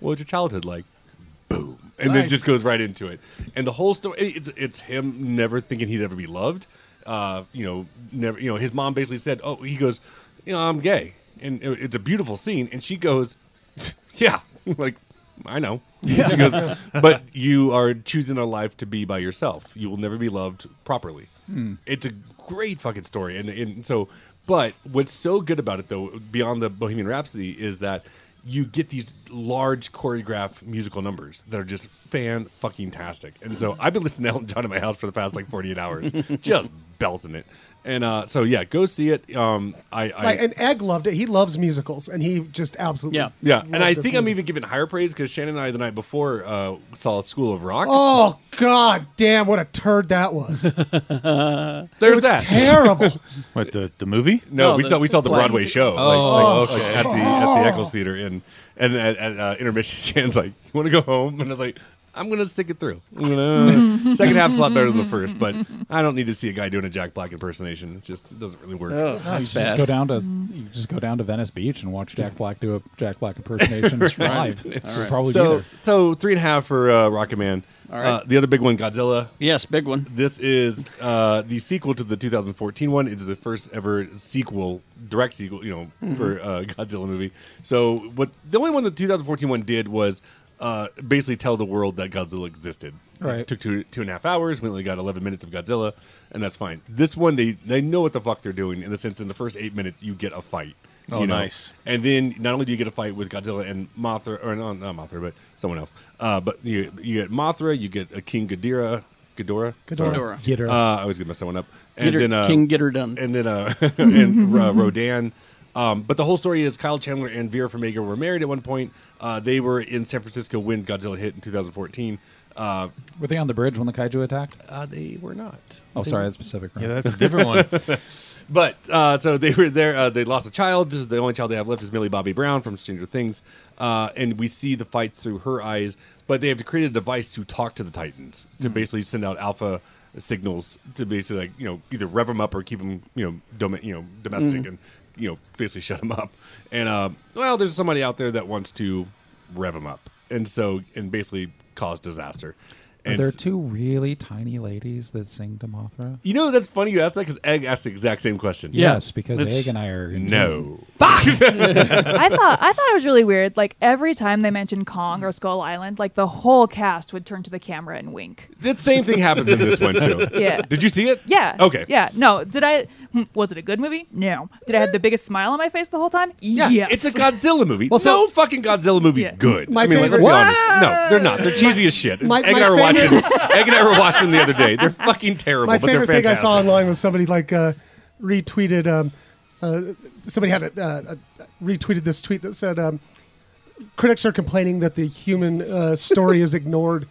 Speaker 4: "What was your childhood like?" boom, and then
Speaker 2: Nice.
Speaker 4: just goes right into it. And the whole story, it's it's him never thinking he'd ever be loved. Uh, you know, never. You know, his mom basically said, "Oh, he goes, you know, I'm gay," and it- it's a beautiful scene. And she goes, [laughs] "Yeah, like." I know. She goes, but you are choosing a life to be by yourself. You will never be loved properly. It's a great fucking story, and and so. But what's so good about it, though, beyond the Bohemian Rhapsody, is that you get these large choreographed musical numbers that are just fan fucking tastic. And so I've been listening to Elton John in my house for the past like 48 hours, just belting it. And uh, so yeah, go see it. Um, I, I
Speaker 5: Like, and Egg loved it. He loves musicals, and he just absolutely.
Speaker 2: Yeah.
Speaker 4: yeah,
Speaker 5: loved
Speaker 4: and I
Speaker 5: this
Speaker 4: think I'm
Speaker 5: movie.
Speaker 4: even giving higher praise because Shannon and I the night before uh, saw School of Rock.
Speaker 5: Oh God, damn! What a turd that was. It
Speaker 4: There's
Speaker 5: was
Speaker 4: that.
Speaker 5: terrible.
Speaker 7: What the the movie?
Speaker 4: No,
Speaker 2: No,
Speaker 4: we
Speaker 2: the-
Speaker 4: saw we saw the
Speaker 2: like-
Speaker 4: Broadway show.
Speaker 7: Oh,
Speaker 4: like, like,
Speaker 7: okay.
Speaker 4: at the at the
Speaker 5: Oh.
Speaker 4: Eccles Theater and and at, at uh, intermission, [laughs] Shan's like, "You want to go home?" And I was like, "I'm gonna stick it through." I'm
Speaker 5: [laughs]
Speaker 4: gonna- Second half's a lot better than the first, but I don't need to see a guy doing a Jack Black impersonation. It just it doesn't really work.
Speaker 2: Ugh, that's
Speaker 3: You just
Speaker 2: bad.
Speaker 3: go down to you just go down to Venice Beach and watch Jack Black do a Jack Black [laughs] impersonation live. You'll Probably be
Speaker 4: so
Speaker 3: there.
Speaker 4: so three and a half for uh, Rocket Man.
Speaker 2: All right.
Speaker 4: Uh, the other big one, Godzilla.
Speaker 2: Yes, big one.
Speaker 4: This is uh, the sequel to the 2014 one. It's the first ever sequel, direct sequel, you know,
Speaker 7: Mm-hmm.
Speaker 4: for uh, Godzilla movie. So what the only one the 2014 one did was uh, basically tell the world that Godzilla existed.
Speaker 3: Right.
Speaker 4: It took two two and a half hours. We only got 11 minutes of Godzilla, and that's fine. This one they they know what the fuck they're doing in the sense in the first eight minutes you get a fight.
Speaker 7: Oh,
Speaker 4: you know?
Speaker 7: nice.
Speaker 4: And then not only do you get a fight with Godzilla and Mothra, or no, not Mothra, but someone else. Uh, but you, you get Mothra, you get a King Ghidorah, Ghidorah,
Speaker 2: Ghidorah.
Speaker 3: Get her.
Speaker 4: Uh, I always get mess that one up. And
Speaker 2: Get her-
Speaker 4: then uh,
Speaker 2: King Get Her Done.
Speaker 4: and then uh, [laughs] and uh, Rodan. Um, but the whole story is Kyle Chandler and Vera Farmiga were married at one point. Uh, they were in San Francisco when Godzilla hit in 2014. Uh,
Speaker 3: Were they on the bridge when the kaiju attacked?
Speaker 4: uh, they were not.
Speaker 3: Oh, sorry, that's Pacific Rim.
Speaker 7: Yeah, that's a different one.
Speaker 4: But uh, so they were there. Uh, they lost a child. This is The only child they have left is Millie Bobby Brown from Stranger Things, uh, and we see the
Speaker 3: Mm-hmm.
Speaker 4: fights through her eyes. But they have to create a device to talk to the Titans to basically send out alpha signals to basically like you know either rev them up or keep them you know dom- you know domestic
Speaker 3: Mm-hmm.
Speaker 4: and you know basically shut them up. And uh, well, there's somebody out there that wants to rev them up, and so and basically cause disaster.
Speaker 3: Are
Speaker 4: And
Speaker 3: there
Speaker 4: s-
Speaker 3: two really tiny ladies that sing to Mothra?
Speaker 4: you know that's funny you asked that because Egg asked the exact same question.
Speaker 3: Yes, because
Speaker 4: It's-
Speaker 3: Egg and I are in tune.
Speaker 4: No. [laughs]
Speaker 6: I thought I thought it was really weird. Like every time they mentioned Kong or Skull Island, like the whole cast would turn to the camera and wink.
Speaker 4: That same thing happened in this one too.
Speaker 6: [laughs] Yeah.
Speaker 4: Did you see it?
Speaker 6: Yeah.
Speaker 4: Okay.
Speaker 6: Yeah. No. Did I? hmm, Was it a good movie? No. Did I have the biggest smile on my face the whole time?
Speaker 4: Yeah,
Speaker 6: yes.
Speaker 4: it's
Speaker 6: [laughs]
Speaker 4: a Godzilla movie.
Speaker 3: Well, so-
Speaker 4: no fucking Godzilla movie's
Speaker 6: Yeah.
Speaker 4: good.
Speaker 5: My
Speaker 4: I mean, like, let's
Speaker 5: favorite-
Speaker 4: be honest. No, they're not. They're cheesy as shit.
Speaker 5: my-
Speaker 4: Egg and
Speaker 5: my
Speaker 4: I were
Speaker 5: favorite-
Speaker 4: watching. [laughs] Egg and I were watching the other day.
Speaker 5: [laughs]
Speaker 4: They're fucking terrible,
Speaker 5: My
Speaker 4: but they're
Speaker 5: favorite thing I
Speaker 4: fantastic.
Speaker 5: saw online was somebody like uh, retweeted. Um, uh, somebody had a, uh, uh retweeted this tweet that said, um, "Critics are complaining that the human uh, story is ignored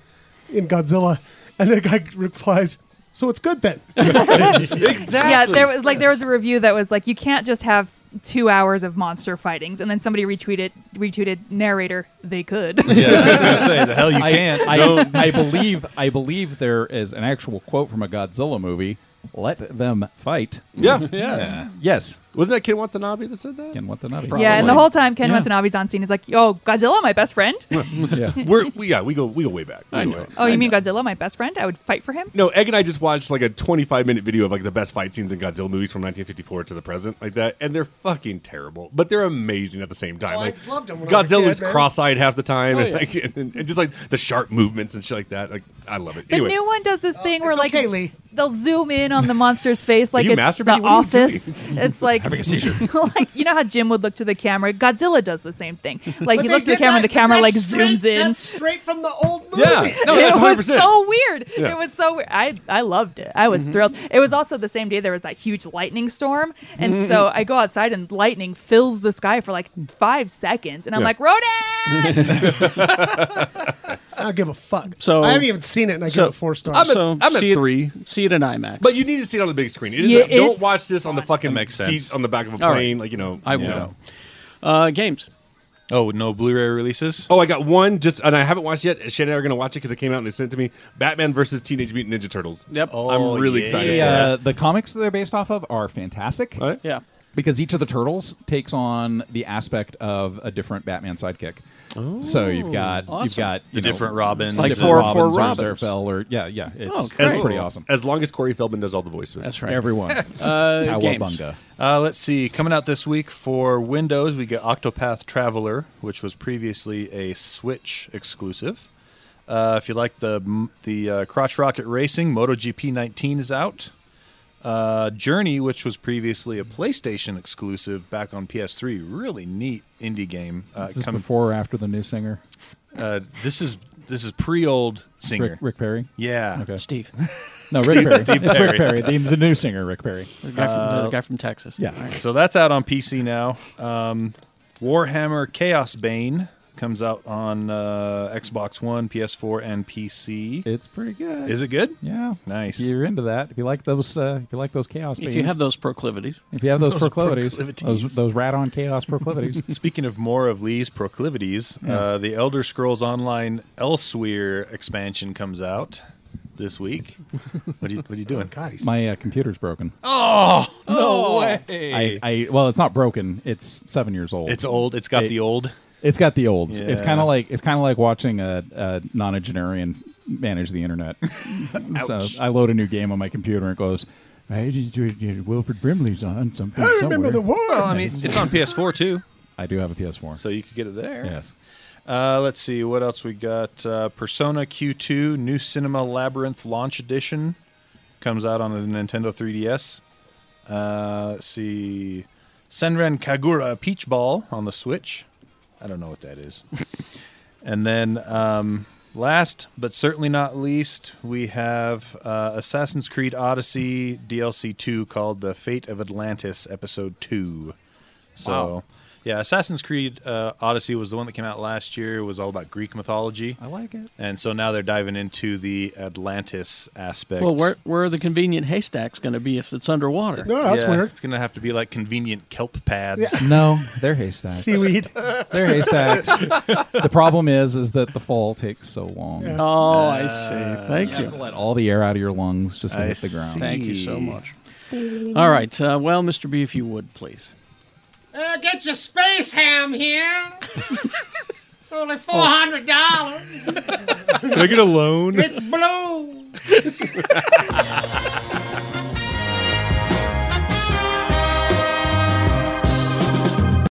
Speaker 5: in Godzilla," and the guy replies, "So it's good then."
Speaker 4: exactly.
Speaker 6: Yeah. There was like there was a review that was like you can't just have two hours of monster fightings and then somebody retweeted retweeted narrator
Speaker 4: [laughs]
Speaker 6: they could.
Speaker 7: Yeah, I was
Speaker 5: [laughs]
Speaker 7: gonna say the hell you
Speaker 3: I,
Speaker 7: can't.
Speaker 3: I, [laughs] I believe I believe there is an actual quote from a Godzilla movie. Let them fight.
Speaker 4: Yeah. Yes.
Speaker 3: Yes.
Speaker 4: Wasn't that Ken Watanabe that said that?
Speaker 3: Ken Watanabe.
Speaker 6: Yeah, and the whole time Ken
Speaker 3: Yeah.
Speaker 6: Watanabe's on scene is like, "Oh, Godzilla, my best friend."
Speaker 3: Yeah.
Speaker 4: We're, we yeah we go we go way back. We
Speaker 3: I
Speaker 4: go
Speaker 3: know.
Speaker 4: way back.
Speaker 6: oh, you mean Godzilla, my best friend? I would fight for him.
Speaker 4: No, Egg and I just watched like a 25 minute video of like the best fight scenes in Godzilla movies from 1954 to the present, like that, and they're fucking terrible, but they're amazing at the same time.
Speaker 5: Oh, I
Speaker 4: like
Speaker 5: loved 'em when I was a
Speaker 4: Godzilla's
Speaker 5: kid, man.
Speaker 4: cross-eyed half the
Speaker 6: Oh,
Speaker 4: time, and,
Speaker 2: yeah.
Speaker 4: like, [laughs] and, and just like the sharp movements and shit like that. Like I love it.
Speaker 6: The
Speaker 4: anyway,
Speaker 6: new one does this thing where
Speaker 5: Oh, it's
Speaker 6: like
Speaker 5: okay, Lee.
Speaker 6: they'll zoom in on the monster's face like
Speaker 4: you
Speaker 6: it's the
Speaker 4: masturbating? What are you
Speaker 6: office. It's like
Speaker 3: Having a seizure.
Speaker 6: [laughs] like you know how Jim would look to the camera. Godzilla does the same
Speaker 5: [laughs]
Speaker 6: thing. Like
Speaker 5: But
Speaker 6: he
Speaker 5: they
Speaker 6: looks at the
Speaker 5: did
Speaker 6: camera, and the
Speaker 5: that-
Speaker 6: camera
Speaker 5: that's
Speaker 6: like
Speaker 5: straight-
Speaker 6: zooms in.
Speaker 5: That's straight from the old
Speaker 4: [laughs]
Speaker 5: movie.
Speaker 4: yeah, no, that's
Speaker 6: [laughs] it was
Speaker 4: 100%.
Speaker 6: so weird.
Speaker 4: Yeah. Mm-hmm.
Speaker 6: It was so weird. I, I loved it. I was thrilled. It was also the same day there was that huge lightning storm. And so
Speaker 4: Mm-hmm.
Speaker 6: I go outside and lightning fills the sky for like five seconds. And I'm
Speaker 4: Yeah. [laughs]
Speaker 6: like, Rodan!
Speaker 5: I don't give a fuck.
Speaker 2: So-
Speaker 5: I haven't even seen it, and I
Speaker 2: So-
Speaker 5: give it four stars.
Speaker 4: I'm at,
Speaker 2: So,
Speaker 4: I'm at
Speaker 2: see it-
Speaker 4: three.
Speaker 2: See it in IMAX.
Speaker 4: But you need to see it on the big screen. It is
Speaker 6: Yeah,
Speaker 4: a- don't
Speaker 6: it's-
Speaker 4: watch this on the fucking
Speaker 7: That makes
Speaker 4: seat
Speaker 7: sense.
Speaker 4: on the back of a
Speaker 2: All right.
Speaker 4: plane. Like you know,
Speaker 2: I
Speaker 4: you
Speaker 2: will.
Speaker 4: know.
Speaker 2: Uh, games.
Speaker 7: oh, no Blu-ray releases.
Speaker 4: Oh, I got one just, and I haven't watched it yet. Shane and I are going to watch it because it came out and they sent it to me. Batman versus Teenage Mutant Ninja Turtles.
Speaker 2: Yep.
Speaker 4: I'm really excited.
Speaker 3: [laughs] The,
Speaker 4: for that.
Speaker 3: uh, the comics that they're based off of are fantastic
Speaker 4: All right.
Speaker 2: Yeah.
Speaker 3: because each of the turtles takes on the aspect of a different Batman sidekick. so you've got you've
Speaker 2: Oh, awesome.
Speaker 3: got you
Speaker 7: The
Speaker 3: know,
Speaker 7: different Robins.
Speaker 2: like
Speaker 7: and-
Speaker 2: four-
Speaker 3: Robins
Speaker 2: four
Speaker 3: or
Speaker 2: Robins. Oh,
Speaker 3: Zerfel or yeah yeah it's
Speaker 2: great.
Speaker 3: it's pretty awesome.
Speaker 4: As long as Corey Feldman does all the voices.
Speaker 2: That's right.
Speaker 3: Everyone,
Speaker 2: [laughs] Uh, games.
Speaker 3: Cowabunga.
Speaker 7: Uh, let's see. Coming out this week for Windows, we get Octopath Traveler, which was previously a Switch exclusive. Uh, if you like the the uh, Crotch Rocket Racing, MotoGP 19 is out. Uh, Journey, which was previously a PlayStation exclusive back on PS3, really neat indie game. Uh,
Speaker 3: Is this
Speaker 7: come-
Speaker 3: before or after the new singer
Speaker 7: uh, this is this is pre-old singer.
Speaker 3: Rick, Rick Perry?
Speaker 7: Yeah.
Speaker 2: [laughs]
Speaker 3: Okay.
Speaker 2: Steve.
Speaker 3: No, Rick Perry. [laughs]
Speaker 7: Steve
Speaker 3: it's Rick
Speaker 7: Perry.
Speaker 3: Perry, the, the new singer, Rick Perry.
Speaker 2: The guy, from, the guy from Texas.
Speaker 3: yeah.
Speaker 2: All right.
Speaker 7: So that's out on PC now. Um, Warhammer Chaos Bane comes out on uh, Xbox One, PS4, and PC.
Speaker 3: It's pretty good.
Speaker 7: Is it good?
Speaker 3: Yeah.
Speaker 7: Nice.
Speaker 3: If you're into that, if you like those, uh, if you like those chaos,
Speaker 2: If you
Speaker 3: beans,
Speaker 2: have those proclivities.
Speaker 3: if you have those,
Speaker 7: [laughs] those
Speaker 3: proclivities, those,
Speaker 7: proclivities.
Speaker 3: those rat on chaos
Speaker 7: [laughs]
Speaker 3: proclivities.
Speaker 7: Speaking of more of Lee's proclivities, uh, the Elder Scrolls Online Elsewhere expansion comes out this
Speaker 3: [laughs]
Speaker 7: week. What are you, what are you doing? Oh,
Speaker 5: God, he's
Speaker 3: My uh, computer's broken.
Speaker 7: no
Speaker 3: I,
Speaker 7: way!
Speaker 3: Oh. I well, it's not broken. It's seven years old.
Speaker 7: it's old. It's got
Speaker 3: It-
Speaker 7: the old.
Speaker 3: it's got the olds. It's
Speaker 7: Yeah.
Speaker 3: kind of like it's kind of like watching a, a nonagenarian manage the internet. [laughs] so I load a new game on my computer and it goes. Hey, did you- did Wilfred Brimley's on something. I remember the war.
Speaker 7: Well, [laughs] I mean, it's on PS4 too,
Speaker 3: I do have a PS4.
Speaker 7: so you could get it there.
Speaker 3: yes.
Speaker 7: Uh, let's see what else we got. Uh, Persona Q2 New Cinema Labyrinth Launch Edition comes out on the Nintendo 3DS. Uh, let's see Senran Kagura Peach Ball on the Switch. I don't know what that is. and then um, last but certainly not least, we have uh, Assassin's Creed Odyssey DLC 2 called The Fate of Atlantis Episode 2. So
Speaker 2: Wow.
Speaker 7: Yeah, Assassin's Creed uh, Odyssey was the one that came out last year. It was all about Greek mythology,
Speaker 3: I like it.
Speaker 7: and so now they're diving into the Atlantis aspect.
Speaker 2: Well, where, where are the convenient haystacks going to be if it's underwater?
Speaker 5: No, that's
Speaker 7: Yeah,
Speaker 5: weird.
Speaker 7: It's gonna have to be like convenient kelp pads.
Speaker 3: No, they're haystacks.
Speaker 5: Seaweed.
Speaker 3: They're haystacks. the problem is, is that the fall takes so long.
Speaker 5: Yeah.
Speaker 2: Oh, I see. Thank
Speaker 3: You
Speaker 2: you.
Speaker 3: have to let all the air out of your lungs just to
Speaker 7: I
Speaker 3: hit the ground.
Speaker 7: see.
Speaker 2: Thank you so much. All right. Uh, well, Mr. B, if you would, please.
Speaker 10: Uh, get your space ham here. it's only four hundred dollars.
Speaker 7: Can I get a loan?
Speaker 10: It's blue.